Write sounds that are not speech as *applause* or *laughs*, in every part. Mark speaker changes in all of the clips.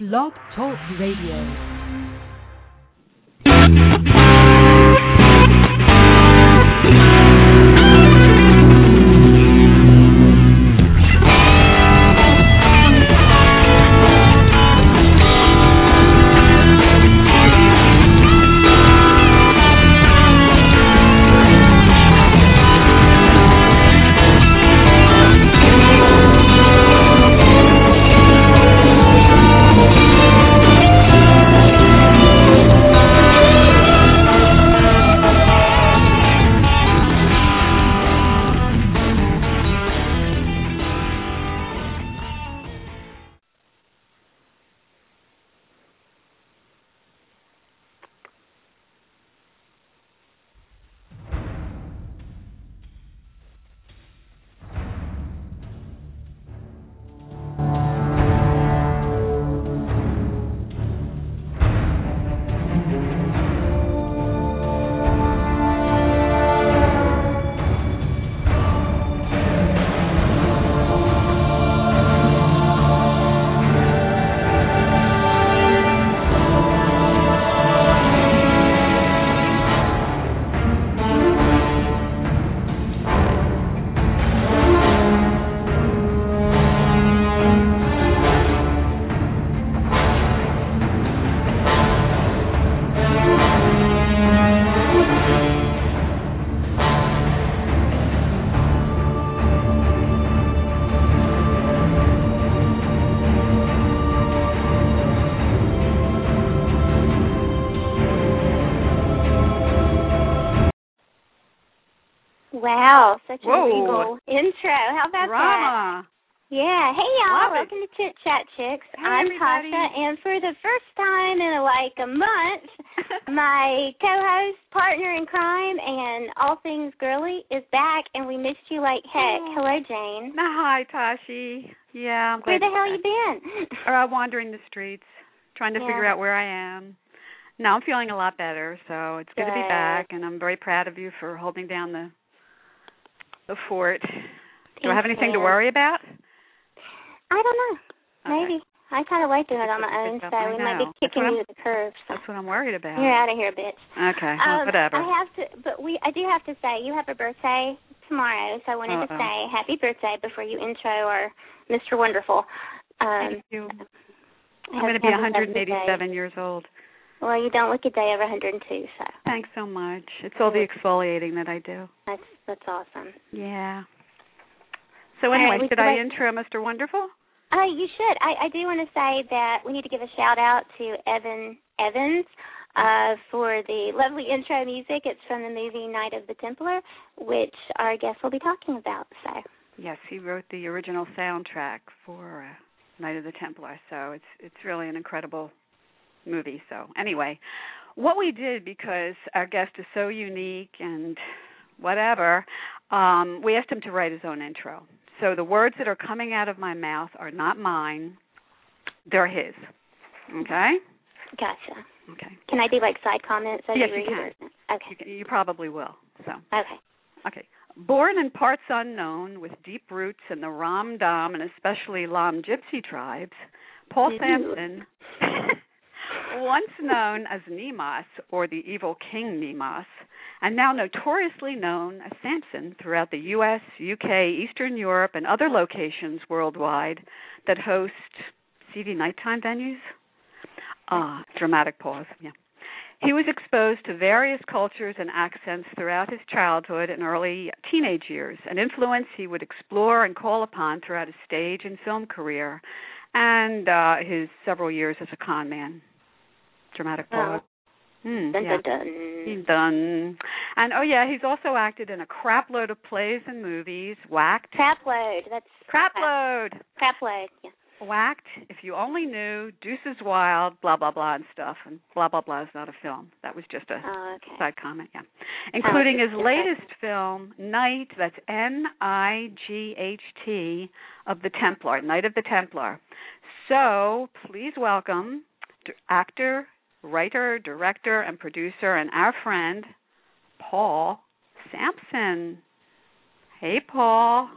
Speaker 1: Blog Talk Radio.
Speaker 2: Wow, such
Speaker 3: Whoa.
Speaker 2: a regal intro. How about that? *laughs*
Speaker 3: Drama. *laughs*
Speaker 2: Yeah. Hey y'all,
Speaker 3: Love it.
Speaker 2: welcome to Chit Chat Chicks.
Speaker 3: Hi,
Speaker 2: I'm
Speaker 3: everybody.
Speaker 2: Tasha and for the first time in like a month, my co host, partner in crime and all things girly is back and we missed you like heck.
Speaker 3: Oh.
Speaker 2: Hello Jane.
Speaker 3: Now, hi, Tashi. Yeah, I'm
Speaker 2: Where
Speaker 3: glad.
Speaker 2: the
Speaker 3: you're
Speaker 2: hell you
Speaker 3: back.
Speaker 2: been?
Speaker 3: Or I'm wandering the streets, trying to
Speaker 2: Yeah.
Speaker 3: figure out where I am. No, I'm feeling a lot better, so it's good, to be
Speaker 2: Good.
Speaker 3: back, and I'm very proud of you for holding down the the fort. Do I have
Speaker 2: Thank
Speaker 3: anything to
Speaker 2: you.
Speaker 3: worry about?
Speaker 2: I don't know.
Speaker 3: Okay.
Speaker 2: Maybe. I kinda like doing it on
Speaker 3: That's
Speaker 2: my
Speaker 3: what-
Speaker 2: own,
Speaker 3: that's
Speaker 2: so
Speaker 3: what I
Speaker 2: we might be
Speaker 3: know. That's
Speaker 2: kicking
Speaker 3: what
Speaker 2: you
Speaker 3: I'm-
Speaker 2: to the curb. So
Speaker 3: That's what I'm worried about.
Speaker 2: you're out of here, bitch.
Speaker 3: Okay, well,
Speaker 2: Um,
Speaker 3: whatever.
Speaker 2: I have to, but we. I do have to say, you have a birthday tomorrow, so I wanted to
Speaker 3: Uh-oh.
Speaker 2: say happy birthday before you intro our Mr. Wonderful. Um,
Speaker 3: Thank
Speaker 2: I
Speaker 3: you. I'm
Speaker 2: hope
Speaker 3: going to be
Speaker 2: you have a lovely day.
Speaker 3: 187 years old.
Speaker 2: Well, you don't look a day over 102, so
Speaker 3: Thanks so much. It's all the exfoliating that I do.
Speaker 2: that's that's awesome.
Speaker 3: Yeah. So
Speaker 2: All right,
Speaker 3: anyway,
Speaker 2: would
Speaker 3: did
Speaker 2: you
Speaker 3: I
Speaker 2: like-
Speaker 3: intro Mr. Wonderful?
Speaker 2: Uh, you should. I, I do want to say that we need to give a shout out to Evan Evans uh, for the lovely intro music. It's from the movie Night of the Templar, which our guest will be talking about. So
Speaker 3: Yes, he wrote the original soundtrack for uh, Knight of the Templar, so it's it's really an incredible movie. So anyway, what we did because our guest is so unique and whatever, um, we asked him to write his own intro. So the words that are coming out of my mouth are not mine; they're his. Okay.
Speaker 2: gotcha.
Speaker 3: Okay.
Speaker 2: Can I do like side comments? as
Speaker 3: Yes,
Speaker 2: you,
Speaker 3: you
Speaker 2: read
Speaker 3: can.
Speaker 2: or-
Speaker 3: You,
Speaker 2: Okay.
Speaker 3: can- you probably will. So.
Speaker 2: Okay.
Speaker 3: Okay. Born in parts unknown, with deep roots in the Ram Dam and especially Lam Gypsy tribes, Paul
Speaker 2: Ooh.
Speaker 3: Sampson, *laughs* once known as Nemas or the evil King Nemas, and now notoriously known as Samson throughout the U.S., U.K., Eastern Europe, and other locations worldwide that host seedy nighttime venues. Ah, dramatic pause. Yeah. He was exposed to various cultures and accents throughout his childhood and early teenage years, an influence he would explore and call upon throughout his stage and film career and uh, his several years as a con man. Dramatic
Speaker 2: Wow.
Speaker 3: pause. Hmm,
Speaker 2: Oh, Dun,
Speaker 3: yeah.
Speaker 2: dun, dun.
Speaker 3: He's done. And oh yeah, he's also acted in a crapload of plays and movies. Whacked.
Speaker 2: Crapload. That's
Speaker 3: Crapload.
Speaker 2: Crapload.
Speaker 3: *laughs*
Speaker 2: Yeah.
Speaker 3: Whacked. If you only knew. Deuces Wild. Blah blah blah and stuff. And blah blah blah is not a film. That was just a
Speaker 2: Oh, okay. Oh,
Speaker 3: side comment. Yeah. Including his
Speaker 2: it's just
Speaker 3: latest film, Night. That's N I G H T of the Templar. Night of the Templar. So please welcome d- actor, writer, director, and producer, and our friend Paul Sampson. Hey, Paul.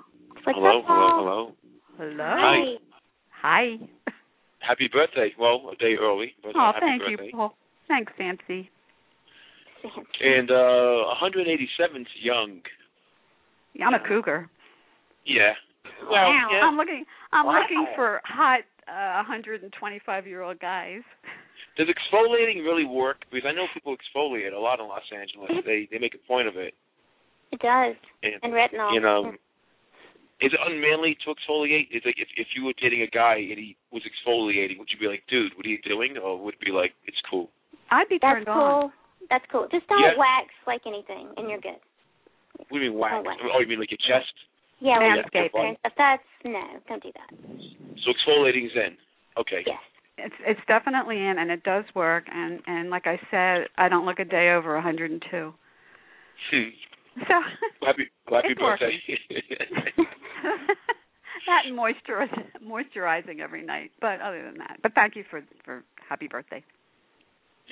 Speaker 2: What's
Speaker 4: hello,
Speaker 2: up, Paul?
Speaker 4: hello,
Speaker 3: Hello.
Speaker 4: Hi.
Speaker 2: Hi.
Speaker 3: Hi.
Speaker 4: Happy birthday. Well, a day early. But uh,
Speaker 3: Oh,
Speaker 4: happy
Speaker 3: thank
Speaker 4: birthday.
Speaker 3: you, Paul. Thanks, Nancy.
Speaker 4: And uh 187's young.
Speaker 3: Yeah, I'm a cougar.
Speaker 4: Yeah. Well, yeah.
Speaker 2: Um,
Speaker 3: I'm looking.
Speaker 2: Oh,
Speaker 3: I'm
Speaker 4: Wow.
Speaker 3: looking for hot, uh, 125 year old guys.
Speaker 4: Does exfoliating really work? Because I know people exfoliate a lot in Los Angeles. They they make a point of it.
Speaker 2: It does.
Speaker 4: And
Speaker 2: And retinol.
Speaker 4: you know, is it unmanly to exfoliate? It's like if if you were dating a guy and he was exfoliating, would you be like, dude, what are you doing? Or would it be like, it's cool?
Speaker 3: I'd be
Speaker 2: That's
Speaker 3: turned on.
Speaker 2: cool. That's cool. Just don't
Speaker 4: Yeah.
Speaker 2: wax like anything, and you're good.
Speaker 4: What do you mean wax?
Speaker 2: Oh, wax.
Speaker 4: Oh, you mean like your chest?
Speaker 2: Yeah,
Speaker 3: Man,
Speaker 2: we-
Speaker 3: Manscaping.
Speaker 2: and stuff. That's no, don't do that.
Speaker 4: So exfoliating's in. Okay. *laughs*
Speaker 2: Yes. *laughs*
Speaker 3: It's it's definitely in, and it does work. And and like I said, I don't look a day over 102.
Speaker 4: *laughs* Hmm.
Speaker 3: So *laughs*
Speaker 4: Happy happy
Speaker 3: It's
Speaker 4: birthday.
Speaker 3: working. that and moisturiz moisturizing every night. But other than that, but thank you for for happy birthday.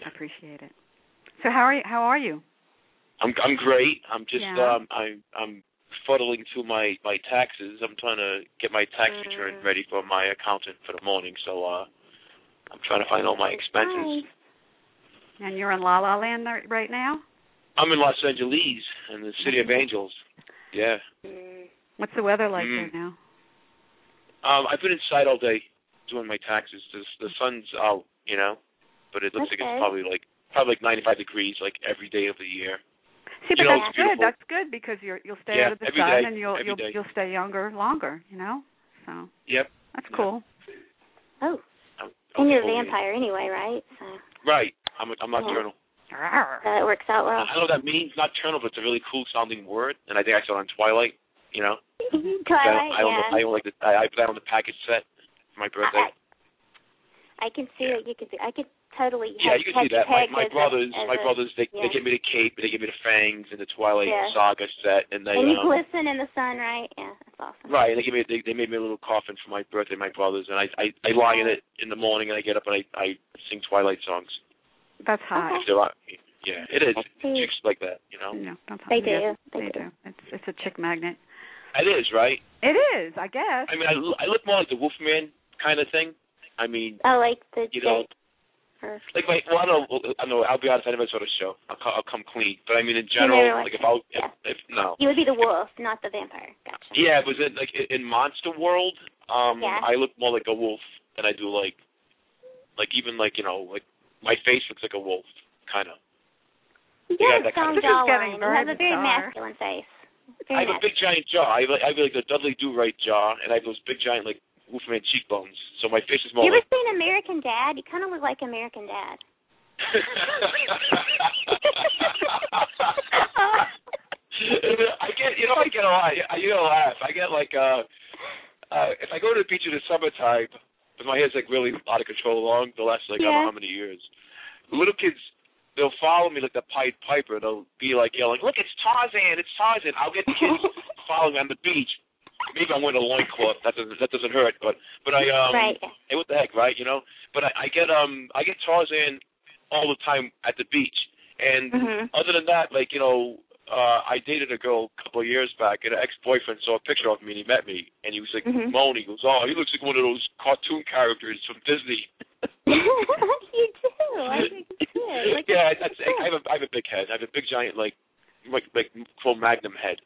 Speaker 3: I appreciate it. So how are you? How are you?
Speaker 4: *laughs* I'm I'm great. I'm just
Speaker 3: Yeah.
Speaker 4: um I'm I'm fuddling through my my taxes. I'm trying to get my tax
Speaker 2: Mm.
Speaker 4: return ready for my accountant for the morning. So uh I'm trying to find all
Speaker 2: Oh,
Speaker 4: my expenses.
Speaker 3: And you're in La La Land there- right now.
Speaker 4: I'm in Los Angeles in the city
Speaker 2: Mm-hmm.
Speaker 4: of angels. Yeah.
Speaker 3: What's the weather like
Speaker 4: Mm.
Speaker 3: there now?
Speaker 4: Um I've been inside all day doing my taxes. The the sun's out, you know, but it looks like
Speaker 2: Okay.
Speaker 4: it's probably like probably like 95 degrees like every day of the year.
Speaker 3: See, but
Speaker 4: You know,
Speaker 3: that's
Speaker 4: it's
Speaker 3: good.
Speaker 4: beautiful.
Speaker 3: That's good because you're you'll stay
Speaker 4: Yeah,
Speaker 3: out of the
Speaker 4: every
Speaker 3: sun
Speaker 4: day,
Speaker 3: and you'll
Speaker 4: every
Speaker 3: you'll
Speaker 4: day.
Speaker 3: you'll stay younger longer. You know, so
Speaker 4: Yep.
Speaker 3: that's
Speaker 4: Yeah.
Speaker 3: cool.
Speaker 2: Oh,
Speaker 4: I'm,
Speaker 2: and you're a
Speaker 4: exfoliating.
Speaker 2: vampire Oh. anyway, right? So,
Speaker 4: Right. I'm I'm
Speaker 2: Yeah.
Speaker 4: nocturnal.
Speaker 3: Arr.
Speaker 2: so it works out
Speaker 4: I
Speaker 2: well.
Speaker 4: don't know what *laughs* that means, nocturnal, but it's a really cool sounding word, and I think I saw it on Twilight. You know,
Speaker 2: *laughs* Twilight,
Speaker 4: I, I, own, the- I
Speaker 2: yeah. Uh,
Speaker 4: own like the, I, I put that on the package set for my birthday.
Speaker 2: I, I can see
Speaker 4: Yeah.
Speaker 2: it. You could. I could totally.
Speaker 4: yeah,
Speaker 2: have,
Speaker 4: you can
Speaker 2: have
Speaker 4: see that.
Speaker 2: Peg
Speaker 4: my,
Speaker 2: as
Speaker 4: my
Speaker 2: a-
Speaker 4: brothers,
Speaker 2: as
Speaker 4: my
Speaker 2: a-
Speaker 4: brothers, they
Speaker 2: yeah.
Speaker 4: they give me the cape, they give me the fangs, and the Twilight
Speaker 2: Yeah.
Speaker 4: Saga set, and they
Speaker 2: And you
Speaker 4: um,
Speaker 2: glisten in the sun, right? Yeah, that's awesome.
Speaker 4: right, and they give me they, they made me a little coffin for my birthday, my brothers, and I I, I lie in it in the morning, and I get up and I I sing Twilight songs.
Speaker 3: That's hot.
Speaker 4: If they're on- yeah, it is.
Speaker 2: That's cute.
Speaker 4: Chicks like that, you know.
Speaker 3: No, that's hot.
Speaker 2: They
Speaker 3: Yeah,
Speaker 2: do. They,
Speaker 3: They do. It's it's a chick magnet.
Speaker 4: It is right.
Speaker 3: It is, I guess.
Speaker 4: I mean, I, l- I look more like the Wolfman kind of thing. I mean,
Speaker 2: Oh, like the
Speaker 4: You know,
Speaker 2: Jake. Or,
Speaker 4: like my well, I don't know, I don't know. I'll be honest. I never saw the show. I'll, co- I'll come clean. But I mean, in
Speaker 2: never
Speaker 4: general,
Speaker 2: watched
Speaker 4: like if I was- if,
Speaker 2: Yeah.
Speaker 4: if no,
Speaker 2: you would be the wolf, not the vampire. Gotcha.
Speaker 4: yeah, but then like in- in Monster World, um,
Speaker 2: Yeah.
Speaker 4: I look more like a wolf than I do like, like even like you know like my face looks like a wolf kind of.
Speaker 2: You
Speaker 4: Yeah,
Speaker 2: got a
Speaker 4: that
Speaker 2: strong
Speaker 4: kind of-
Speaker 3: This is
Speaker 2: jawline.
Speaker 3: getting
Speaker 2: You
Speaker 3: very
Speaker 2: have a very
Speaker 3: bizarre.
Speaker 2: masculine face.
Speaker 4: I
Speaker 2: Very
Speaker 4: have a
Speaker 2: masculine.
Speaker 4: big giant jaw. I have, like, I have like the Dudley Do Right jaw, and I have those big giant like Wolfman cheekbones. So my face is more
Speaker 2: You ever
Speaker 4: like.
Speaker 2: seen American Dad? You kind of look like American Dad.
Speaker 4: I get, you know, I get a lot. I- You know, laugh. I get like, uh, uh, if I go to the beach in the summertime, if my hair's like really out of control long, the last like I don't
Speaker 2: Yeah.
Speaker 4: know how many years, little kids. They'll follow me like the Pied Piper. They'll be like yelling, "Look, it's Tarzan! It's Tarzan!" I'll
Speaker 2: *laughs*
Speaker 4: get kids following me on the beach. Maybe I'm wearing a loincloth. That doesn't that doesn't hurt, but but I um
Speaker 2: right. yeah.
Speaker 4: hey, what the heck, right? You know, but I, I get um I get Tarzan all the time at the beach, and
Speaker 3: Mm-hmm.
Speaker 4: *laughs*
Speaker 2: Mhm.
Speaker 4: other than that, like you know, uh I dated a girl a couple of years back, and her ex-boyfriend saw a picture of me, and he met me, and he was like
Speaker 2: Mhm.
Speaker 4: moaning, he goes, "Oh, he looks like one of those cartoon characters from Disney."
Speaker 2: *laughs* you do. I think you do. Like,
Speaker 4: yeah, that's I have a I have a big head. I have a big giant like like like full magnum head.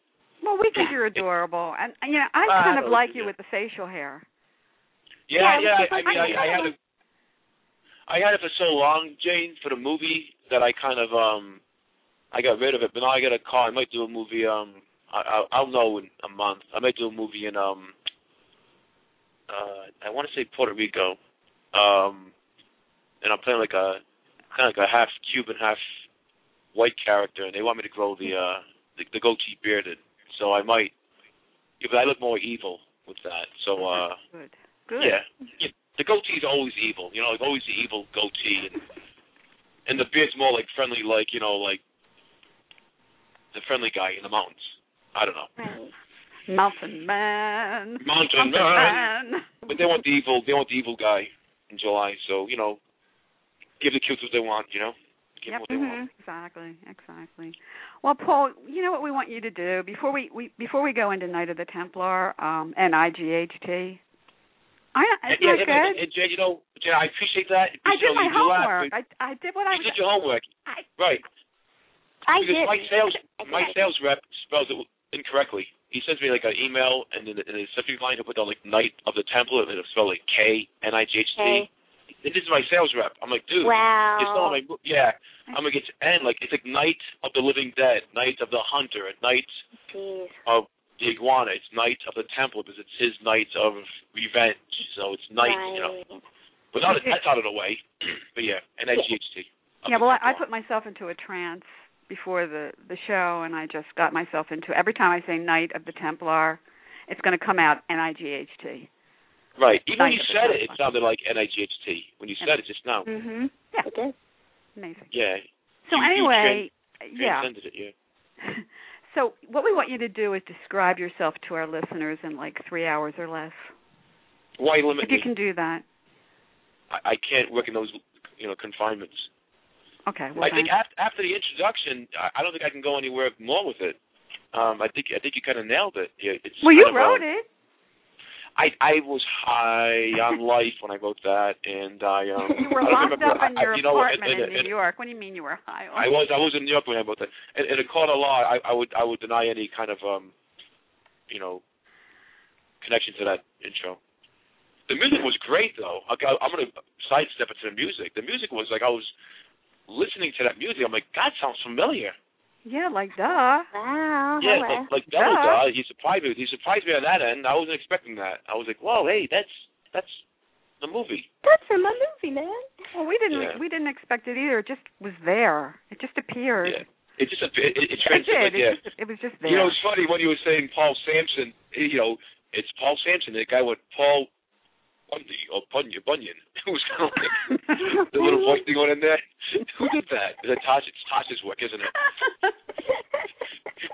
Speaker 3: Well, we
Speaker 4: *coughs*
Speaker 3: think you're adorable, and and, you know, I
Speaker 4: Ah,
Speaker 3: kind
Speaker 4: I
Speaker 3: of
Speaker 4: don't
Speaker 3: like
Speaker 4: think
Speaker 3: you
Speaker 4: so.
Speaker 3: with the facial hair.
Speaker 2: Yeah,
Speaker 4: Yeah, yeah.
Speaker 2: it's
Speaker 4: I, I
Speaker 2: like-
Speaker 4: mean,
Speaker 2: I
Speaker 4: I, I had it. I had it for so long, Jane, for the movie that I kind of um, I got rid of it. But now I got a call. I might do a movie. Um, I, I I'll know in a month. I might do a movie in um, uh, I want to say Puerto Rico. Um, and I'm playing like a kind of like a half Cuban, half white character, and they want me to grow the uh the, the goatee bearded. So I might, yeah, but I look more evil with that. So uh.
Speaker 3: Good. Good.
Speaker 4: Yeah. yeah. The goatee's always evil, you know, like always the evil goatee and and the beard's more like friendly like, you know, like the friendly guy in the mountains. I don't know.
Speaker 2: right.
Speaker 3: Mountain man.
Speaker 4: Mountain man. But they want the evil they want the evil guy in July, so you know give the kids what they want, you know? Give
Speaker 3: Yep. Mm-hmm.
Speaker 4: them what they want.
Speaker 2: Mhm.
Speaker 3: Exactly. Exactly. Well, Paul, you know what we want you to do before we, we before we go into Night of the Templar um, and IGHT. I, it's not
Speaker 4: yeah, yeah,
Speaker 3: good.
Speaker 4: and, and, Jen, you know, Jen, I appreciate that.
Speaker 3: I did
Speaker 4: Appreciate
Speaker 3: my
Speaker 4: you do that,
Speaker 3: homework.
Speaker 4: but
Speaker 3: I I did what I was.
Speaker 4: you did your homework,
Speaker 3: I,
Speaker 4: right?
Speaker 2: I
Speaker 4: because
Speaker 2: did.
Speaker 4: my sales
Speaker 2: I did.
Speaker 4: my sales rep spells it incorrectly. He sends me like an email, and then in the subject line he'll put down like Knight of the Temple, and it'll spell like K N I G H T.
Speaker 2: Okay.
Speaker 4: And This is my sales rep. I'm like, dude, it's
Speaker 2: Wow.
Speaker 4: not my book. Yeah, I'm like, it's N. Like it's like Knight of the Living Dead, Knight of the Hunter, and Knight
Speaker 2: Jeez.
Speaker 4: of the Iguana. It's Knight of the Temple because it's his Knight of Revenge. So it's Knight, you know.
Speaker 2: Right.
Speaker 4: But not, that's out of the way. *clears throat* but yeah, N I G H T.
Speaker 3: yeah, well, I, I put myself into a trance before the the show, and I just got myself into every time I say Knight of the Templar, it's going to come out N I G H T.
Speaker 4: Right. Even when
Speaker 3: Knight
Speaker 4: you
Speaker 3: of the
Speaker 4: said it, it
Speaker 3: Temple.
Speaker 4: sounded like N I G H T. When you said it just now.
Speaker 2: Mhm.
Speaker 3: Yeah.
Speaker 2: It is.
Speaker 3: Amazing.
Speaker 4: Yeah.
Speaker 3: Mm. So
Speaker 4: You- you
Speaker 3: anyway, yeah.
Speaker 4: Transcended it, yeah.
Speaker 3: So what we want you to do is describe yourself to our listeners in like three hours or less.
Speaker 4: Why limit
Speaker 3: If you
Speaker 4: me?
Speaker 3: can do that.
Speaker 4: I, I can't work in those, you know, confinements.
Speaker 3: Okay. Well,
Speaker 4: I think
Speaker 3: then.
Speaker 4: after, after the introduction, I, I don't think I can go anywhere more with it. Um, I think I think you kind of nailed it. Yeah, it's
Speaker 3: well, you
Speaker 4: kind of a-
Speaker 3: wrote it.
Speaker 4: I I was high on life when I wrote that, and I um.
Speaker 3: *laughs* You were
Speaker 4: I
Speaker 3: locked
Speaker 4: don't remember,
Speaker 3: up
Speaker 4: I-
Speaker 3: in your
Speaker 4: I, you know, what,
Speaker 3: apartment
Speaker 4: and, and,
Speaker 3: in New York. What do you mean you were high?
Speaker 4: I was I was in New York when I wrote that, and, and in a court of law, I, I would I would deny any kind of um, you know, connection to that intro. The music was great though. Okay, I, I'm gonna sidestep it to the music. The music was like I was listening to that music. I'm like, God sounds familiar.
Speaker 3: Yeah, like duh.
Speaker 2: Wow.
Speaker 4: yeah,
Speaker 2: hello.
Speaker 4: like, like
Speaker 3: Oh,
Speaker 4: double
Speaker 3: Duh.
Speaker 4: duh. He surprised me. He surprised me on that end. I wasn't expecting that. I was like, Whoa, hey, that's that's the movie.
Speaker 2: That's from a movie, man.
Speaker 3: Well, we didn't
Speaker 4: Yeah.
Speaker 3: we didn't expect it either. It just was there. It just appeared.
Speaker 4: Yeah. It just it, it, it,
Speaker 3: It
Speaker 4: transcended,
Speaker 3: did.
Speaker 4: yeah.
Speaker 3: It, just, it was just there.
Speaker 4: You know, it's funny when you were saying Paul Sampson. You know, it's Paul Sampson. The guy with Paul Bundy or Bunyan, Bunyan, *laughs* who was kind of like *laughs* *laughs* the little voice thing on in there. *laughs* Who did that? Is that Tosh? It's Tosh's work, isn't it?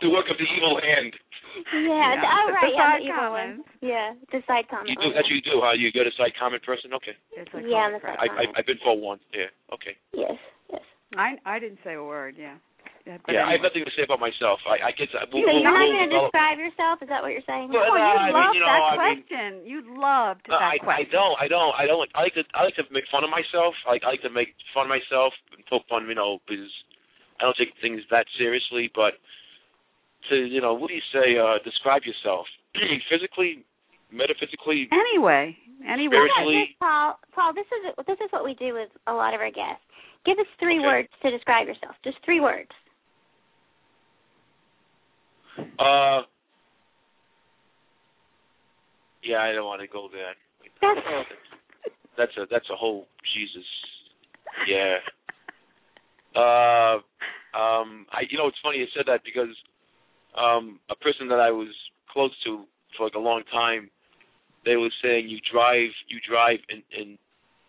Speaker 4: The work of the evil hand.
Speaker 2: *laughs* yeah.
Speaker 3: Yeah.
Speaker 2: Oh,
Speaker 3: The
Speaker 2: right. yeah, the
Speaker 3: side
Speaker 2: evil one.
Speaker 3: comments.
Speaker 2: Yeah. The side comment.
Speaker 4: You
Speaker 2: on
Speaker 4: do that's
Speaker 2: that.
Speaker 4: what you do, huh? You go to side comment person. Okay,
Speaker 3: It's like,
Speaker 2: Yeah, that's
Speaker 3: oh, crap.
Speaker 4: I, I I've been for one. Yeah, okay.
Speaker 2: Yes. Yes.
Speaker 3: I I didn't say a word. Yeah. Yeah. but
Speaker 4: yeah, I
Speaker 3: anyway.
Speaker 4: have nothing to say about myself. I I guess I, we'll,
Speaker 2: so you're
Speaker 4: we'll,
Speaker 2: not
Speaker 4: we'll
Speaker 2: going to
Speaker 4: develop-
Speaker 2: describe yourself? Is that what you're saying?
Speaker 4: Well, uh,
Speaker 3: Oh,
Speaker 4: no, I
Speaker 3: you
Speaker 4: mean,
Speaker 3: loved
Speaker 4: you know,
Speaker 3: that
Speaker 4: I mean-
Speaker 3: question. you loved
Speaker 4: No,
Speaker 3: that
Speaker 4: I, I
Speaker 3: question.
Speaker 4: don't. I don't. I don't. I like to. I like to make fun of myself. I like, I like to make fun of myself and poke fun. You know, because I don't take things that seriously. But to you know, what do you say? Uh, describe yourself *clears throat* physically, metaphysically.
Speaker 3: Anyway, anyway,
Speaker 2: How about
Speaker 4: Spiritually-
Speaker 2: this, Paul? Paul, this is this is what we do with a lot of our guests. Give us three
Speaker 4: Okay.
Speaker 2: words to describe yourself. Just three words.
Speaker 4: Uh, yeah, I don't want to go there.
Speaker 2: That's-
Speaker 4: That's a that's a whole Jesus.
Speaker 3: *laughs*
Speaker 4: Yeah. Uh, um, I you know it's funny you said that because um, a person that I was close to for like a long time, they were saying you drive you drive and and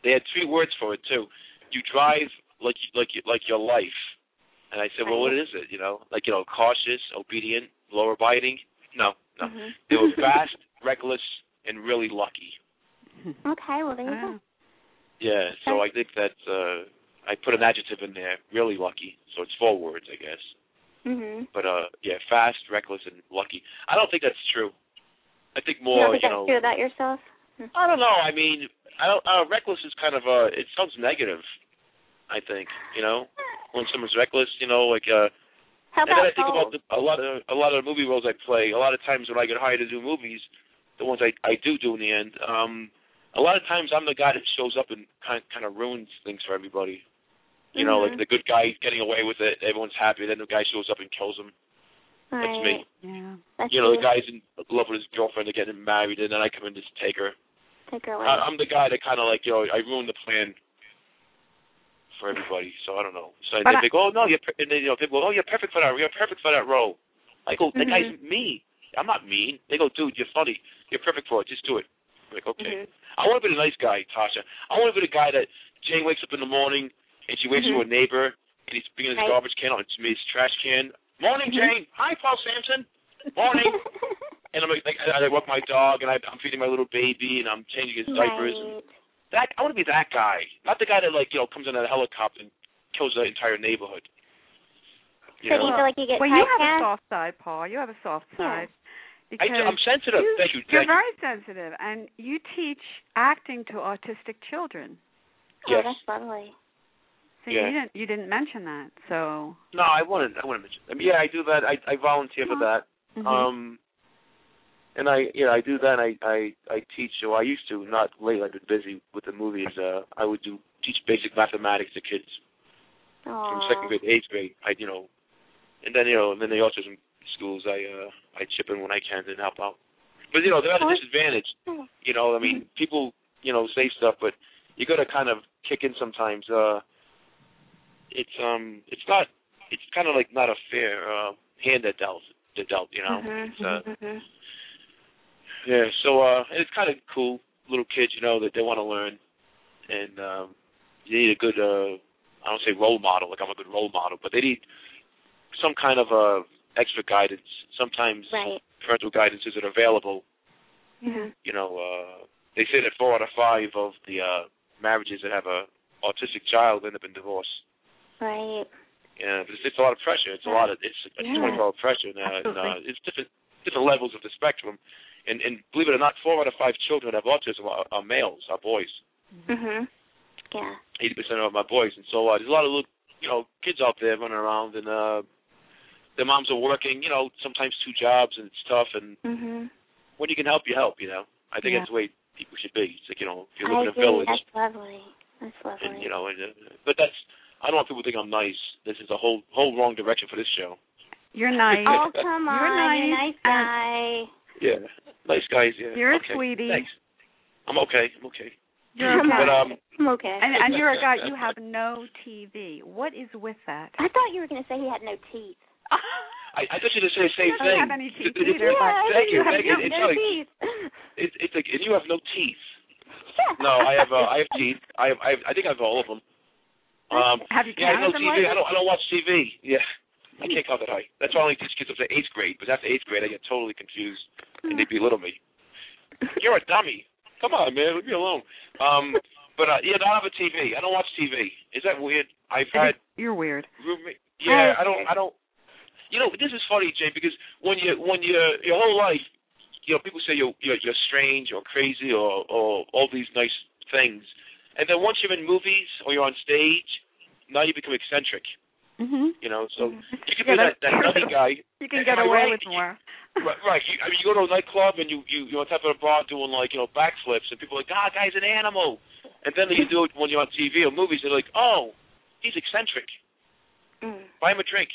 Speaker 4: they had three words for it too. You drive like you like you like your life, and I said, well, what is it? You know, like you know, cautious, obedient, lower biting. No, no,
Speaker 2: Mhm.
Speaker 4: they were fast, *laughs* reckless, and really lucky.
Speaker 2: *laughs* Okay. Well, there you go.
Speaker 3: Ah,
Speaker 4: Yeah, so I think that uh I put an adjective in there, really lucky. So it's four words, I guess.
Speaker 2: Mhm.
Speaker 4: But uh yeah, fast, reckless and lucky. I don't think that's true. I think
Speaker 2: you don't
Speaker 4: more,
Speaker 2: think
Speaker 4: you
Speaker 2: that's
Speaker 4: know,
Speaker 2: true about yourself?
Speaker 4: I don't know. I mean, I don't uh reckless is kind of uh it sounds negative, I think, you know. When someone's reckless, you know, like uh
Speaker 2: How
Speaker 4: and then I
Speaker 2: about
Speaker 4: think about
Speaker 2: bold?
Speaker 4: the, a lot of a lot of the movie roles I play. A lot of times when I get hired to do movies, the ones I I do do in the end, um, a lot of times I'm the guy that shows up and kind kind of ruins things for everybody. You know,
Speaker 2: Mhm.
Speaker 4: like the good guy getting away with it, everyone's happy. Then the guy shows up and kills him.
Speaker 2: All
Speaker 4: That's me.
Speaker 2: right.
Speaker 3: yeah.
Speaker 2: That's
Speaker 4: You know, the
Speaker 2: you.
Speaker 4: guy's in love with his girlfriend, they're getting married, and then I come in and just take her.
Speaker 2: Take her away.
Speaker 4: I, I'm the guy that kind of like you know I ruined the plan for everybody. So I don't know. So
Speaker 3: But
Speaker 4: they
Speaker 3: I-
Speaker 4: they go, oh no, you're per-, and then, you know people go, oh you're perfect for that. You're perfect for that role. I go, that guy's mean. I'm not mean. They go, dude, you're funny. You're perfect for it. Just do it. I'm like okay. I want to be the nice guy, Tasha. I want to be the guy that Jane wakes up in the morning and she wakes
Speaker 2: Mhm.
Speaker 4: up to a neighbor and he's bringing his
Speaker 2: Right.
Speaker 4: garbage can on his trash can. Morning,
Speaker 2: Mhm.
Speaker 4: Jane. Hi, Paul Sampson. Morning
Speaker 2: *laughs*
Speaker 4: and I'm like, like I, I walk my dog, and I, I'm feeding my little baby, and I'm changing his diapers. And
Speaker 2: right.
Speaker 4: that I want to be that guy, not the guy that like you know comes in a helicopter and kills the entire neighborhood. You
Speaker 2: So do
Speaker 4: know?
Speaker 2: you feel like you get
Speaker 3: Well, you have a
Speaker 2: typecast?
Speaker 3: soft side, Paul. You have a soft
Speaker 2: Yeah.
Speaker 3: side.
Speaker 4: I,
Speaker 3: because
Speaker 4: I'm sensitive.
Speaker 3: you,
Speaker 4: Thank you.
Speaker 3: are
Speaker 4: Thank you.
Speaker 3: very sensitive, and you teach acting to autistic children.
Speaker 2: Oh,
Speaker 4: Yes.
Speaker 2: that's lovely.
Speaker 3: So
Speaker 4: Yeah.
Speaker 3: you didn't you didn't mention that. So
Speaker 4: No, I wouldn't. I wouldn't mention. I mean, yeah, I do that. I I volunteer for
Speaker 3: Mhm.
Speaker 4: that.
Speaker 3: mhm.
Speaker 4: Um, and I, you know, I do that. And I, I, I teach. So I used to not late. I've been busy with the movies. Uh, I would do teach basic mathematics to kids from
Speaker 2: Aw.
Speaker 4: second grade, to eighth grade. I, you know, and then you know, and then the autism schools. I, uh, I chip in when I can and help out. But you know, they're at a
Speaker 2: Well,
Speaker 4: disadvantage. You know, I mean, people, you know, say stuff, but you got to kind of kick in sometimes. Uh, it's um, it's not. It's kind of like not a fair uh, hand that dealt. That dealt. You know.
Speaker 2: Mhm,
Speaker 4: It's, uh,
Speaker 2: mhm, mhm.
Speaker 4: yeah, so uh and it's kinda cool. Little kids, you know, that they wanna learn and um you need a good uh I don't say role model, like I'm a good role model, but they need some kind of uh extra guidance. Sometimes
Speaker 2: Right.
Speaker 4: parental guidance isn't available,
Speaker 3: yeah.
Speaker 4: you know, uh they say that four out of five of the uh marriages that have a autistic child end up in divorce.
Speaker 2: Right.
Speaker 4: Yeah, but it's, it's a lot of pressure. It's a lot of it's a
Speaker 2: Yeah.
Speaker 4: twenty four hour pressure and, uh, and uh,
Speaker 1: Absolutely.
Speaker 4: it's different different levels of the spectrum. And and believe it or not, four out of five children have autism are, are males, are boys.
Speaker 3: Mm-hmm.
Speaker 2: Mhm. Yeah.
Speaker 4: Eighty percent of my boys. And so uh, there's a lot of little you know, kids out there running around and uh their moms are working, you know, sometimes two jobs and it's tough and
Speaker 3: Mm-hmm.
Speaker 2: Mhm.
Speaker 4: when you can help you help, you know. I think
Speaker 3: Yeah.
Speaker 4: that's the way people should be. It's like, you know, if
Speaker 2: I
Speaker 4: you live in a
Speaker 2: agree.
Speaker 4: village
Speaker 2: That's lovely. That's lovely.
Speaker 4: and you know, and, uh, but that's I don't want people to think I'm nice. This is a whole whole wrong direction for this show.
Speaker 3: You're nice.
Speaker 2: oh come on,
Speaker 3: You're
Speaker 2: you're a
Speaker 3: nice,
Speaker 2: nice
Speaker 3: and-
Speaker 2: guy.
Speaker 4: Yeah. Nice guys, yeah.
Speaker 3: You're a
Speaker 4: okay.
Speaker 3: sweetie.
Speaker 4: Thanks. I'm okay. I'm okay.
Speaker 3: You're okay.
Speaker 4: But um
Speaker 2: I'm okay.
Speaker 3: and, and you're a guy.
Speaker 4: *laughs*
Speaker 3: You have no TV. What is with that?
Speaker 2: I thought you were going to say he had no teeth.
Speaker 4: I, I thought you were going to say the same
Speaker 3: You don't
Speaker 4: thing.
Speaker 3: have any teeth
Speaker 4: It- it-
Speaker 3: either,
Speaker 4: it-
Speaker 3: but-
Speaker 2: I
Speaker 4: thank
Speaker 2: think
Speaker 4: you.
Speaker 2: have
Speaker 4: Thank you. It's
Speaker 2: no
Speaker 4: like
Speaker 2: teeth. *laughs*
Speaker 4: it's it's like and you have no teeth.
Speaker 2: Yeah.
Speaker 4: No, I have uh, I have teeth. I have, I have I think I have all of them. Um
Speaker 3: *laughs* Have you
Speaker 4: yeah, I have no
Speaker 3: counted them
Speaker 4: TV. I
Speaker 3: lately?
Speaker 4: don't I don't watch TV. Yeah. I can't count that high. That's why I only teach kids up to eighth grade. Because after eighth grade, I get totally confused
Speaker 2: *laughs*
Speaker 4: and they
Speaker 2: Hmm.
Speaker 4: belittle me. You're a dummy. Come on, man, leave me alone. Um, but uh, yeah, I don't have a TV. I don't watch TV. Is that weird? I've
Speaker 3: I
Speaker 4: had
Speaker 3: think You're weird.
Speaker 4: roommate. Yeah,
Speaker 2: I-
Speaker 4: I don't. I don't. You know, this is funny, Jay, because when you when you your whole life, you know, people say you're you're, you're strange or crazy or or all these nice things, and then once you're in movies or you're on stage, now you become eccentric.
Speaker 3: Mhm.
Speaker 4: You know, so
Speaker 2: Mhm.
Speaker 4: you can
Speaker 3: Yeah,
Speaker 4: be that
Speaker 3: that's *laughs*
Speaker 4: that nutty
Speaker 3: true.
Speaker 4: guy.
Speaker 3: You can
Speaker 4: Am
Speaker 3: get
Speaker 4: I
Speaker 3: away
Speaker 4: right?
Speaker 3: with more.
Speaker 4: *laughs* Right, right. You, I mean, you go to a nightclub and you you you're on top of the bar doing like you know backflips, and people are like, "God, guy's an animal." And then you do it when you're on TV or movies, they're like, "Oh, he's eccentric."
Speaker 2: Mm.
Speaker 4: buy him a drink,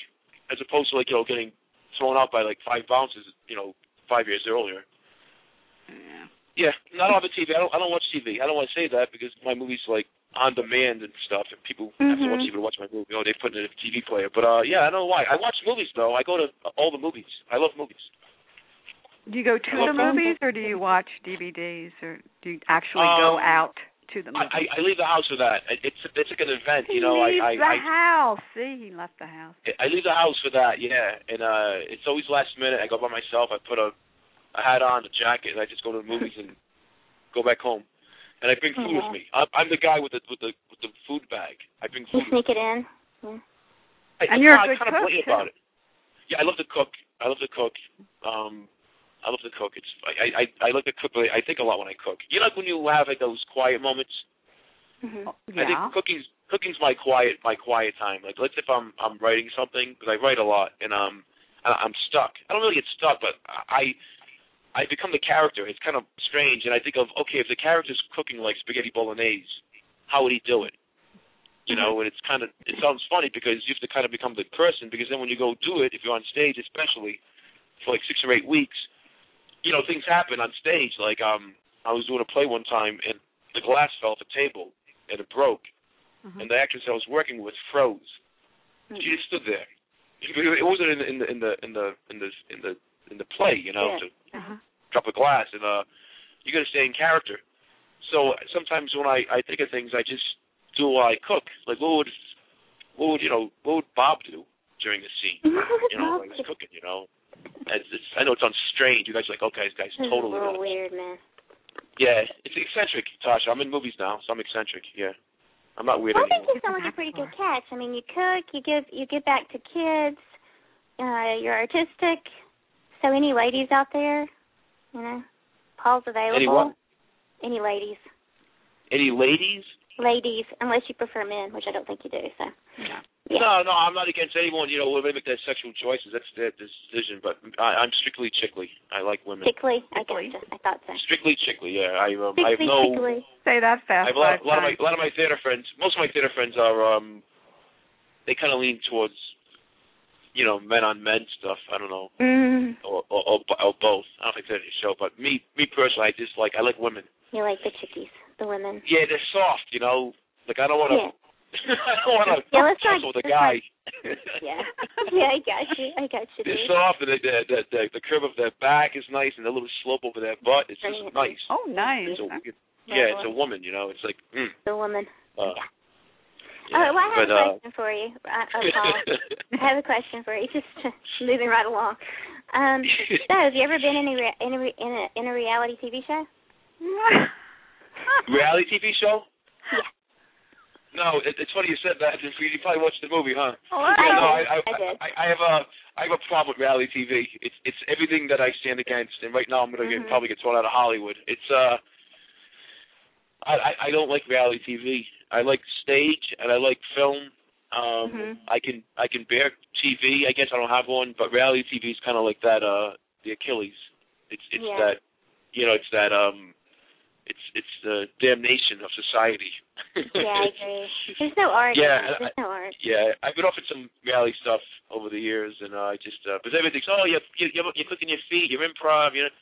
Speaker 4: as opposed to like you know getting thrown out by like five bounces, you know, five years earlier.
Speaker 3: *laughs* Yeah.
Speaker 4: Yeah, not on the TV. I don't. I don't watch TV. I don't want to say that because my movies like on demand and stuff, and people have to watch
Speaker 2: Mhm.
Speaker 4: TV to watch my movie. Oh, they put it in a TV player. But uh, yeah, I don't know why. I watch movies though. I go to all the movies. I love movies.
Speaker 3: Do you go to
Speaker 4: Well,
Speaker 3: the
Speaker 4: some-
Speaker 3: movies, or do you watch DVDs, or do you actually
Speaker 4: Um,
Speaker 3: go out to the movies?
Speaker 4: I, I, I leave the house for that. I- It's it's like an event,
Speaker 3: he
Speaker 4: you know.
Speaker 3: leaves
Speaker 4: I I,
Speaker 3: the
Speaker 4: I
Speaker 3: house. See, he left the house.
Speaker 4: I leave the house for that, yeah. And uh it's always last minute. I go by myself. I put a a hat on, a jacket, and I just go to the movies and go back home. And I bring food
Speaker 2: Aw.
Speaker 4: with me. I'm, I'm the guy with the with the with the food bag. I bring
Speaker 2: You
Speaker 4: food. with
Speaker 3: *laughs*
Speaker 2: sneak it in. Yeah.
Speaker 4: me. I,
Speaker 3: And you're a
Speaker 4: I
Speaker 3: good
Speaker 4: kind of
Speaker 3: cook,
Speaker 4: blame
Speaker 3: too.
Speaker 4: about it. Yeah, I love to cook. I love to cook. Um, I love to cook. It's I I I like to cook, but I think a lot when I cook. You know, like when you have like those quiet moments.
Speaker 2: Mm-hmm.
Speaker 3: Oh,
Speaker 4: I
Speaker 3: yeah.
Speaker 4: think cooking's cooking's my quiet my quiet time. Like let's if I'm I'm writing something because I write a lot and um I, I'm stuck. I don't really get stuck, but I I become the character. It's kind of strange, and I think of okay if the character's cooking like spaghetti bolognese, how would he do it? You know, and it's kind of it sounds funny because you have to kind of become the person because then when you go do it, if you're on stage especially for like six or eight weeks, you know things happen on stage. Like um I was doing a play one time and the glass fell off the table and it broke
Speaker 3: Mhm.
Speaker 4: and the actress I was working with froze.
Speaker 2: Mm-hmm.
Speaker 4: She
Speaker 2: *laughs*
Speaker 4: just stood there. It wasn't in the in the in the in the in the in the, in the play, you know,
Speaker 2: Yeah.
Speaker 4: to
Speaker 3: Uh-huh.
Speaker 4: drop a glass and uh you gotta stay in character. So sometimes when I, I think of things I just do while I cook. Like what would what would you know what would Bob do during the scene? You know, when he's cooking, you know. It's, it's, I know it sounds strange. You guys are like, okay, this guy's
Speaker 2: This is a
Speaker 4: totally
Speaker 2: little
Speaker 4: nuts.
Speaker 2: weird, man.
Speaker 4: Yeah, it's eccentric, Tasha. I'm in movies now, so I'm eccentric. Yeah, I'm not weird
Speaker 2: Well, I
Speaker 4: anymore.
Speaker 2: think you sound like a pretty good catch. I mean, you cook, you give, you give back to kids. Uh, you're artistic, So any ladies out there, you know, Paul's available.
Speaker 4: Any what?
Speaker 2: Any ladies?
Speaker 4: Any ladies?
Speaker 2: Ladies, unless you prefer men, which I don't think you do. So Yeah.
Speaker 4: No, no, I'm not against anyone. You know, women make their sexual choices. That's their decision. But I, I'm strictly chickly. I like women.
Speaker 2: tickly, I
Speaker 3: Tickly.
Speaker 2: gotcha. I thought so.
Speaker 4: Strictly chickly. Yeah, I um, I
Speaker 2: Tickly,
Speaker 4: have no.
Speaker 2: tickly.
Speaker 3: *laughs* Say that
Speaker 4: I
Speaker 3: fast.
Speaker 4: have a lot,
Speaker 3: five
Speaker 4: a lot of my
Speaker 3: times.
Speaker 4: a lot of my theater friends. Most of my theater friends are um, they kind of lean towards, you know, men on men stuff. I don't know,
Speaker 2: Mm,
Speaker 4: or or, or, bo- or both. I don't think that's a show, but me me personally, I just like I like women.
Speaker 2: you like the chickies, the women.
Speaker 4: Yeah, they're soft. You know, like I don't want to.
Speaker 2: Yeah.
Speaker 4: *laughs* I don't want to
Speaker 2: Yeah, let's not-
Speaker 4: tussle with
Speaker 2: let's
Speaker 4: a guy.
Speaker 2: Yeah.
Speaker 3: *laughs*
Speaker 2: yeah, I got you. I got you.
Speaker 4: *laughs* They're
Speaker 2: dude.
Speaker 4: soft, and the the, the the the curve of their back is nice, and the little slope over their butt is just
Speaker 2: Right.
Speaker 4: nice.
Speaker 3: Oh, nice.
Speaker 4: *laughs* It's a, it's-
Speaker 2: Yeah,
Speaker 4: yeah, it's a
Speaker 2: boy.
Speaker 4: woman. You know, it's like. Mm,
Speaker 2: The woman.
Speaker 4: uh,
Speaker 2: All right, Oh, well, I have
Speaker 4: but,
Speaker 2: a
Speaker 4: uh,
Speaker 2: question for you, uh, uh, Paul.
Speaker 4: *laughs*
Speaker 2: I have a question for you. *laughs* Just moving right along.
Speaker 4: *laughs*
Speaker 2: Um, so, have you ever been in a rea- in a, re- in a in a reality TV show?
Speaker 3: *laughs*
Speaker 4: reality TV show? No, it, it's funny you said that. because You probably watched the movie, huh?
Speaker 3: Wow.
Speaker 4: Yeah, no, I, I,
Speaker 2: I did.
Speaker 4: I, I have a I have a problem with reality TV. It's it's everything that I stand against, and right now I'm gonna
Speaker 2: Mhm.
Speaker 4: get, probably get thrown out of Hollywood. It's uh, I I- I don't like reality TV. I like stage and I like film. Um,
Speaker 2: Mhm.
Speaker 4: I can I can bear TV. I guess I don't have one, but reality TV is kind of like that. Uh, the Achilles. It's it's
Speaker 2: Yeah.
Speaker 4: that you know it's that um, it's it's the damnation of society.
Speaker 2: Yeah,
Speaker 4: *laughs*
Speaker 2: I agree. There's no art. in
Speaker 4: Yeah,
Speaker 2: it.
Speaker 4: and
Speaker 2: There's no art.
Speaker 4: Yeah, I've been offered some reality stuff over the years, and uh, I just uh, because everything's oh you're, you're you're cooking your feet, you're improv, you know.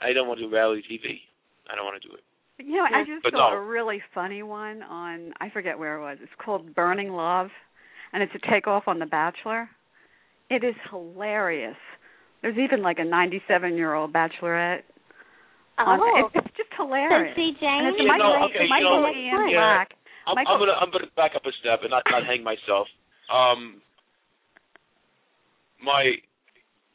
Speaker 4: I don't want to do reality TV. I don't want to do it.
Speaker 3: You know,
Speaker 2: Yeah.
Speaker 3: I just
Speaker 4: But
Speaker 3: saw
Speaker 4: no.
Speaker 3: a really funny one on I forget where it was. It's called Burning Love, and it's a takeoff on The Bachelor. It is hilarious. There's even like a 97-year-old bachelorette. on
Speaker 2: Oh,
Speaker 3: it. it's, it's just hilarious.
Speaker 2: so see,
Speaker 3: and
Speaker 2: Jane.
Speaker 3: it's
Speaker 4: Yeah,
Speaker 3: Michael,
Speaker 4: no, okay, you
Speaker 3: Michael
Speaker 4: know,
Speaker 3: Ian
Speaker 4: yeah.
Speaker 3: Black.
Speaker 4: I'm,
Speaker 3: Michael-
Speaker 4: I'm gonna I'm gonna back up a step and not not hang myself. Um, my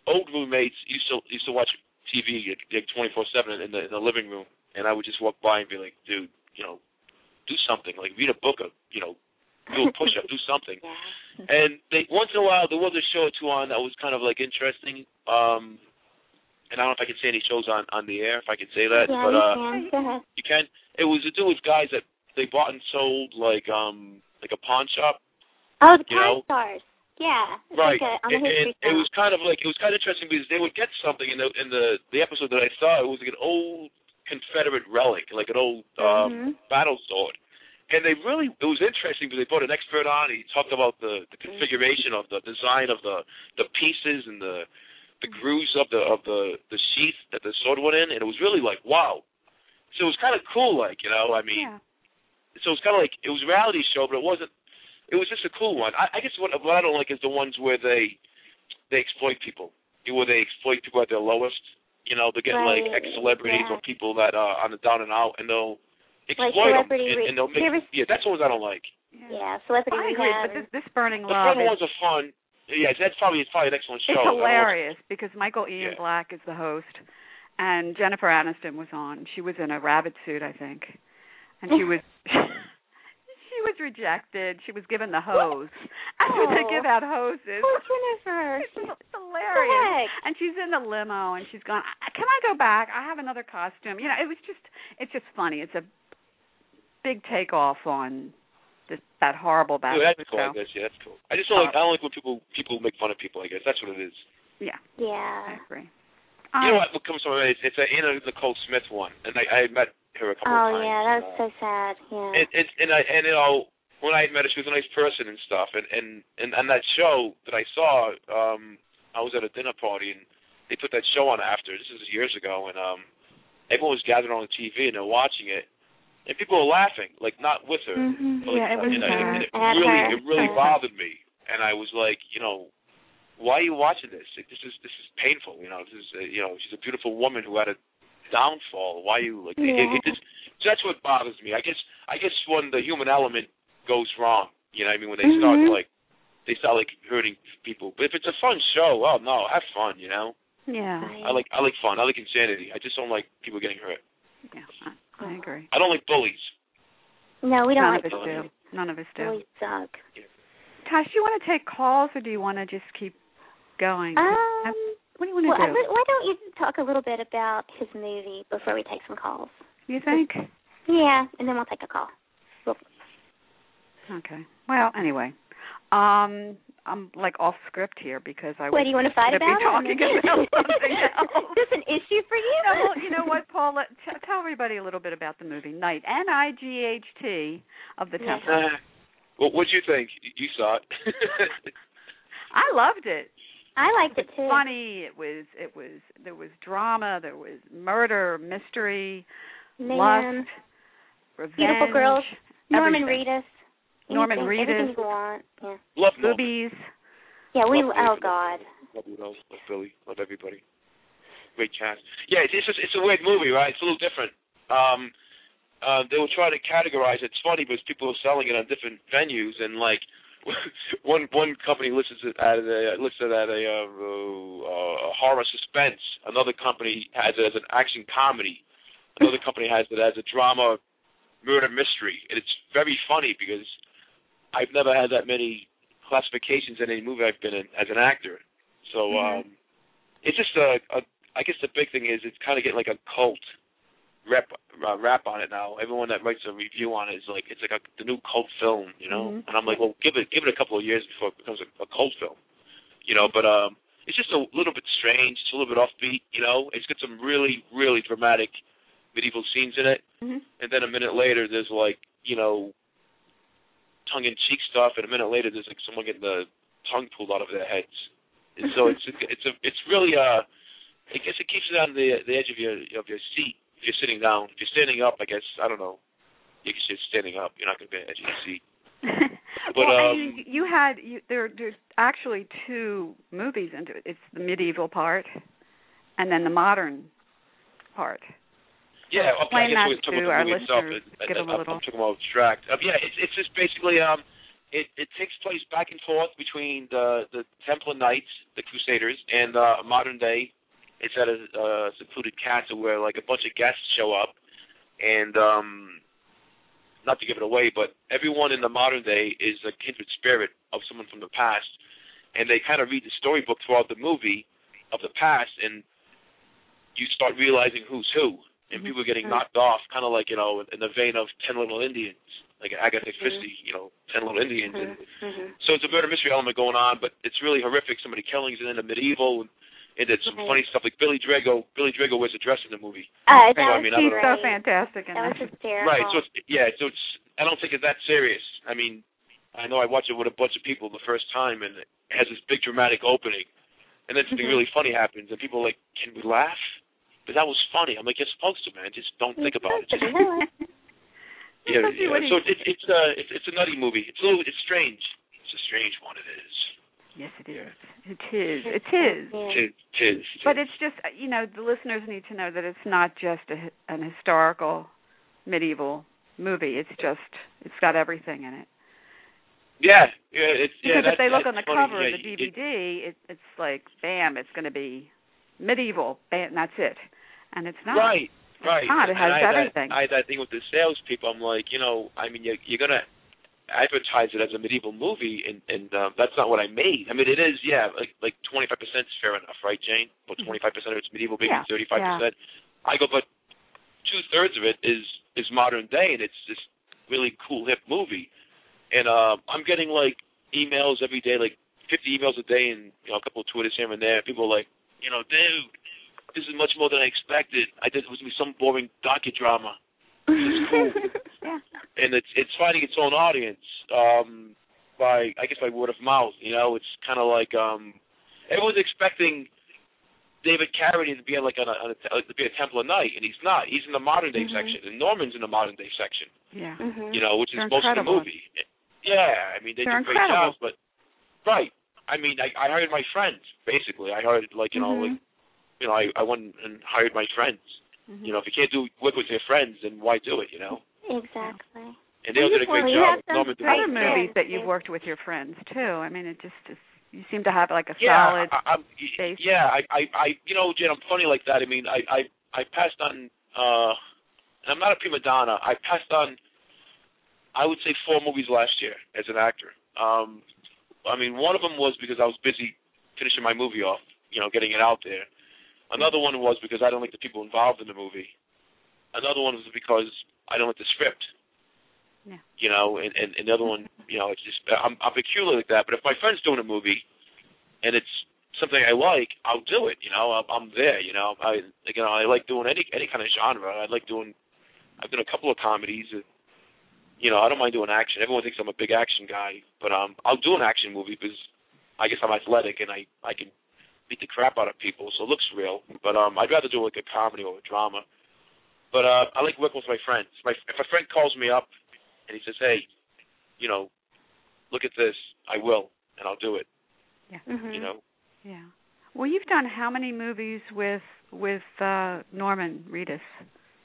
Speaker 4: old roommates used to used to watch TV like 24 seven in the in the living room, and I would just walk by and be like, dude, you know, do something, like read a book, or you know, do a
Speaker 2: *laughs*
Speaker 4: push up, do something.
Speaker 2: Yeah.
Speaker 4: And they once in a while there was a show or two on that was kind of like interesting. Um, and I don't know if I can say any shows on on the air if I can say that,
Speaker 2: yeah,
Speaker 4: but
Speaker 2: you
Speaker 4: uh
Speaker 2: can. Go ahead.
Speaker 4: you can. It was to do with guys that they bought and sold like um like a pawn shop.
Speaker 2: Oh, the
Speaker 4: you
Speaker 2: Pawn
Speaker 4: know?
Speaker 2: Stars. Yeah. It's
Speaker 4: right.
Speaker 2: Like a, on the
Speaker 4: and, and
Speaker 2: history
Speaker 4: it
Speaker 2: channel.
Speaker 4: was kind of like it was kind of interesting because they would get something in the in the the episode that I saw. It was like an old Confederate relic, like an old um
Speaker 2: Mhm.
Speaker 4: battle sword. And they really it was interesting because they brought an expert on. And he talked about the the configuration of the design of the the pieces and the the grooves of the of the the sheath that the sword went in, and it was really like wow. So it was kind of cool, like you know, I mean.
Speaker 3: Yeah.
Speaker 4: so it's kind of like it was a reality show, but it wasn't. It was just a cool one. I, I guess what, what I don't like is the ones where they they exploit people, where they exploit people at their lowest. You know, they get like
Speaker 2: Right,
Speaker 4: ex celebrities
Speaker 2: yeah.
Speaker 4: or people that are on the down and out, and they'll
Speaker 2: Like
Speaker 4: exploit them,
Speaker 2: celebrity
Speaker 4: and,
Speaker 2: re-
Speaker 4: and they'll make
Speaker 2: you ever-
Speaker 4: yeah. That's the ones I don't like.
Speaker 2: Yeah, celebrity
Speaker 3: I agree,
Speaker 2: rehab.
Speaker 3: but this, this Burning
Speaker 4: The
Speaker 3: Love
Speaker 4: fun
Speaker 3: is
Speaker 4: ones are fun. Yeah, that's probably it's probably an excellent show.
Speaker 3: It's
Speaker 4: I don't know what-
Speaker 3: hilarious because Michael Ian
Speaker 4: Yeah.
Speaker 3: Black is the host, and Jennifer Aniston was on. She was in a rabbit suit, I think, and she
Speaker 4: *laughs*
Speaker 3: was *laughs* she was rejected. She was given the hose. *laughs* And when
Speaker 2: Oh.
Speaker 3: they give out hoses,
Speaker 2: Poor Jennifer.
Speaker 3: it's
Speaker 2: heck?
Speaker 3: hilarious. And she's in the limo, and she's going, "I- "Can I go back? I have another costume." You know, it was just it's just funny. It's a big takeoff on this that horrible
Speaker 4: Yeah,
Speaker 3: battle.
Speaker 4: that's cool. I guess yeah, that's cool. I just don't like I don't like when people people make fun of people. I guess that's what it is.
Speaker 3: Yeah, I
Speaker 2: Yeah.
Speaker 3: agree.
Speaker 4: you know
Speaker 2: Uh.
Speaker 3: Um,
Speaker 4: what? What comes to my mind is it's a Anna Nicole Smith one, and I, I met her a couple
Speaker 2: Oh
Speaker 4: of times.
Speaker 2: yeah, that was
Speaker 4: and, uh,
Speaker 2: so sad. Yeah.
Speaker 4: and and and I and you know when I met her, she was a nice person and stuff. And and and on that show that I saw, um, I was at a dinner party and they put that show on after. This is years ago, and um, everyone was gathered on the TV and they're watching it, and people were laughing, like not with her.
Speaker 2: Mhm.
Speaker 4: But like,
Speaker 3: Yeah, it was
Speaker 4: you know, and it
Speaker 2: sad.
Speaker 4: really
Speaker 2: At her.
Speaker 4: it really
Speaker 2: Yeah.
Speaker 4: bothered me, and I was like, you know, why are you watching this? Like, this is this is painful. You know, this is uh, you know she's a beautiful woman who had a downfall. Why are you like? It, it, it
Speaker 2: Yeah.
Speaker 4: just, that's what bothers me. I guess I guess when the human element goes wrong, you know, what I mean, when they start
Speaker 2: Mhm.
Speaker 4: like they start like hurting people. But if it's a fun show, oh no, have fun. You know,
Speaker 3: yeah.
Speaker 4: I like I like fun. I like insanity. I just don't like people getting hurt.
Speaker 3: Yeah, I, I agree.
Speaker 4: I don't like bullies.
Speaker 2: No, we
Speaker 3: None
Speaker 2: don't
Speaker 3: of
Speaker 2: like
Speaker 3: us
Speaker 4: bullies.
Speaker 3: do. None of us do.
Speaker 2: bullies suck.
Speaker 3: Tosh, do you want to take calls or do you want to just keep going?
Speaker 2: Um,
Speaker 3: What do you want
Speaker 2: well,
Speaker 3: to
Speaker 2: I-
Speaker 3: do?
Speaker 2: why don't you talk a little bit about his movie before we take some calls?
Speaker 3: You think?
Speaker 2: Yeah, and then we'll take a call.
Speaker 3: Okay. Well, anyway, um, I'm like off script here because I
Speaker 2: what
Speaker 3: was
Speaker 2: do you want to fight
Speaker 3: gonna
Speaker 2: about?
Speaker 3: be talking
Speaker 2: *laughs*
Speaker 3: about something else.
Speaker 2: Is this an issue for you?
Speaker 3: No, well, you know what, Paula? T- tell everybody a little bit about the movie Night, N I G H T, of the
Speaker 2: Yeah.
Speaker 3: Temple.
Speaker 4: Uh, what would you think? You- You saw it. *laughs*
Speaker 3: I loved it.
Speaker 2: *laughs* I liked it too.
Speaker 3: Funny. It was. It was. There was drama. There was murder, mystery,
Speaker 2: Man,
Speaker 3: lust, revenge.
Speaker 2: Beautiful girls, Norman
Speaker 3: everything.
Speaker 2: Reedus.
Speaker 3: Norman
Speaker 2: anything-
Speaker 3: Reedus.
Speaker 2: Everything you want. Yeah.
Speaker 4: Love Norman.
Speaker 3: Boobies.
Speaker 2: Yeah, we.
Speaker 4: Love
Speaker 2: Oh
Speaker 4: Reedus.
Speaker 2: God.
Speaker 4: Love Udo. Love Billy. Love everybody. Great cast. Yeah, it's it's, just, it's a weird movie, right? It's a little different. Um, uh, they were trying to categorize. It's funny because people are selling it on different venues, and like *laughs* one one company lists it at a lists it at a, uh, uh, horror suspense. Another company has it as an action comedy. Another company has it as a drama murder mystery, and it's very funny because I've never had that many classifications in any movie I've been in as an actor. So um it's just a, a I guess the big thing is it's kind of getting like a cult rep uh, rap on it now. Everyone that writes a review on it is like it's like a, the new cult film, you know.
Speaker 3: Mhm.
Speaker 4: And I'm like, well, give it give it a couple of years before it becomes a, a cult film, you know. But um it's just a little bit strange. It's a little bit offbeat, you know. It's got some really really dramatic medieval scenes in it
Speaker 3: Mhm.
Speaker 4: and then a minute later there's like you know tongue in cheek stuff and a minute later there's like someone getting the tongue pulled out of their heads and so it's it's a it's really uh i guess it keeps you on the the edge of your of your seat if you're sitting down if you're standing up i guess i don't know you can just standing up you're not going to be on the edge of your seat
Speaker 3: *laughs*
Speaker 4: But,
Speaker 3: well, I
Speaker 4: um,
Speaker 3: mean, you had you, there. There's actually two movies into it. It's the medieval part, and then the modern part.
Speaker 4: Yeah, okay,
Speaker 3: Explain
Speaker 4: I
Speaker 3: that
Speaker 4: guess we're
Speaker 3: to
Speaker 4: talking about
Speaker 3: our
Speaker 4: the movie itself.
Speaker 3: listeners.
Speaker 4: I,
Speaker 3: Give
Speaker 4: I,
Speaker 3: them a
Speaker 4: I'm-
Speaker 3: little-
Speaker 4: I'm talking about abstract. Um, yeah, it's it's just basically um, it it takes place back and forth between the the Templar Knights, the Crusaders, and uh, modern day. It's at a uh, secluded castle where like a bunch of guests show up, and um, not to give it away, but everyone in the modern day is a kindred spirit of someone from the past, and they kind of read the storybook throughout the movie of the past, and you start realizing who's who, and
Speaker 3: Mhm.
Speaker 4: people are
Speaker 3: Mm.
Speaker 4: getting knocked off, kind of like you know, in the vein of Ten Little Indians, like Agatha Christie, you know, Ten Little Indians, and
Speaker 2: Mm-hmm.
Speaker 4: so it's a murder mystery element going on, but it's really horrific. Somebody killings and then the medieval, and, and it's some
Speaker 2: Right.
Speaker 4: funny stuff like Billy Drago. Billy Drago wears a dress in the movie.
Speaker 2: Uh, that
Speaker 4: Hang on, I
Speaker 2: was
Speaker 4: mean, I
Speaker 3: He's
Speaker 4: don't
Speaker 2: great.
Speaker 3: so fantastic in
Speaker 2: That was
Speaker 3: that.
Speaker 2: hysterical.
Speaker 4: Right. So it's yeah. So it's I don't think it's that serious. I mean, I know I watched it with a bunch of people the first time, and it has this big dramatic opening, and then something
Speaker 2: Mhm.
Speaker 3: Mm-hmm.
Speaker 4: really funny happens, and people are like, "Can we laugh?" But that was funny. I'm like, "You're supposed to, man. Just don't think
Speaker 3: *laughs*
Speaker 4: about it." Just,
Speaker 2: You know what?
Speaker 4: yeah,
Speaker 3: Especially
Speaker 4: yeah.
Speaker 3: when he-
Speaker 4: So it's it's uh it's, it's a nutty movie. It's a little it's strange. It's a strange one. It is.
Speaker 3: yes, it is. It is. It is.
Speaker 2: Yeah.
Speaker 4: Tis, tis, tis.
Speaker 3: But it's just uh, you know the listeners need to know that it's not just a, hi- an historical medieval movie. It's just it's got everything in it.
Speaker 4: yeah, yeah. It's
Speaker 3: Because
Speaker 4: yeah.
Speaker 3: if
Speaker 4: that's-
Speaker 3: they look on
Speaker 4: that's
Speaker 3: the
Speaker 4: funny.
Speaker 3: cover
Speaker 4: yeah,
Speaker 3: of the
Speaker 4: you- it-
Speaker 3: DVD, it, it's like bam, it's going to be medieval. Bam, that's it. And it's not.
Speaker 4: Right, right.
Speaker 3: not. It
Speaker 4: And
Speaker 3: has
Speaker 4: I had that-
Speaker 3: everything.
Speaker 4: I had that thing with the salespeople. I'm like, you know, I mean, you're, you're gonna advertise it as a medieval movie, and and uh, that's not what I made. I mean, it is, yeah, like like 25 percent is fair enough, right, Jane? But 25 percent of it's medieval, maybe
Speaker 3: Yeah,
Speaker 4: 35 percent. I go, but two thirds of it is is modern day, and it's this really cool hip movie. And uh, I'm getting like emails every day, like 50 emails a day, and you know, a couple of twitters here and there. People are like, you know, dude, this is much more than I expected. I thought it was gonna be some boring docudrama,
Speaker 2: Mm-hmm.
Speaker 4: *laughs*
Speaker 3: Yeah.
Speaker 4: and it's it's finding its own audience um, by I guess by word of mouth. You know, it's kind of like um, everyone's expecting David Carradine to be on like on a, on a to be a Templar Knight, and he's not. He's in the modern day
Speaker 3: Mm-hmm.
Speaker 2: Mhm.
Speaker 4: section, and Norman's in the modern day section.
Speaker 3: Yeah.
Speaker 2: Mhm.
Speaker 4: You know, which is
Speaker 3: Mm-hmm. They're
Speaker 4: most of the
Speaker 3: incredible.
Speaker 4: movie. Yeah, I mean they
Speaker 3: They're
Speaker 4: do great
Speaker 3: incredible.
Speaker 4: jobs, but right. I mean, I, I hired my friends basically. I hired like you know,
Speaker 3: Mm-hmm.
Speaker 2: Mhm.
Speaker 4: like you know, I I went and hired my friends.
Speaker 3: Mhm.
Speaker 4: You know, if you can't do work with your friends, then why do it? You know,
Speaker 2: Exactly.
Speaker 4: and they all did a great
Speaker 2: Well, you
Speaker 4: job.
Speaker 2: have some
Speaker 4: Norman did a
Speaker 3: other
Speaker 4: great
Speaker 2: Right,
Speaker 4: job.
Speaker 3: movies
Speaker 2: yeah,
Speaker 3: that you've
Speaker 2: yeah.
Speaker 3: worked with your friends too. I mean, it just is, you seem to have like a
Speaker 4: yeah,
Speaker 3: solid.
Speaker 4: I, I'm,
Speaker 3: base.
Speaker 4: yeah, I, I, I, you know, Jen, I'm funny like that. I mean, I, I, I passed on, uh, and I'm not a prima donna. I passed on, I would say, four movies last year as an actor. Um, I mean, one of them was because I was busy finishing my movie off, you know getting it out there. Another one was because I don't like the people involved in the movie. Another one was because I don't like the script.
Speaker 3: Yeah.
Speaker 4: You know, and, and and the other one, you know, it's just I'm I'm peculiar like that. But if my friend's doing a movie, and it's something I like, I'll do it. You know, I'm, I'm there. You know, I like, you know I like doing any any kind of genre. I like doing. I've done a couple of comedies. And, you know, I don't mind doing action. Everyone thinks I'm a big action guy, but um, I'll do an action movie because I guess I'm athletic and I I can beat the crap out of people, so it looks real. But um, I'd rather do like a comedy or a drama. But uh, I like working with my friends. My if a friend calls me up and he says, "Hey, you know, look at this," I will and I'll do it.
Speaker 2: Mm-hmm.
Speaker 4: You know,
Speaker 3: Yeah. Well, you've done how many movies with with uh Norman Reedus?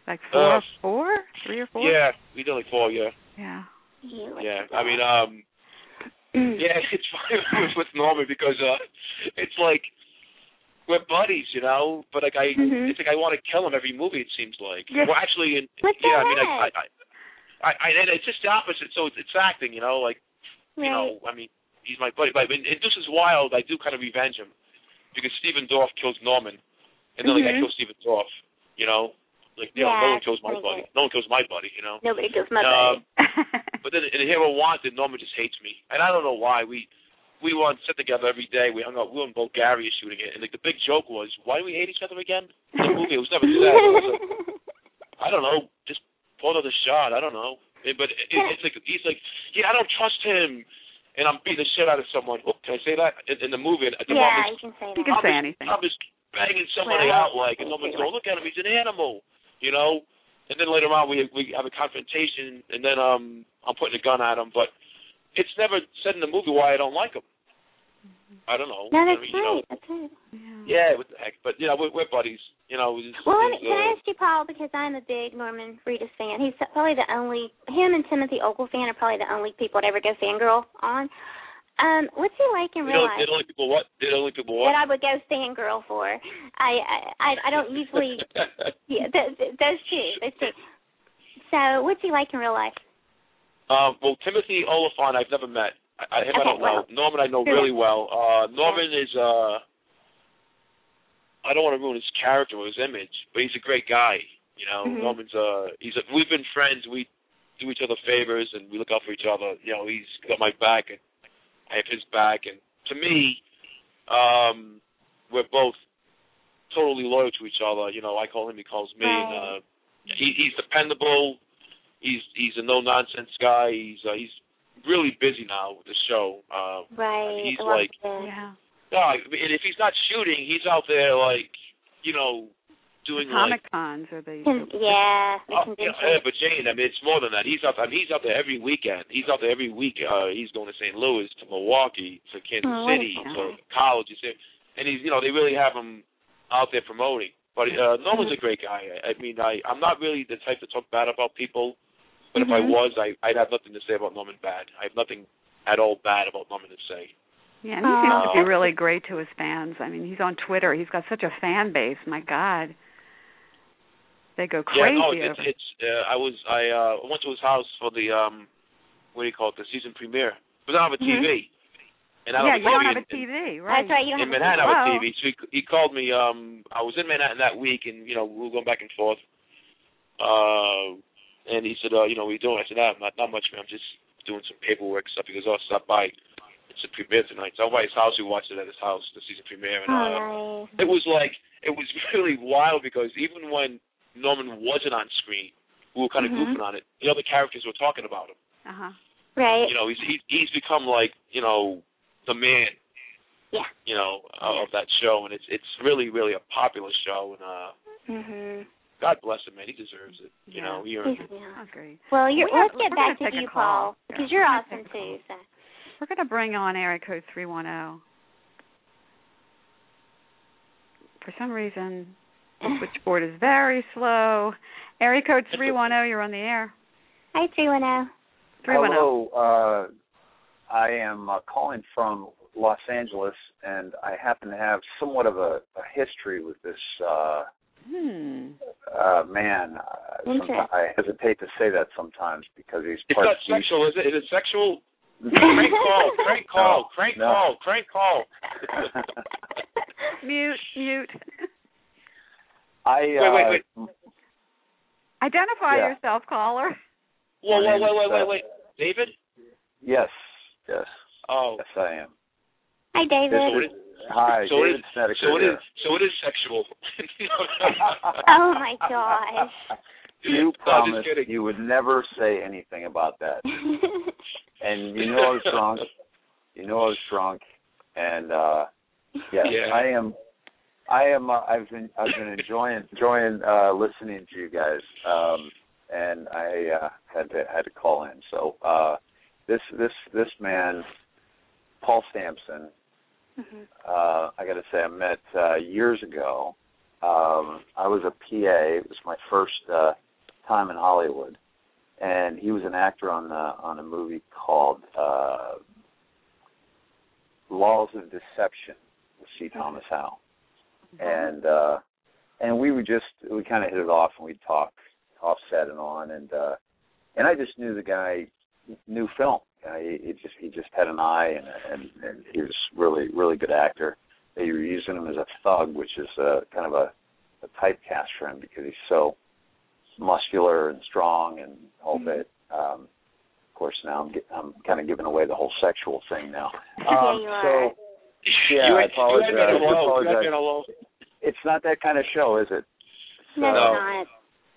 Speaker 3: Like four,
Speaker 4: Uh,
Speaker 3: four, three or four?
Speaker 4: Yeah, we did like four. Yeah,
Speaker 3: Yeah.
Speaker 2: You like Hmm.
Speaker 4: yeah.
Speaker 2: that.
Speaker 4: I mean, um,
Speaker 2: Mm.
Speaker 4: yeah, *laughs* it's funny with- with Norman because uh, it's like we're buddies, you know. But like I,
Speaker 2: Mhm.
Speaker 4: it's like I want to kill him every movie. It seems like.
Speaker 3: Yeah.
Speaker 4: Well, actually, in,
Speaker 2: What the
Speaker 4: yeah. I mean, I, I,
Speaker 2: heck?
Speaker 4: I, I, and it's just the opposite. So it's, it's acting, you know. Like you know, I mean, he's my buddy. But in, in This Is Wild, I do kind of revenge him because Stephen Dorff kills Norman, and then like I
Speaker 2: Mhm.
Speaker 4: kill Stephen Dorff, you know. Like, you know,
Speaker 2: Yeah,
Speaker 4: no one kills my
Speaker 2: like
Speaker 4: buddy.
Speaker 2: it.
Speaker 4: No one kills my buddy, you know.
Speaker 2: Nobody kills my
Speaker 4: Um,
Speaker 2: buddy.
Speaker 4: but then in Hero Wanted, Norman just hates me, and I don't know why. We we were on set together every day. We hung out. We were in Bulgaria shooting it, and like the big joke was, why do we hate each other again? The movie it was never said. It was like, I don't know. Just pull another shot. I don't know. Eh, But it, it's like he's like, yeah, I don't trust him, and I'm beating the shit out of someone. Oh, can I say that in, in the
Speaker 2: *laughs*
Speaker 4: movie? And the mom
Speaker 2: yeah,
Speaker 4: is
Speaker 2: you can say
Speaker 3: You
Speaker 2: that.
Speaker 3: can say
Speaker 4: I'm just,
Speaker 3: anything.
Speaker 4: I'm just banging somebody
Speaker 2: Right.
Speaker 4: out like, and someone's going, look at him, he's an animal, you know. And then later on, we we have a confrontation, and then um I'm putting a gun at him, but it's never said in the movie why I don't like him. I don't know.
Speaker 2: No,
Speaker 4: I
Speaker 2: that's
Speaker 4: mean, you know,
Speaker 2: Mm-hmm. right. That's right.
Speaker 3: *laughs* Yeah.
Speaker 4: yeah, what the heck? But you know, we're, we're buddies. You know. It's,
Speaker 2: Well, let me,
Speaker 4: it's,
Speaker 2: can I
Speaker 4: uh,
Speaker 2: ask you, Paul? Because I'm a big Norman Reedus fan. He's probably the only him and Timothy Oglesby are probably the only people I'd ever go fangirl on. Um, what's he like in
Speaker 4: they
Speaker 2: real
Speaker 4: don't,
Speaker 2: life?
Speaker 4: they don't like people what? They don't like people what?
Speaker 2: that I would go fangirl for. I I- I I don't
Speaker 4: *laughs*
Speaker 2: usually yeah th- th- those two those two. So what's he like in real life?
Speaker 4: Um, well, Timothy Oliphant, I've never met. I, I, him I
Speaker 2: Okay,
Speaker 4: don't know.
Speaker 2: well.
Speaker 4: Norman, I know
Speaker 2: Yeah.
Speaker 4: really well. Uh, Norman is, uh, I don't want to ruin his character or his image, but he's a great guy. You know,
Speaker 2: Mhm.
Speaker 4: Norman's, uh, he's a, we've been friends. We do each other favors and we look out for each other. You know, he's got my back and I have his back. And to me, um, we're both totally loyal to each other. You know, I call him, he calls me. And, uh, he, he's dependable. He's he's a no nonsense guy. He's uh, he's really busy now with the show. Uh,
Speaker 2: Right.
Speaker 4: He's
Speaker 2: I love
Speaker 4: like-
Speaker 2: that.
Speaker 3: Yeah.
Speaker 4: no, I- and if he's not shooting, he's out there like you know doing
Speaker 3: Comic
Speaker 4: like.
Speaker 3: cons are the
Speaker 2: Con- yeah. the
Speaker 4: Oh, yeah,
Speaker 2: convention.
Speaker 4: yeah, but Jane, I mean, it's more than that. He's out. I mean, he's out there every weekend. He's out there every week. Uh, he's going to St. Louis, to Milwaukee, to Kansas
Speaker 2: Oh, what a
Speaker 4: City,
Speaker 3: guy.
Speaker 4: to colleges, and he's you know they really have him out there promoting. But uh, Norman's a great guy. I, I mean, I I'm not really the type to talk bad about people, but if I
Speaker 2: Mhm.
Speaker 4: was, I I'd have nothing to say about Norman bad. I have nothing at all bad about Norman to say.
Speaker 3: Yeah, and he seems to
Speaker 4: Oh.
Speaker 3: be really great to his fans. I mean, he's on Twitter. He's got such a fan base. My God, they go crazy.
Speaker 4: Yeah, no,
Speaker 3: over-
Speaker 4: it's it's. Uh, I was I uh went to his house for the um what do you call it the season premiere. But I don't have a TV, and I
Speaker 3: Mm-hmm. yeah,
Speaker 4: don't
Speaker 3: you don't
Speaker 4: TV
Speaker 3: have
Speaker 4: in-
Speaker 3: a TV, right?
Speaker 2: That's right. You don't
Speaker 4: in
Speaker 2: have
Speaker 3: TV.
Speaker 4: Manhattan I
Speaker 3: Wow.
Speaker 4: have a TV. So he, he called me. Um, I was in Manhattan that week, and you know we were going back and forth. Uh, and he said, uh, you know, what are you doing? I said, ah, not not much, man. I'm just doing some paperwork stuff. He goes, oh, stop by. It's a premiere tonight. So I went by his house. We watched it at his house, the season premiere, and uh,
Speaker 2: Oh, nice.
Speaker 4: it was like it was *laughs* really wild because even when Norman wasn't on screen, we were kind of
Speaker 2: Mhm.
Speaker 4: goofing on it. The other characters were talking about him.
Speaker 3: Uh-huh.
Speaker 2: Right.
Speaker 4: You know, he's he, he's become like you know the man.
Speaker 2: Yeah.
Speaker 4: You know of that show, and it's it's really really a popular show, and uh,
Speaker 2: Mhm.
Speaker 4: God bless him, man. He deserves it. You
Speaker 3: Yeah.
Speaker 4: know, he earned it.
Speaker 2: Yeah.
Speaker 3: Oh, great.
Speaker 2: Well, you're,
Speaker 3: We're
Speaker 2: let's
Speaker 3: gonna-
Speaker 2: get
Speaker 3: we're
Speaker 2: back
Speaker 3: gonna
Speaker 2: to
Speaker 3: take a
Speaker 2: you,
Speaker 3: call.
Speaker 2: Paul,
Speaker 3: Yeah,
Speaker 2: because you're
Speaker 3: we're gonna take
Speaker 2: awesome
Speaker 3: a call.
Speaker 2: too. So.
Speaker 3: We're going to bring on area code oh. 310. For some reason, the switchboard is very slow. Area code 310, you're on the air.
Speaker 2: *laughs* Hi,
Speaker 3: oh.
Speaker 2: three one
Speaker 4: *laughs*
Speaker 2: zero.
Speaker 3: 310.
Speaker 5: Hello, uh, I am uh, calling from Los Angeles, and I happen to have somewhat of a, a history with this uh,
Speaker 3: Hmm.
Speaker 5: uh, man. Uh,
Speaker 2: Okay.
Speaker 5: someti- I hesitate to say that sometimes because he's
Speaker 4: It's
Speaker 5: part
Speaker 4: not sexual, is it? Is it *laughs* sexual? *laughs*
Speaker 5: East-
Speaker 4: Crank call, crank call,
Speaker 5: No,
Speaker 4: crank
Speaker 5: no.
Speaker 4: call, crank call.
Speaker 3: mute, mute. *laughs*
Speaker 5: I uh,
Speaker 4: wait, wait.
Speaker 3: Identify
Speaker 5: Yeah.
Speaker 3: yourself, caller.
Speaker 4: Whoa,
Speaker 5: My
Speaker 4: whoa,
Speaker 5: name
Speaker 4: whoa, wait,
Speaker 5: is,
Speaker 4: wait,
Speaker 5: uh,
Speaker 4: wait. David?
Speaker 5: Yes, yes,
Speaker 4: Oh.
Speaker 5: yes, I am.
Speaker 2: Hi,
Speaker 5: This
Speaker 2: David.
Speaker 5: is, hi,
Speaker 4: So it
Speaker 5: David
Speaker 4: is-
Speaker 5: Snedeker.
Speaker 4: So it
Speaker 5: here.
Speaker 4: is so it is sexual. *laughs*
Speaker 2: Oh, my gosh.
Speaker 5: *laughs*
Speaker 2: *laughs*
Speaker 5: You
Speaker 4: I'm just
Speaker 5: promised
Speaker 4: kidding.
Speaker 5: you would never say anything about that, and you
Speaker 4: *laughs*
Speaker 5: know I was drunk. You know I was drunk, and uh yes,
Speaker 4: Yeah.
Speaker 5: I am. I am. Uh, I've been. I've been enjoying enjoying uh listening to you guys, um and I uh had to had to call in. So uh this this this man, Paul Sampson,
Speaker 2: Mm-hmm.
Speaker 5: uh, I got to say, I met uh, years ago. Um, I was a PA. It was my first uh, time in Hollywood, and he was an actor on the, on a movie called uh, Laws of Deception with C. Thomas Howell,
Speaker 2: Mm-hmm.
Speaker 3: *laughs*
Speaker 5: and uh, and we would just we kind of hit it off, and we'd talk offset and on, and uh, and I just knew the guy new film. Uh, he, he just he just had an eye, and, and and he was really really good actor. They were using him as a thug, which is uh, kind of a, a typecast for him because he's so muscular and strong and all
Speaker 2: Mm-hmm.
Speaker 5: that. Um, of course, now I'm get, I'm kind of giving away the whole sexual
Speaker 2: *laughs*
Speaker 5: thing now. Um,
Speaker 2: you
Speaker 5: so
Speaker 2: are.
Speaker 5: Yeah,
Speaker 4: you
Speaker 5: I
Speaker 4: had, you had been
Speaker 5: apologize.
Speaker 4: alone. You
Speaker 5: Apologize.
Speaker 4: had been alone.
Speaker 5: it's not that kind of show, is it? So,
Speaker 2: no,
Speaker 4: No.
Speaker 2: it's not.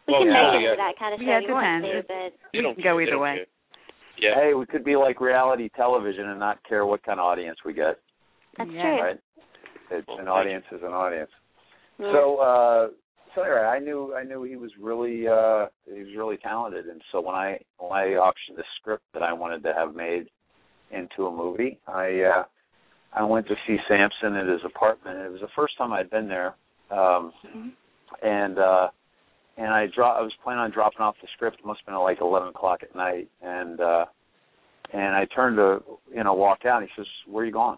Speaker 2: We
Speaker 4: Well,
Speaker 2: can
Speaker 5: yeah.
Speaker 2: make it into that kind of show
Speaker 3: Yeah, it
Speaker 2: you want to,
Speaker 3: depends.
Speaker 2: but
Speaker 4: They don't
Speaker 3: can
Speaker 4: care.
Speaker 3: go
Speaker 4: They
Speaker 3: either
Speaker 4: don't
Speaker 3: way.
Speaker 4: care. Yeah.
Speaker 5: Hey, we could be like reality television and not care what kind of audience we get.
Speaker 2: that's
Speaker 3: Yeah.
Speaker 2: true.
Speaker 5: right? It's
Speaker 4: Well,
Speaker 5: an
Speaker 4: thank
Speaker 5: audience is an audience.
Speaker 2: Yeah.
Speaker 5: So uh so anyway, I knew I knew he was really uh he was really talented and so when I when I auctioned the script that I wanted to have made into a movie, I uh I went to see Samson at his apartment. It was the first time I'd been there. Um and uh and I dro- I was planning on dropping off the script. It must have been like eleven o'clock at night and uh and I turned to you know, walk out and he says, Where are you going?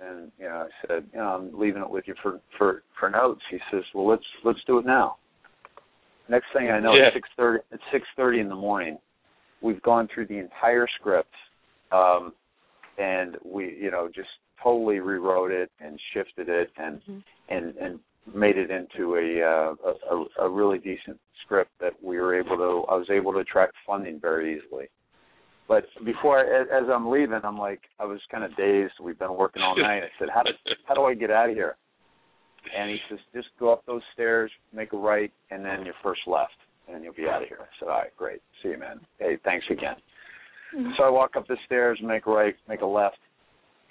Speaker 5: and you know I said, you know, I'm leaving it with you for for for notes. He says, well, let's let's do it now. Next thing I know,
Speaker 4: Yeah.
Speaker 5: it's six thirty. It's six thirty in the morning. We've gone through the entire script, um, and we you know just totally rewrote it and shifted it and and and made it into a, uh, a a a really decent script that we were able to. I was able to attract funding very easily. But before, as, as I'm leaving, I'm like, I was kind of dazed. We've been working all night. I said, how do how do I get out of here? And he says, just go up those stairs, make a right, and then your first left, and you'll be out of here. I said, all right, great. See you, man. Hey, thanks again.
Speaker 2: *laughs*
Speaker 5: So I walk up the stairs, make a right, make a left,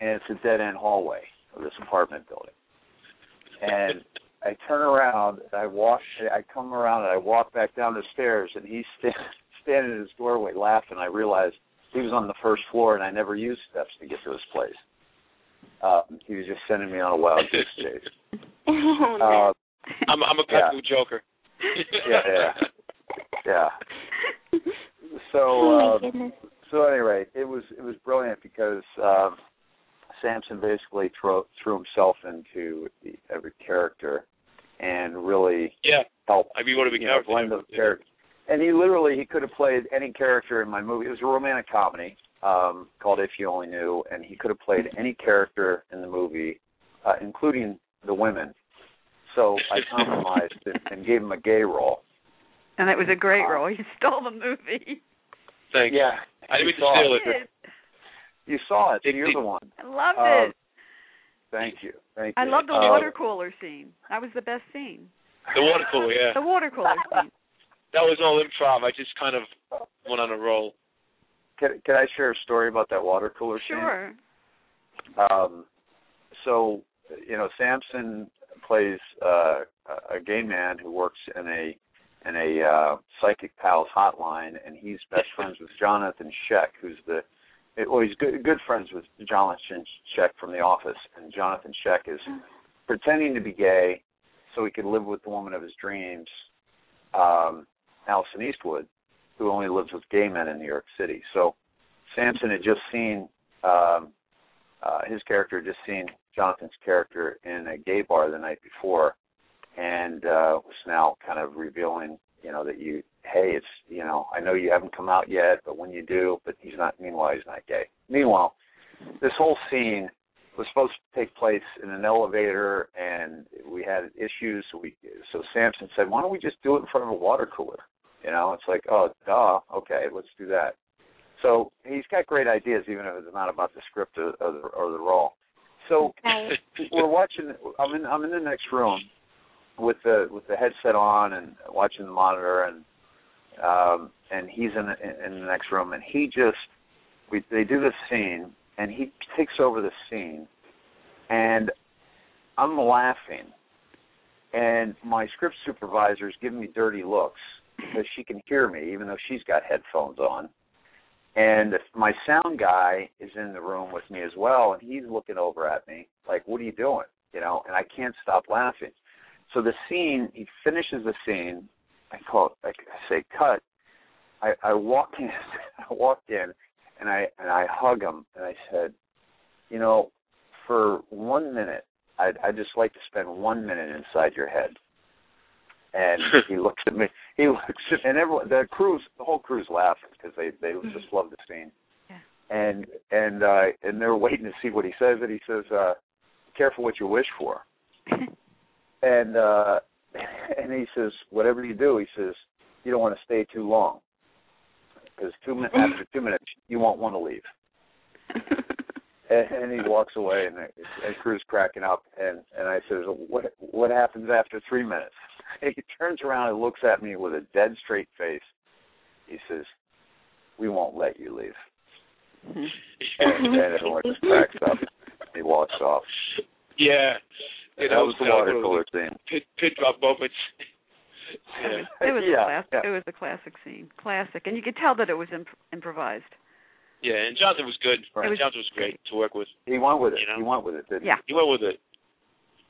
Speaker 5: and it's a dead end hallway of this apartment building. And I turn around, and I walk, I come around, and I walk back down the stairs, and he's *laughs* sta- standing in his doorway laughing. I realize he was on the first floor, and I never used steps to get to his place. Um, he was just sending me on a wild goose chase.
Speaker 2: *laughs* oh, no.
Speaker 5: Uh,
Speaker 4: I'm I'm a
Speaker 5: Yeah.
Speaker 4: cuckoo joker. *laughs*
Speaker 5: Yeah, yeah. Uh,
Speaker 2: *laughs*
Speaker 5: yeah.
Speaker 2: oh my
Speaker 5: So, uh,
Speaker 2: goodness.
Speaker 5: so at any rate, it was it was brilliant because um, Samson basically threw threw himself into the, every character and really
Speaker 4: Yeah.
Speaker 5: helped
Speaker 4: I mean, what do we
Speaker 5: you know, blend those characters. And he literally he could have played any character in my movie. It was a romantic comedy um, called If You Only Knew, and he could have played any character in the movie, uh, including the women. So I compromised and, and gave him a gay role.
Speaker 3: And it was a great role. *laughs* You stole the movie.
Speaker 4: Thanks.
Speaker 5: Yeah,
Speaker 4: I didn't mean to
Speaker 5: saw
Speaker 4: steal
Speaker 5: it.
Speaker 4: it.
Speaker 5: You saw it.
Speaker 4: They-
Speaker 5: You're
Speaker 4: they-
Speaker 5: the one.
Speaker 3: I loved
Speaker 5: Um,
Speaker 3: it.
Speaker 5: Thank you. Thank you.
Speaker 3: I loved the
Speaker 5: Uh,
Speaker 3: water cooler scene. That was the best scene.
Speaker 4: The water cooler, yeah.
Speaker 3: The water
Speaker 5: *laughs*
Speaker 3: cooler scene.
Speaker 4: That was all improv. I just kind of went on a roll.
Speaker 5: Can, can I share a story about that water cooler scene? *laughs*
Speaker 3: Sure.
Speaker 5: Um, so, you know, Samson plays uh, a a gay man who works in a in a uh, psychic pals hotline, and he's best friends with Jonathan Sheck, who's the well, he's good good friends with Jonathan Sheck from The Office, and Jonathan Sheck is pretending to be gay so he could live with the woman of his dreams, um, Allison Eastwood, who only lives with gay men in New York City. So, Samson had just seen um, uh, his character had just seen Jonathan's character in a gay bar the night before, and uh, was now kind of revealing, you know, that you, hey, it's, you know, I know you haven't come out yet, but when you do, but he's not. Meanwhile, he's not gay. Meanwhile, this whole scene was supposed to take place in an elevator, and we had issues. So we so Samson said, "Why don't we just do it in front of a water cooler?" You know, it's like, oh, duh, okay, let's do that. So he's got great ideas, even if it's not about the script or, or, the, or the role. So
Speaker 2: Right.
Speaker 5: we're watching. I'm in. I'm in the next room with the with the headset on and watching the monitor, and um, and he's in the, in the next room, and he just we they do this scene, and he takes over the scene, and I'm laughing, and my script supervisor is giving me dirty looks because she can hear me, even though she's got headphones on. And my sound guy is in the room with me as well, and he's looking over at me like, "What are you doing?" You know, and I can't stop laughing. So the scene, he finishes the scene. I call, it, I say, "Cut." I, I walk in, *laughs* I walked in, and I and I hug him, and I said, "You know, for one minute, I'd, I'd just like to spend one minute inside your head." And he looks at me. He looks at, and everyone, the crew's, the whole crew's laughing because they they just love the scene.
Speaker 3: Yeah.
Speaker 5: And and uh and they're waiting to see what he says. And he says, uh, "Careful what you wish for." and uh *laughs* and he says, "Whatever you do," he says, "you don't want to stay too long because two min- after two minutes you won't want to leave." And, and he walks away, and and Crew's cracking up, and and I says, "What what happens after three minutes?" *laughs* And he turns around and looks at me with a dead straight face. He says, "We won't let you leave," and, and everyone just cracks up. He walks off.
Speaker 4: *laughs* yeah. You
Speaker 5: that
Speaker 4: know,
Speaker 5: was the
Speaker 4: so
Speaker 5: water
Speaker 4: one of
Speaker 5: cooler scene.
Speaker 4: Pit, pit drop
Speaker 3: *laughs*
Speaker 4: moments. yeah.
Speaker 3: It was
Speaker 5: Yeah,
Speaker 3: a classic.
Speaker 5: yeah.
Speaker 3: It was a classic scene, classic, and you could tell that it was imp- improvised.
Speaker 4: Yeah, and Jonathan was good.
Speaker 5: Right. It
Speaker 3: was-
Speaker 4: Jonathan was great to work with.
Speaker 5: He went with it.
Speaker 4: You know?
Speaker 5: He went with it, didn't he?
Speaker 3: Yeah.
Speaker 4: He went with it.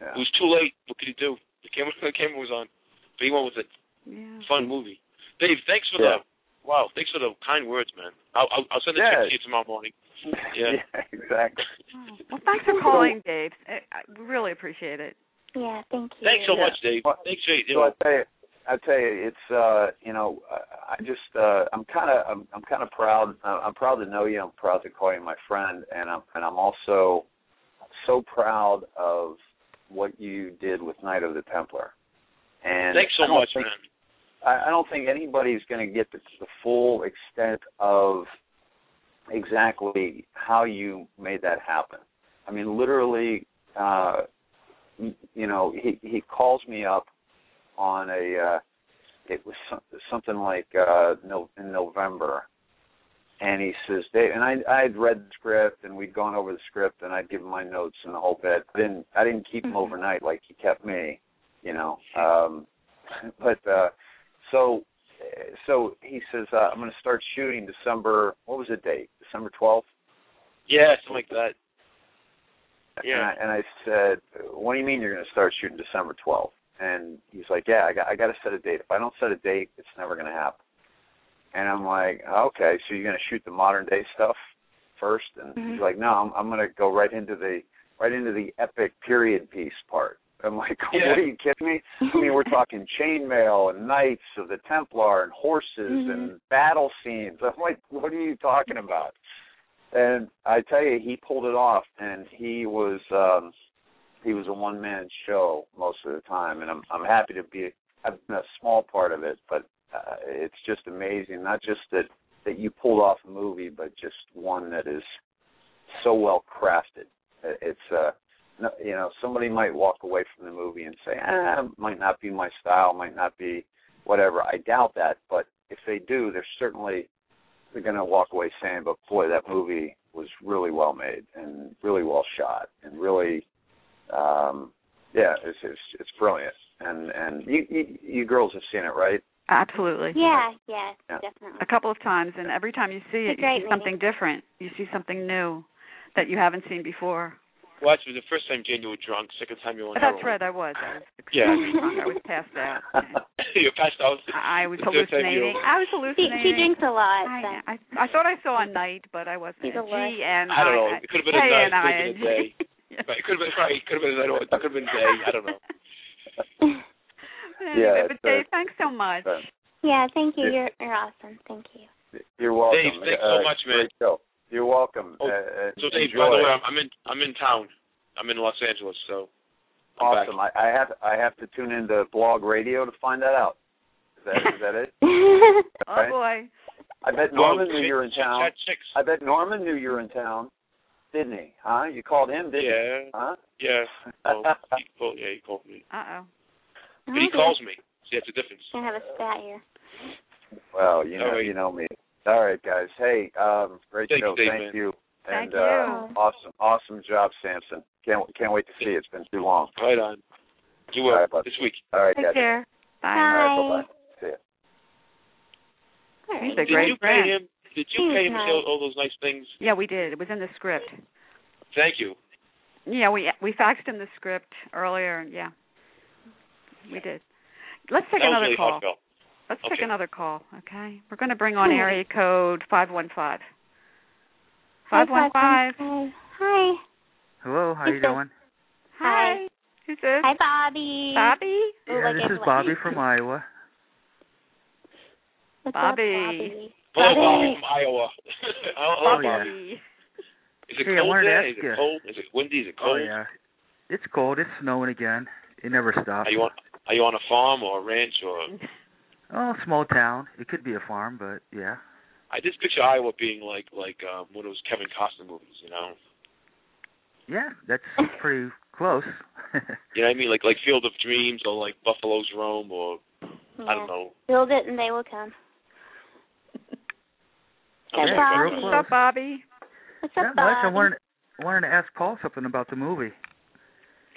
Speaker 5: Yeah.
Speaker 4: It was too late. What could he do? The camera, the camera was on, but he went with it.
Speaker 3: Yeah.
Speaker 4: Fun movie. Dave, thanks for
Speaker 5: Yeah.
Speaker 4: the wow. Thanks for the kind words, man. I'll I'll, I'll send a
Speaker 5: Yeah.
Speaker 4: text to you tomorrow morning.
Speaker 5: *laughs*
Speaker 4: Yeah.
Speaker 5: exactly.
Speaker 3: Oh. Well, thanks for calling, Dave. I, I really appreciate it.
Speaker 2: Yeah, thank you.
Speaker 4: Thanks so
Speaker 5: Yeah.
Speaker 4: much, Dave.
Speaker 5: Well,
Speaker 4: Thanks for you
Speaker 5: So I
Speaker 4: know,
Speaker 5: tell you, I tell you, it's uh, you know, I I just uh, I'm kind of I'm, I'm kind of proud. Uh, I'm proud to know you. I'm proud to call you my friend, and I'm and I'm also so proud of what you did with Knight of the Templar. And
Speaker 4: thanks
Speaker 5: I
Speaker 4: so
Speaker 5: don't
Speaker 4: much,
Speaker 5: think-
Speaker 4: man.
Speaker 5: I, I don't think anybody's going to get the, the full extent of exactly how you made that happen. I mean, literally, uh, y- you know, he he calls me up on a uh, it was some, something like uh, no, in November, and he says, "Dave," and I I had read the script and we'd gone over the script and I'd given my notes and the whole bit. I didn't I didn't keep him
Speaker 3: Mhm.
Speaker 5: overnight like he kept me, you know. Um, *laughs* but uh, so so he says uh, I'm going to start shooting December. What was the date? December 12th.
Speaker 4: Yeah, something like that. Yeah.
Speaker 5: And I, and I said, "What do you mean you're going to start shooting December 12th?" And he's like, "Yeah, I got I got to set a date. If I don't set a date, it's never going to happen." And I'm like, "Okay, so you're going to shoot the modern day stuff first? And he's
Speaker 4: Mm-hmm.
Speaker 2: Mhm.
Speaker 5: like, "No, I'm I'm going to go right into the right into the epic period piece part." I'm like, *laughs*
Speaker 4: Yeah.
Speaker 5: "What are you kidding me?"
Speaker 2: *laughs*
Speaker 5: I mean, we're talking chainmail and knights of the Templar and horses and battle scenes. *laughs* I'm like, what are you talking about? And I tell you, he pulled it off, and he was um he was a one man show most of the time, and I'm I'm happy to be I've been a small part of it, but uh, it's just amazing. Not just that that you pulled off a movie, but just one that is so well crafted. It- It's uh no, you know, somebody might walk away from the movie and say, "Ah, might not be my style, might not be whatever." I doubt that, but if they do, they're certainly they're going to walk away saying, "But boy, that movie was really well made and really well shot and really, um, yeah, it's it's, it's brilliant." And and you, you you girls have seen it, right?
Speaker 3: Absolutely.
Speaker 2: Yeah, yeah,
Speaker 5: Yeah.
Speaker 2: definitely.
Speaker 3: A couple of times, and every time you see
Speaker 2: It's a
Speaker 3: it, you
Speaker 2: great
Speaker 3: see something different. You see something new that you haven't seen before.
Speaker 4: Well, actually, the first time Jane, you were drunk. Second time you were on
Speaker 3: That's
Speaker 4: heroin.
Speaker 3: right. I was. I was
Speaker 4: *laughs* Yeah.
Speaker 3: extremely drunk. I was passed
Speaker 4: *laughs*
Speaker 3: out.
Speaker 4: you passed out.
Speaker 3: I I was
Speaker 4: The third time you-
Speaker 3: hallucinating. I was
Speaker 2: She,
Speaker 3: hallucinating.
Speaker 2: she drinks a lot. so.
Speaker 3: I, I I thought I saw a night, but I wasn't.
Speaker 2: She's a
Speaker 3: a G
Speaker 2: liar.
Speaker 3: and
Speaker 4: I don't know.
Speaker 3: I-
Speaker 4: It could have been a
Speaker 3: K
Speaker 4: night,
Speaker 3: and
Speaker 4: it could have been
Speaker 3: I-
Speaker 4: a day.
Speaker 3: *laughs*
Speaker 4: Right, could have been right. Could have been I don't. Could have been day. I don't know.
Speaker 5: Yeah,
Speaker 3: Anyway, but
Speaker 5: it's, uh,
Speaker 3: Dave, thanks so much.
Speaker 5: but-
Speaker 2: *laughs* Yeah, thank you.
Speaker 5: Yeah.
Speaker 2: You're, you're awesome. Thank you.
Speaker 5: *laughs*
Speaker 2: *laughs*
Speaker 5: You're welcome.
Speaker 4: Dave, thanks so
Speaker 5: Uh,
Speaker 4: much, man.
Speaker 5: Great show. You're welcome.
Speaker 4: Oh,
Speaker 5: uh, uh,
Speaker 4: So Dave,
Speaker 5: enjoy.
Speaker 4: by the way, I'm, I'm in I'm in town. I'm in Los Angeles, so I'm back.
Speaker 5: awesome. I, I have I have to tune into Blog Radio to find that out. Is that is that it?
Speaker 3: Oh
Speaker 5: Right?
Speaker 3: boy.
Speaker 5: I bet
Speaker 4: Well,
Speaker 5: Norman knew
Speaker 4: Chick-
Speaker 5: you were in town.
Speaker 4: Chat chicks.
Speaker 5: I bet Norman knew you were in town, didn't he? Huh? You called him, didn't you?
Speaker 4: Yeah, *laughs*
Speaker 5: Huh?
Speaker 4: yeah. Oh, he called, yeah, he called me,
Speaker 3: Uh oh.
Speaker 4: but he calls me. See, that's the difference.
Speaker 2: I have a stat here.
Speaker 5: Well, you know,
Speaker 4: All right.
Speaker 5: you know me. All right, guys. Hey, um, great
Speaker 4: Thank you,
Speaker 5: show.
Speaker 4: Dave,
Speaker 5: Thank
Speaker 4: man.
Speaker 5: you.
Speaker 3: Thank
Speaker 5: and uh,
Speaker 3: you.
Speaker 5: awesome, awesome job, Samson. Can't can't wait to see you. It's been too long.
Speaker 4: Right on. You will
Speaker 5: All right, bud.
Speaker 4: this week.
Speaker 5: All right,
Speaker 3: Take
Speaker 5: guys.
Speaker 3: care.
Speaker 5: All
Speaker 3: Bye.
Speaker 5: right, bye bye. See ya.
Speaker 3: He's a
Speaker 4: Did
Speaker 3: great
Speaker 4: you
Speaker 3: friend.
Speaker 4: pay him? Did you
Speaker 2: He's
Speaker 4: pay him to
Speaker 2: nice.
Speaker 4: say all, all those nice things?
Speaker 3: Yeah, we did. It was in the script.
Speaker 4: Thank you.
Speaker 3: Yeah, we we faxed him the script earlier. and Yeah, we did. Let's take
Speaker 4: that was
Speaker 3: another
Speaker 4: really
Speaker 3: call.
Speaker 4: heartfelt.
Speaker 3: Let's take
Speaker 4: Okay.
Speaker 3: another call. Okay, we're going to bring on area code five one five.
Speaker 2: Hi,
Speaker 3: Five one five.
Speaker 2: Hi.
Speaker 6: Hello, how you
Speaker 2: It's a-
Speaker 6: doing?
Speaker 3: Hi. Who's this?
Speaker 2: Hi, Bobby.
Speaker 3: Bobby.
Speaker 2: Oh,
Speaker 6: Yeah,
Speaker 2: like
Speaker 6: this is
Speaker 2: everyone.
Speaker 6: Bobby from Iowa.
Speaker 2: What's up,
Speaker 3: Bobby.
Speaker 2: Bobby?
Speaker 4: Hello,
Speaker 2: Bobby.
Speaker 4: Bobby from Iowa. *laughs* Hello,
Speaker 6: Oh, yeah.
Speaker 4: Bobby. Is it
Speaker 6: Hey, I
Speaker 4: cold
Speaker 6: wanted to
Speaker 4: there?
Speaker 6: ask
Speaker 4: Is
Speaker 6: you.
Speaker 4: it cold? Is it windy? Is it
Speaker 6: Oh
Speaker 4: cold?
Speaker 6: yeah, it's cold. It's snowing again. It never stops.
Speaker 4: Are you on Are you on a farm or a ranch or?
Speaker 6: Oh, small town. It could be a farm, but yeah.
Speaker 4: I just picture Iowa being like like um, one of those Kevin Costner movies, you know.
Speaker 6: Yeah,
Speaker 2: *laughs*
Speaker 6: that's pretty close. *laughs*
Speaker 4: You know what I mean? Like like Field of Dreams or like Buffalo's Roam or
Speaker 2: Yeah.
Speaker 4: I don't know.
Speaker 2: Build it and they will come.
Speaker 4: I'm
Speaker 2: Hey, Bobby.
Speaker 4: sorry, Bobby.
Speaker 6: Real
Speaker 3: What's
Speaker 6: close.
Speaker 3: up, Bobby?
Speaker 2: What's up,
Speaker 6: Not much.
Speaker 2: Bobby?
Speaker 6: I wanted wanted to ask Paul something about the movie.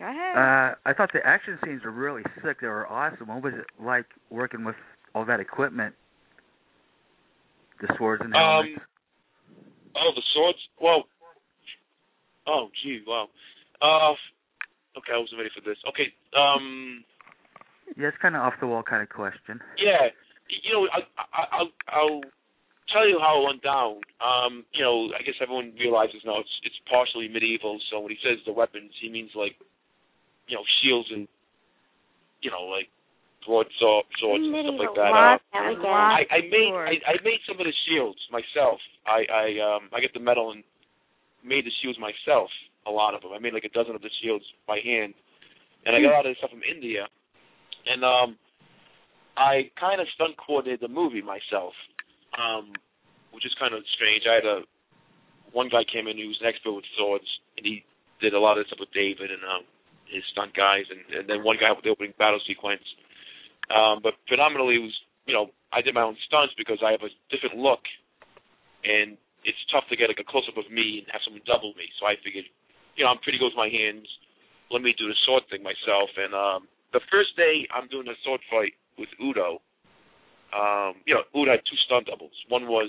Speaker 3: Go ahead.
Speaker 6: Uh, I thought the action scenes were really sick. They were awesome. What was it like working with all that equipment? The swords and helmets.
Speaker 4: Um, Oh, the swords. Well, oh, gee, wow. Uh, okay, I wasn't ready for this. Okay, um,
Speaker 6: yeah, it's kind of off the wall kind of question.
Speaker 4: yeah, y- you know, I, I, I'll, I'll tell you how it went down. Um, you know, I guess everyone realizes now it's it's partially medieval. So when he says the weapons, he means like, you know, shields and, you know, like broadsword swords and stuff
Speaker 2: Medieval
Speaker 4: like that. Uh,
Speaker 2: laws.
Speaker 3: uh,
Speaker 2: Now we get it.
Speaker 3: laws.
Speaker 4: I, I made
Speaker 3: Sure.
Speaker 4: I, I made some of the shields myself. I I um I got the metal and made the shields myself. A lot of them. I made like a dozen of the shields by hand, and I got a lot of this stuff from India. And um, I kind of stunt coordinated the movie myself, um, which is kind of strange. I had a one guy came in who was an expert with swords, and he did a lot of stuff with David and um his stunt guys, and, and then one guy with the opening battle sequence. Um, but predominantly it was you know, I did my own stunts because I have a different look, and it's tough to get like a close up of me and have someone double me. So I figured, you know, I'm pretty good with my hands. Let me do the sword thing myself. And um, the first day I'm doing a sword fight with Udo. Um, you know, Udo had two stunt doubles. One was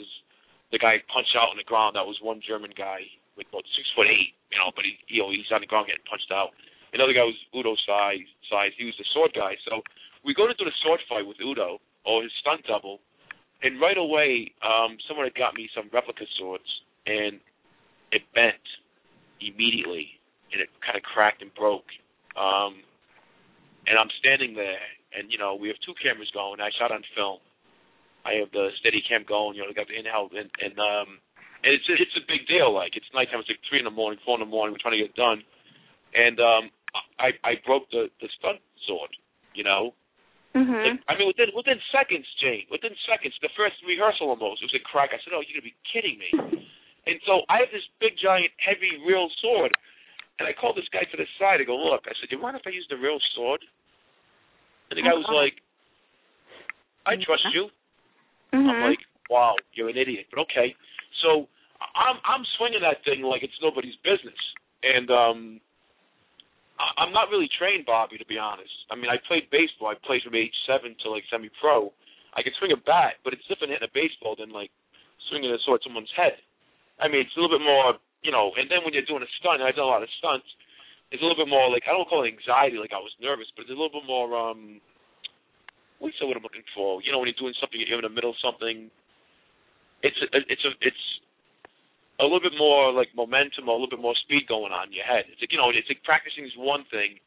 Speaker 4: the guy punched out on the ground. That was one German guy, like about six foot eight, you know, but he, you know, he's on the ground getting punched out. Another guy was Udo's size. Size. He was the sword guy. So we go to do the sword fight with Udo or his stunt double, and right away, um, someone had got me some replica swords, and it bent immediately, and it kind of cracked and broke. Um, and I'm standing there, and you know we have two cameras going. I shot on film. I have the steady cam going. You know, they got the inhale, and and um, and it's it's a big deal. Like it's nighttime. It's like three in the morning, four in the morning. We're trying to get it done, and um, I I broke the the stunt sword. You know,
Speaker 2: Mhm.
Speaker 4: like, I mean, within within seconds, Jane. Within seconds, the first rehearsal almost it was a crack. I said, "Oh, you're gonna be kidding me!" and so I have this big, giant, heavy, real sword, and I called this guy to the side. I go, "Look," I said, "Do you mind if I use the real sword?" And the guy was like, "I trust you."
Speaker 3: Mm-hmm.
Speaker 2: Mhm.
Speaker 4: I'm like, wow, you're an idiot. But okay, so I'm I'm swinging that thing like it's nobody's business, and um, I- I'm not really trained, Bobby, to be honest. I mean, I played baseball. I played from age seven to like semi-pro. I can swing a bat, but it's different hitting a baseball than like swinging a sword at someone's head. I mean, it's a little bit more, you know. And then when you're doing a stunt, and I've done a lot of stunts. It's a little bit more like I don't call it anxiety, like I was nervous, but it's a little bit more um what's the word I'm looking for? You know, when you're doing something, you're in the middle of something. It's a, it's a, it's a little bit more like momentum, a little bit more speed going on in your head. It's like, you know, it's like practicing is one thing,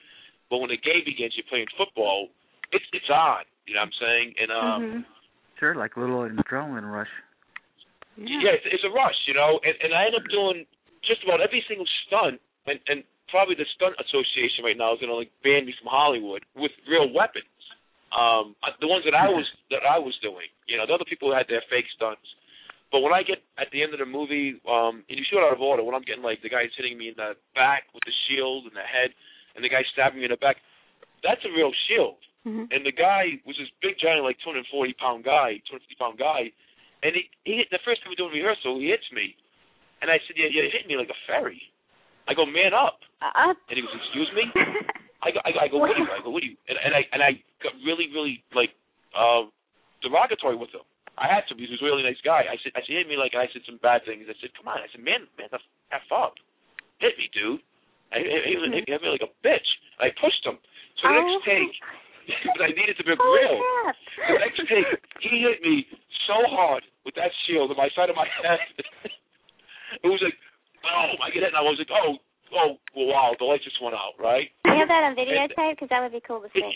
Speaker 4: but when the game begins, you're playing football. It's
Speaker 3: Mm-hmm.
Speaker 4: it's odd, you know what I'm saying? And um,
Speaker 2: Mhm.
Speaker 6: Sure, like a little adrenaline rush.
Speaker 4: yeah, it's, it's a rush, you know. And, and I end up doing just about every single stunt, and, and probably the stunt association right now is gonna like ban me from Hollywood with real weapons. Um, uh, the ones that I was that I was doing, you know, the other people had their fake stunts. But when I get at the end of the movie, um, and you shoot out of order, when I'm getting like the guy's hitting me in the back with the shield and the head, and the guy stabbing me in the back, that's a real shield.
Speaker 3: Mhm.
Speaker 4: And the guy was this big giant, like 240 pound guy, 250 pound guy, and he, he hit- the first time we do a rehearsal, he hits me, and I said, yeah, yeah, it hit me like a ferry. I go, man up,
Speaker 2: Uh,
Speaker 4: and he goes, excuse me. I go, I go, I go, what do you? I go, what do you? And, and I and I got really, really like uh, derogatory with him. I had to because he was a really nice guy. I said, I said, he hit me like I said some bad things. I said, come on. I said, man, man, the f up, hit me, dude. I, he, he, was- he hit me like a bitch. I pushed him. So the next
Speaker 2: Oh.
Speaker 4: take, *laughs* because I needed to be
Speaker 2: holy
Speaker 4: real.
Speaker 2: crap.
Speaker 4: The next take, he hit me so hard with that shield on my side of my *laughs* head. it was like, oh, I get it. And I was like, oh, oh, well, wow, the lights just went out, right?
Speaker 2: Do you *laughs* have that on videotape? Because that would be cool to
Speaker 4: It,
Speaker 2: see.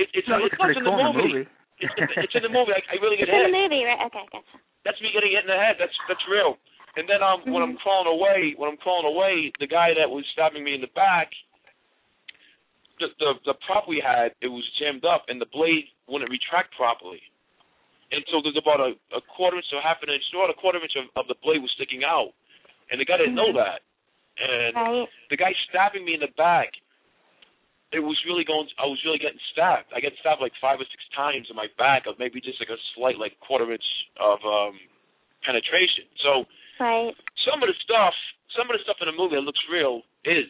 Speaker 4: it, it's,
Speaker 6: No, it
Speaker 4: it's,
Speaker 6: looks
Speaker 4: not
Speaker 6: pretty
Speaker 4: in the
Speaker 6: cool in the
Speaker 4: movie.
Speaker 6: movie.
Speaker 4: It's in the, it's in the movie. I, I really get
Speaker 2: It's in the
Speaker 4: hit.
Speaker 2: movie, right? Okay, gotcha.
Speaker 4: That's me getting hit in the head. That's that's real. And then um, when I'm crawling away, when I'm crawling away, the guy that was stabbing me in the back, the the, the prop we had, it was jammed up, and the blade wouldn't retract properly. And so there's about a, a quarter inch or half an inch, or a quarter inch of, of the blade was sticking out, and the guy didn't know that. And
Speaker 2: Right.
Speaker 4: the guy stabbing me in the back, it was really going. I was really getting stabbed. I got stabbed like five or six times in my back of maybe just like a slight like quarter inch of um penetration. So
Speaker 2: Right.
Speaker 4: some of the stuff, some of the stuff in the movie that looks real is,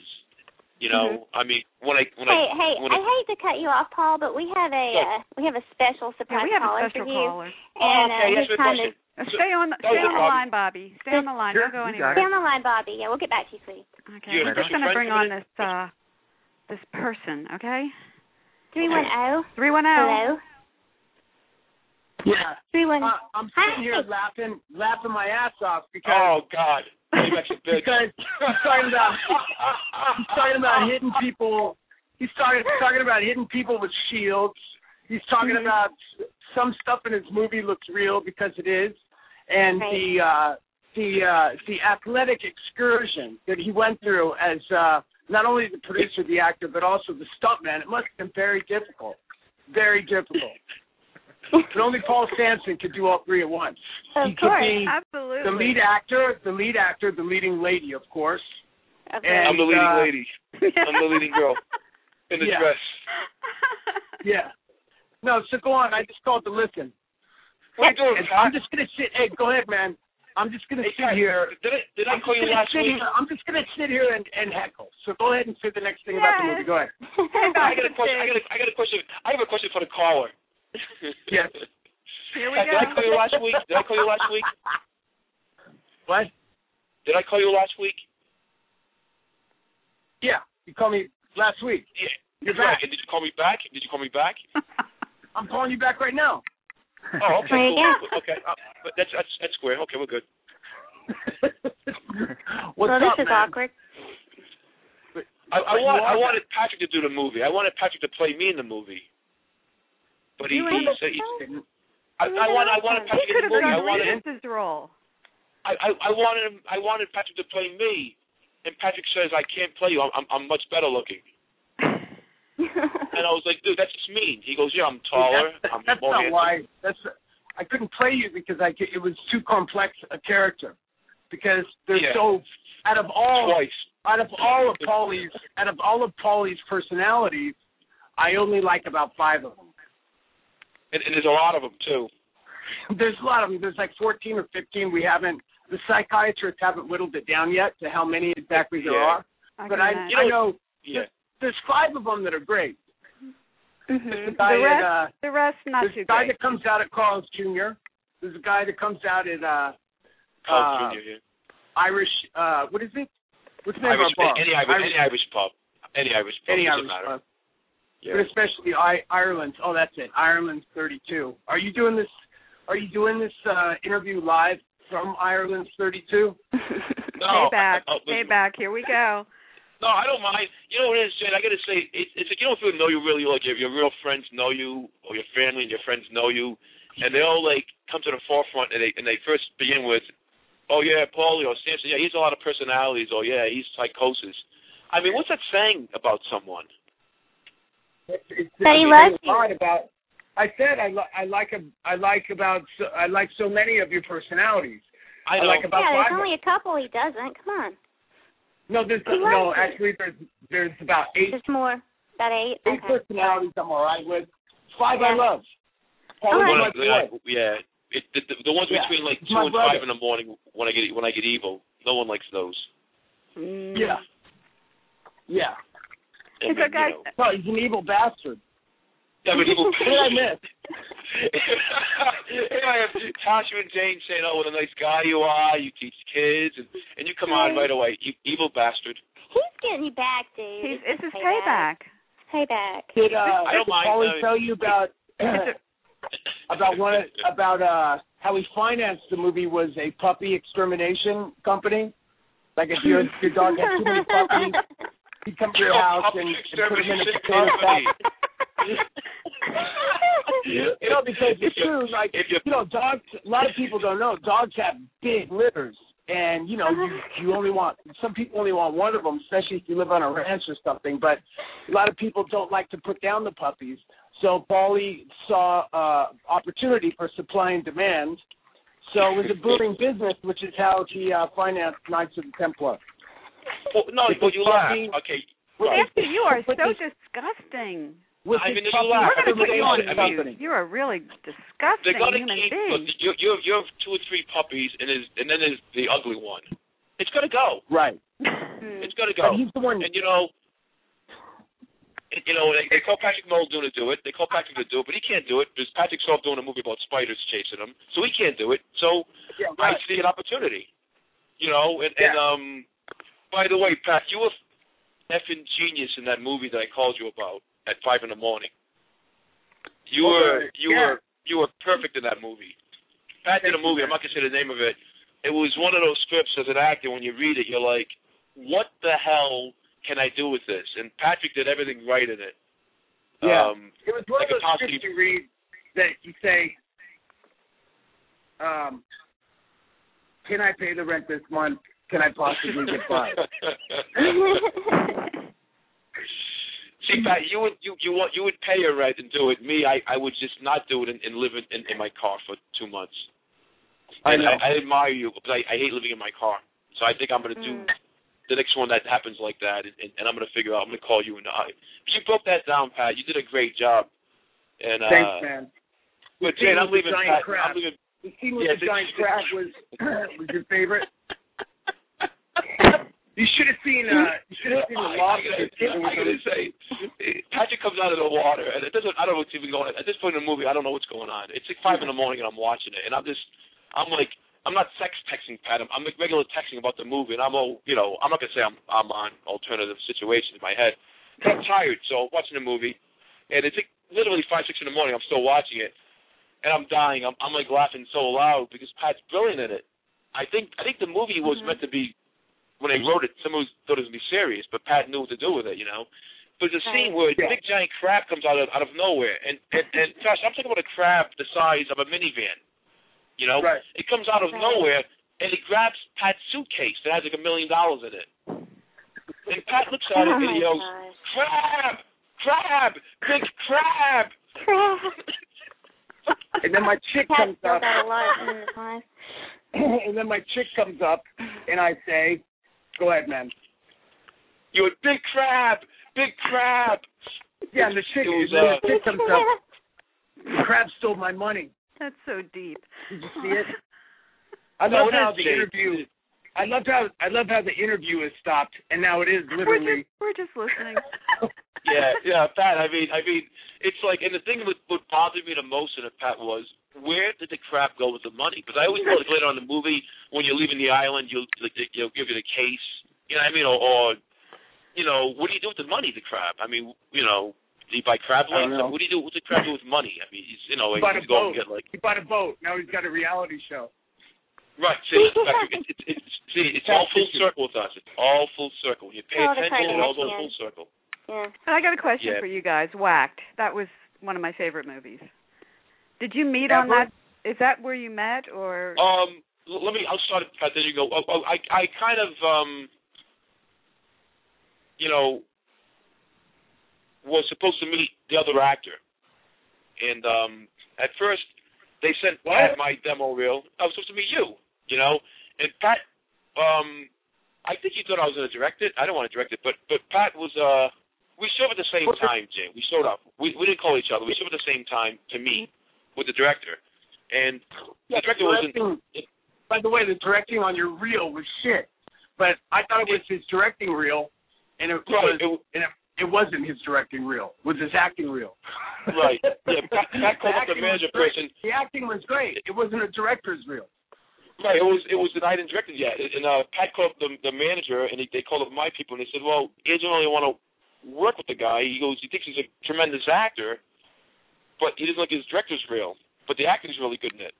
Speaker 4: you know,
Speaker 7: Mm-hmm.
Speaker 4: I mean, when I when
Speaker 2: Hey,
Speaker 4: I
Speaker 2: hey,
Speaker 4: when
Speaker 2: I hate to cut you off, Paul, but we have a
Speaker 4: Go.
Speaker 2: uh, we have a special
Speaker 3: *laughs* Yeah,
Speaker 2: surprise
Speaker 3: we have
Speaker 2: caller
Speaker 3: a
Speaker 2: for
Speaker 3: special
Speaker 2: you.
Speaker 3: caller.
Speaker 2: And
Speaker 4: Oh, okay,
Speaker 2: uh,
Speaker 4: that's
Speaker 2: his
Speaker 4: a
Speaker 2: time
Speaker 4: question.
Speaker 2: is
Speaker 3: Uh, Stay on,
Speaker 4: was
Speaker 3: stay
Speaker 4: a
Speaker 3: on the
Speaker 4: problem.
Speaker 3: line, Bobby. Stay on the line.
Speaker 6: Sure,
Speaker 3: Don't go
Speaker 6: you
Speaker 3: anywhere.
Speaker 6: got it.
Speaker 2: stay on the line, Bobby. Yeah, we'll get back to you, sweetie.
Speaker 3: Okay, I'm
Speaker 4: You
Speaker 6: have
Speaker 3: just going to
Speaker 4: friends
Speaker 3: bring
Speaker 4: over
Speaker 3: on
Speaker 4: there?
Speaker 3: this uh, this person. Okay,
Speaker 2: Three one zero.
Speaker 3: three one zero.
Speaker 2: Hello.
Speaker 7: Yeah,
Speaker 2: Three one. oh.
Speaker 7: I, I'm sitting here
Speaker 2: Hi.
Speaker 7: laughing, laughing my ass off because
Speaker 4: oh God, you
Speaker 7: *laughs*
Speaker 4: actually bitch.
Speaker 7: because he's talking about he's talking about hitting people. He's talking talking about hitting people with shields. He's
Speaker 3: *laughs*
Speaker 7: talking about uh, some stuff in his movie looks real because it is, and
Speaker 2: Right.
Speaker 7: the uh, the uh, the athletic excursion that he went through as uh, not only the producer, the actor, but also the stuntman. It must have been very difficult, very difficult. but only Paul Sanson could do all three at once.
Speaker 2: Of
Speaker 7: he could
Speaker 2: course.
Speaker 7: be
Speaker 3: Absolutely.
Speaker 7: the lead actor, the lead actor, the leading lady, of course.
Speaker 2: Of
Speaker 7: and,
Speaker 4: I'm the leading
Speaker 7: uh,
Speaker 4: lady I'm the leading
Speaker 3: *laughs*
Speaker 4: girl. in the
Speaker 7: yeah.
Speaker 4: dress.
Speaker 7: Yeah. No, so go on. I just called to listen.
Speaker 4: What are you doing?
Speaker 7: And
Speaker 4: Pat?
Speaker 7: I'm just gonna sit. Hey, go ahead, man. I'm just gonna
Speaker 4: Hey,
Speaker 7: sit
Speaker 4: Pat,
Speaker 7: here.
Speaker 4: Did I did I
Speaker 7: I'm just
Speaker 4: call you
Speaker 7: gonna
Speaker 4: last
Speaker 7: sit
Speaker 4: week?
Speaker 7: here- I'm just gonna sit here and, and heckle. So go ahead and say the next thing about the
Speaker 3: Yes.
Speaker 7: movie. Go ahead.
Speaker 2: *laughs*
Speaker 4: I got a question. I got a, I got a question. I have a question for the caller.
Speaker 7: *laughs* Yes.
Speaker 3: Here we
Speaker 4: Did I
Speaker 3: go.
Speaker 4: call you last week? Did I call you last week?
Speaker 7: *laughs* What?
Speaker 4: *laughs* Did I call you last week?
Speaker 7: Yeah. You called me last week.
Speaker 4: Yeah.
Speaker 7: You're
Speaker 4: Right.
Speaker 7: back.
Speaker 4: And did you call me back? Did you call me
Speaker 7: *laughs*
Speaker 4: back?
Speaker 7: I'm calling you back right now. *laughs*
Speaker 4: Oh, okay.
Speaker 2: There you
Speaker 4: Cool. Okay. Uh, but that's that's that's square. Okay, we're good.
Speaker 7: What's
Speaker 2: well, this
Speaker 7: up,
Speaker 2: is
Speaker 7: man?
Speaker 2: awkward.
Speaker 4: I, I
Speaker 7: But you
Speaker 4: want
Speaker 7: are
Speaker 4: I
Speaker 7: back.
Speaker 4: wanted Patrick to do the movie. I wanted Patrick to play me in the movie. But he,
Speaker 3: You
Speaker 4: he
Speaker 3: would've
Speaker 4: said he,
Speaker 7: didn't.
Speaker 4: I, I want I
Speaker 7: *laughs*
Speaker 4: wanted
Speaker 3: He
Speaker 4: Patrick
Speaker 3: could
Speaker 4: in
Speaker 3: have
Speaker 4: the movie. I
Speaker 3: done
Speaker 4: wanted
Speaker 3: Reese's *laughs* role.
Speaker 4: I, I I wanted him. I wanted Patrick to play me, and Patrick says I can't play you. I'm I'm, I'm much better looking.
Speaker 2: *laughs*
Speaker 4: And I was like, dude, that's just mean. He goes, yeah, I'm taller.
Speaker 7: That's,
Speaker 4: I'm
Speaker 7: that's
Speaker 4: more
Speaker 7: not
Speaker 4: handsome.
Speaker 7: why. That's I couldn't play you because I it was too complex a character because they're
Speaker 4: Yeah.
Speaker 7: so out of all
Speaker 4: Twice.
Speaker 7: out of all of Paulie's out of all of Paulie's personalities, I only like about five of them. *laughs*
Speaker 4: And, and there's a lot of them too.
Speaker 7: There's a lot of them. There's like 14 or 15. We haven't the psychiatrists haven't whittled it down yet to how many exactly there
Speaker 4: Yeah.
Speaker 7: are.
Speaker 3: I
Speaker 7: But
Speaker 3: can
Speaker 7: I
Speaker 3: imagine.
Speaker 7: I know
Speaker 4: Yeah.
Speaker 7: there's five of them that are great.
Speaker 2: Mhm.
Speaker 7: The guy
Speaker 3: Mm-hmm. The
Speaker 7: at,
Speaker 3: rest-
Speaker 7: uh,
Speaker 3: the rest not
Speaker 7: there's
Speaker 3: too
Speaker 7: a guy
Speaker 3: great.
Speaker 7: that comes out at Carl's Jr. There's a guy that comes out at uh
Speaker 4: Carl
Speaker 7: Uh,
Speaker 4: Jr. Yeah.
Speaker 7: Irish. Uh, what is it? What's the name
Speaker 4: Irish,
Speaker 7: of our bar?
Speaker 4: any Irish, any Irish pub, any Irish pub,
Speaker 7: Any
Speaker 4: doesn't
Speaker 7: Irish
Speaker 4: matter.
Speaker 7: pub.
Speaker 4: Yeah.
Speaker 7: but especially I, Ireland's. Oh, that's it. Ireland's 32. Are you doing this? Are you doing this uh, interview live from Ireland's 32? *laughs*
Speaker 4: No,
Speaker 3: Payback.
Speaker 4: I, I, listen,
Speaker 3: Payback. Here we go.
Speaker 4: No, I don't mind. You know what it is, Jen? I gotta say, it, it's like you don't feel know you really like your your real friends know you or your family and your friends know you. and they all like come to the forefront and they and they first begin with, oh yeah, Paulie or Samson, yeah, he's a lot of personalities, or yeah, he's psychosis. I mean, what's that saying about someone?
Speaker 7: It's, it's,
Speaker 2: But he
Speaker 7: it's
Speaker 2: loves
Speaker 7: a lot about. I said I, li- I like ab- I like about so, I like so many of your personalities.
Speaker 4: I,
Speaker 7: I
Speaker 4: know.
Speaker 7: like about
Speaker 2: yeah,
Speaker 7: five
Speaker 2: there's only a couple he doesn't. Come on.
Speaker 7: No, there's
Speaker 2: He
Speaker 7: no
Speaker 2: likes it.
Speaker 7: actually there's there's about eight
Speaker 2: There's more. About eight.
Speaker 7: eight
Speaker 2: Okay.
Speaker 7: personalities I'm all right with. Five I
Speaker 2: Yeah.
Speaker 7: love. Paul
Speaker 2: All
Speaker 7: is
Speaker 2: right.
Speaker 4: One
Speaker 7: my
Speaker 4: of-
Speaker 7: boy.
Speaker 4: yeah, it, the, the, the ones
Speaker 7: Yeah.
Speaker 4: between like
Speaker 7: It's
Speaker 4: two
Speaker 7: my
Speaker 4: and
Speaker 7: brother.
Speaker 4: five in the morning when I get when I get evil. No one likes those.
Speaker 7: Yeah. Yeah.
Speaker 4: I
Speaker 3: It's
Speaker 4: mean,
Speaker 3: okay.
Speaker 4: You know.
Speaker 7: No, he's an evil bastard.
Speaker 4: Yeah, but evil.
Speaker 7: What did I
Speaker 4: *laughs*
Speaker 7: miss?
Speaker 4: Here I have Tasha and Jane saying, "Oh, what a nice guy you are! You teach kids," and and you come on right away, you evil bastard.
Speaker 2: He's getting you back, dude.
Speaker 3: He's, it's his
Speaker 2: payback.
Speaker 3: payback.
Speaker 2: Payback.
Speaker 7: Did uh
Speaker 4: I don't
Speaker 7: did
Speaker 4: mind,
Speaker 7: Paulie
Speaker 4: no.
Speaker 7: tell you
Speaker 4: *laughs*
Speaker 7: about *clears throat*
Speaker 3: It's
Speaker 7: about one of- about uh how he financed the movie was a puppy extermination company? Like if your your dog had
Speaker 2: *laughs*
Speaker 7: too many puppies, he'd come
Speaker 4: *laughs*
Speaker 7: to your
Speaker 4: Oh,
Speaker 7: house
Speaker 4: puppy
Speaker 7: and, and put them in a
Speaker 4: extermination
Speaker 7: container
Speaker 2: *laughs*
Speaker 4: company.
Speaker 7: box. You know, because it's true. Like
Speaker 4: If you-
Speaker 7: you know, dogs. A lot of people don't know dogs have big livers, and you
Speaker 3: *laughs*
Speaker 7: know, you, you only want some people only want one of them, especially if you live on a ranch or something. But a lot of people don't like to put down the puppies. So Bali saw uh opportunity for supply and demand. So it was a booming business, which is how he uh, financed Knights of the Templar.
Speaker 4: Well, no,
Speaker 7: It's
Speaker 4: well,
Speaker 7: a
Speaker 4: you laugh.
Speaker 7: fucking-
Speaker 4: Okay.
Speaker 7: With his-
Speaker 3: After you are so
Speaker 7: with his-
Speaker 3: disgusting.
Speaker 7: with
Speaker 4: I
Speaker 7: his
Speaker 4: mean, it's a
Speaker 7: puppy
Speaker 4: lot.
Speaker 3: We're going to put you on
Speaker 4: I mean,
Speaker 3: mute.
Speaker 7: company.
Speaker 3: You're a really
Speaker 4: They're
Speaker 3: disgusting
Speaker 4: gonna
Speaker 3: human
Speaker 4: keep. Look,
Speaker 3: being.
Speaker 4: you you have you have two or three puppies, and is and then there's the ugly one. It's gonna go.
Speaker 7: Right.
Speaker 3: *laughs*
Speaker 4: It's gonna go.
Speaker 7: But he's the one
Speaker 4: and you know, and, you know, they, they call Patrick Mole doing to do it. They call Patrick to do it, but he can't do it because Patrick saw doing a movie about spiders chasing him, so he can't do it. So
Speaker 7: yeah,
Speaker 4: I
Speaker 7: right.
Speaker 4: see an opportunity, you know. And, and
Speaker 7: Yeah.
Speaker 4: um, by the way, Pat, you were effing genius in that movie that I called you about at five in the morning. You
Speaker 7: Okay,
Speaker 4: were you
Speaker 7: Oh, yeah.
Speaker 4: were you were perfect in that movie. Pat did a movie. I'm not gonna say the name of it. It was one of those scripts as an actor. When you read it, you're like, "What the hell can I do with this?" And Patrick did everything right in it.
Speaker 7: Yeah.
Speaker 4: Um,
Speaker 7: It was one
Speaker 4: Like a
Speaker 7: of those
Speaker 4: positive-
Speaker 7: scripts you read that you say, um, "Can I pay the rent this month? Can I possibly
Speaker 4: *laughs*
Speaker 7: get by?"
Speaker 4: See, Pat, you would you you want you would pay your rent and do it. Me, I I would just not do it and, and live in, in in my car for two months.
Speaker 7: I
Speaker 4: And
Speaker 7: know.
Speaker 4: I, I admire you, but I, I hate living in my car. So I think I'm gonna do the next one that happens like that, and, and, and I'm gonna figure out. I'm gonna call you and I. But you broke that down, Pat. You did a great job. And uh,
Speaker 7: Thanks, man.
Speaker 4: but Jane, I'm leaving.
Speaker 7: Giant
Speaker 4: Pat.
Speaker 7: crap.
Speaker 4: I'm leaving.
Speaker 7: The scene with
Speaker 4: Yeah,
Speaker 7: the
Speaker 4: they-
Speaker 7: giant crab was *clears throat* was your favorite. *laughs* You should have seen. Uh, *laughs* you should have seen
Speaker 4: I,
Speaker 7: the lobster.
Speaker 4: I,
Speaker 7: It
Speaker 4: I
Speaker 7: was
Speaker 4: gotta
Speaker 7: a-
Speaker 4: say, Patrick comes out of the water, and it doesn't. I don't know what's even going. on. At this point in the movie, I don't know what's going on. It's like five in the morning, and I'm watching it, and I'm just, I'm like, I'm not sex texting Pat. I'm, I'm like regular texting about the movie, and I'm all, you know, I'm not gonna say I'm, I'm on alternative situations in my head. But I'm tired, so I'm watching the movie, and it's like literally five, six in the morning. I'm still watching it, and I'm dying. I'm, I'm like laughing so loud because Pat's brilliant in it. I think, I think the movie was meant to be when they wrote it, someone thought it was gonna be serious, but Pat knew what to do with it, you know. But the scene where a
Speaker 7: Yeah.
Speaker 4: big giant crab comes out of out of nowhere, and and and gosh, I'm talking about a crab the size of a minivan, you know.
Speaker 7: Right.
Speaker 4: It comes out of
Speaker 2: Right.
Speaker 4: nowhere and it grabs Pat's suitcase that has like a million dollars in it, and Pat looks
Speaker 2: Oh
Speaker 4: at it and
Speaker 2: my
Speaker 4: he yells,
Speaker 2: gosh.
Speaker 4: "Crab, crab, big crab!" *laughs*
Speaker 7: and then my chick
Speaker 2: Pat
Speaker 7: comes
Speaker 2: still
Speaker 7: up.
Speaker 2: got a lot in his
Speaker 7: *laughs*
Speaker 2: life.
Speaker 7: *clears throat* and then my chick comes up, and I say, "Go ahead, man."
Speaker 4: You a big crab, big crab.
Speaker 7: Yeah, and the chick,
Speaker 4: It was,
Speaker 7: and then
Speaker 4: uh,
Speaker 7: the chick comes up. Crab stole my money.
Speaker 3: That's so deep.
Speaker 7: Did *laughs* you
Speaker 3: *laughs*
Speaker 7: see it? I
Speaker 4: No,
Speaker 7: love
Speaker 4: it
Speaker 7: how
Speaker 4: is
Speaker 7: the
Speaker 4: Jake.
Speaker 7: interview. I love how I love how the interview is stopped, and now it is
Speaker 3: We're
Speaker 7: literally.
Speaker 3: just, we're just
Speaker 7: *laughs*
Speaker 3: listening.
Speaker 4: yeah, yeah, Pat. I mean, I mean, it's like, and the thing that what bothered me the most in it, Pat, was where did the crap go with the money? Because I always thought like, later on in the movie when you're leaving the island, you'll like, they- they'll give you the case. You know what I mean? Or, or you know, what do you do with the money? The crap. I mean, you know, do you buy crab
Speaker 7: I don't
Speaker 4: legs?
Speaker 7: know.
Speaker 4: What do you do? What the crap do with money? I mean, he's, you know,
Speaker 7: He
Speaker 4: like,
Speaker 7: bought a
Speaker 4: he's going
Speaker 7: boat.
Speaker 4: to get like
Speaker 7: he bought a boat. Now he's got a reality show.
Speaker 4: right. See, it's, back- it's, it's, it's, see, it's all full circle with us. It's all full circle. You pay
Speaker 2: All the
Speaker 4: attention, it all goes
Speaker 2: Kardashians.
Speaker 4: full circle.
Speaker 2: *laughs* Yeah.
Speaker 3: And I got a question
Speaker 4: Yeah.
Speaker 3: for you guys. Whacked. That was one of my favorite movies. Did you meet on that? Is that where you met, or *laughs*
Speaker 4: Um, l- let me. I'll start. at Pat, Then you go. Oh, oh, I I kind of um, you know, was supposed to meet the other actor, and um, at first they sent well, I had my demo reel. I was supposed to meet you, you know, and Pat. Um, I think you thought I was going to direct it. I don't want to direct it, but but Pat was uh. We showed up at the same time, Jay. We showed up. We we didn't call each other. We showed up at the same time to meet with the director, and the director wasn't
Speaker 7: directing- by the way, the directing on your reel was shit. But I thought it was his directing reel, and it
Speaker 4: Right,
Speaker 7: was,
Speaker 4: it w-
Speaker 7: and it, it wasn't his directing reel. It was his acting reel.
Speaker 4: Right.
Speaker 7: *laughs*
Speaker 4: Yeah, Pat- Pat called up the
Speaker 7: acting was
Speaker 4: manager
Speaker 7: great.
Speaker 4: person.
Speaker 7: The acting was great. It wasn't a director's reel.
Speaker 4: Right, it was it was the night in directed yet, and uh, Pat called up the the manager, and they, they called up my people, and they said, "Well, he doesn't really want to work with the guy. He goes, he thinks he's a tremendous actor, but he doesn't like his director's reel. But the acting's really good in it."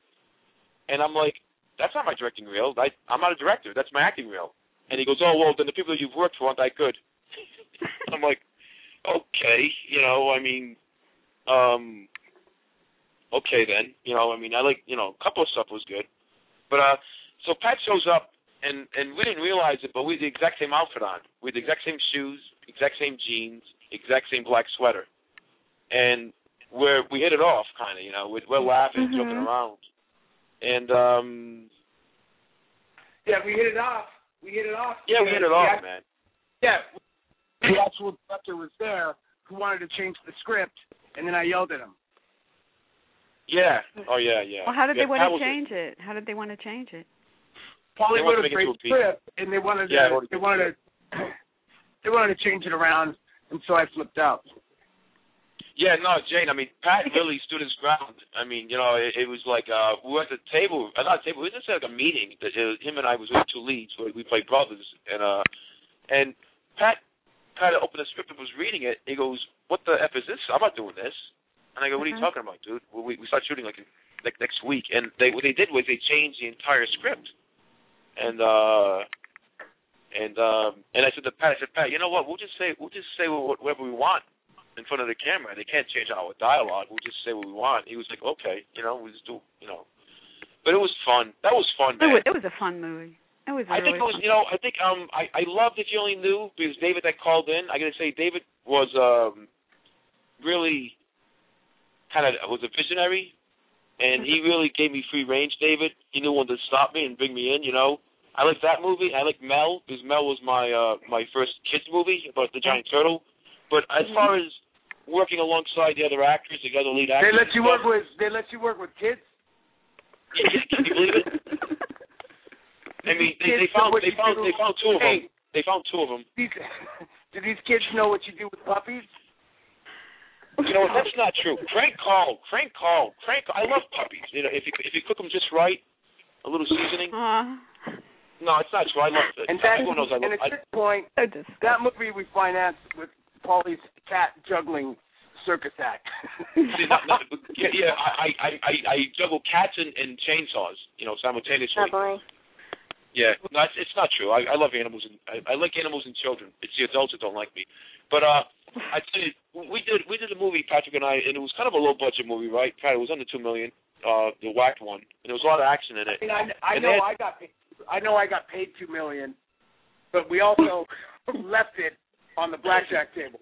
Speaker 4: And I'm like, "That's not my directing reel. I, I'm not a director. That's my acting reel." And he goes, "Oh well, then the people that you've worked for aren't that good." I'm like, "Okay, you know, I mean, um, okay then, you know, I mean, I like, you know, a couple of stuff was good." But uh so Pat shows up and and we didn't realize it, but we had the exact same outfit on. We had the exact same shoes, exact same jeans, exact same black sweater. And we're we hit it off kinda, you know, we're, we're laughing,
Speaker 3: Mhm.
Speaker 4: joking around. And um
Speaker 7: Yeah, we hit it off. We hit it off.
Speaker 4: yeah, we hit it off,
Speaker 7: Yeah,
Speaker 4: man.
Speaker 7: Yeah, the actual director was there who wanted to change the script, and then I yelled at him.
Speaker 4: Yeah. Oh yeah, yeah.
Speaker 3: well, how did they
Speaker 4: yeah,
Speaker 3: want
Speaker 4: Pat was
Speaker 3: to change it? How did they want to change it?
Speaker 7: Paulie
Speaker 4: They wanted to
Speaker 7: wrote a
Speaker 4: make it
Speaker 7: great
Speaker 4: to a piece.
Speaker 7: script, and they wanted to
Speaker 4: Yeah, I wrote a
Speaker 7: they
Speaker 4: great
Speaker 7: wanted to they wanted to change it around, and so I flipped out.
Speaker 4: Yeah, no, Jane. I mean, Pat really stood his ground. I mean, you know, it, it was like uh we were at the table, uh, not a table. We just had like a meeting. That uh, him and I was with two leads. Where we played brothers, and uh, and Pat kind of opened the script and was reading it. He goes, "What the f is this? I'm not doing this." And I go, "What are you
Speaker 3: Mhm.
Speaker 4: talking about, dude?" Well, we we start shooting like in, like next week, and they what they did was they changed the entire script, and uh. And um and I said to Pat, I said, Pat, you know what? We'll just say we'll just say what- whatever we want in front of the camera. They can't change our dialogue. We'll just say what we want. He was like, okay, you know, we just do, you know. But it was fun. That was fun,
Speaker 3: It was,
Speaker 4: man.
Speaker 3: it was a fun movie. It was. a
Speaker 4: I
Speaker 3: really
Speaker 4: think it was, you know, I think um, I I loved if you only knew because David that called in. I gotta say, David was um, really kind of was a visionary, and
Speaker 7: *laughs*
Speaker 4: he really gave me free range. David, he knew when to stop me and bring me in. You know, I like that movie. I like Mel because Mel was my uh my first kids movie about the giant turtle. But as far as working alongside the other actors, the other lead actors,
Speaker 7: Mm-hmm. They let
Speaker 4: and
Speaker 7: you
Speaker 4: stuff,
Speaker 7: work with they let you work with kids.
Speaker 4: Yeah, *laughs* can you believe it? I mean, they, they
Speaker 7: Kids know
Speaker 4: found
Speaker 7: what
Speaker 4: they
Speaker 7: you
Speaker 4: found
Speaker 7: do.
Speaker 4: they found two of them.
Speaker 7: Hey.
Speaker 4: They found two of them.
Speaker 7: These, *laughs* do these kids know what you do with puppies?
Speaker 4: You know what? That's not true. Crank call, crank call, crank. I love puppies. You know, if you if you cook them just right, a little seasoning.
Speaker 3: Aw,
Speaker 4: No, it's not true. I love it.
Speaker 7: And that,
Speaker 4: Everyone knows I
Speaker 7: and
Speaker 4: love.
Speaker 7: at
Speaker 4: I,
Speaker 7: this point,
Speaker 3: so disgusting.
Speaker 7: that movie we financed with Paulie's cat juggling circus act.
Speaker 4: *laughs* see, not, not,
Speaker 7: *laughs*
Speaker 4: yeah, yeah I, I I I juggle cats and, and chainsaws. You know, simultaneously.
Speaker 2: Lovely.
Speaker 4: Yeah, no, it's, it's not true. I, I love animals and I, I like animals and children. It's the adults that don't like me. But uh, I tell you, we did we did a movie Patrick and I, and it was kind of a low budget movie, right? Kind of it was under two million. Uh, the whacked one, and there was a lot of action in it.
Speaker 7: I mean, I, I
Speaker 4: And
Speaker 7: know
Speaker 4: then-
Speaker 7: I got paid, I know I got paid two million, but we
Speaker 4: *laughs*
Speaker 7: also left it on the blackjack table.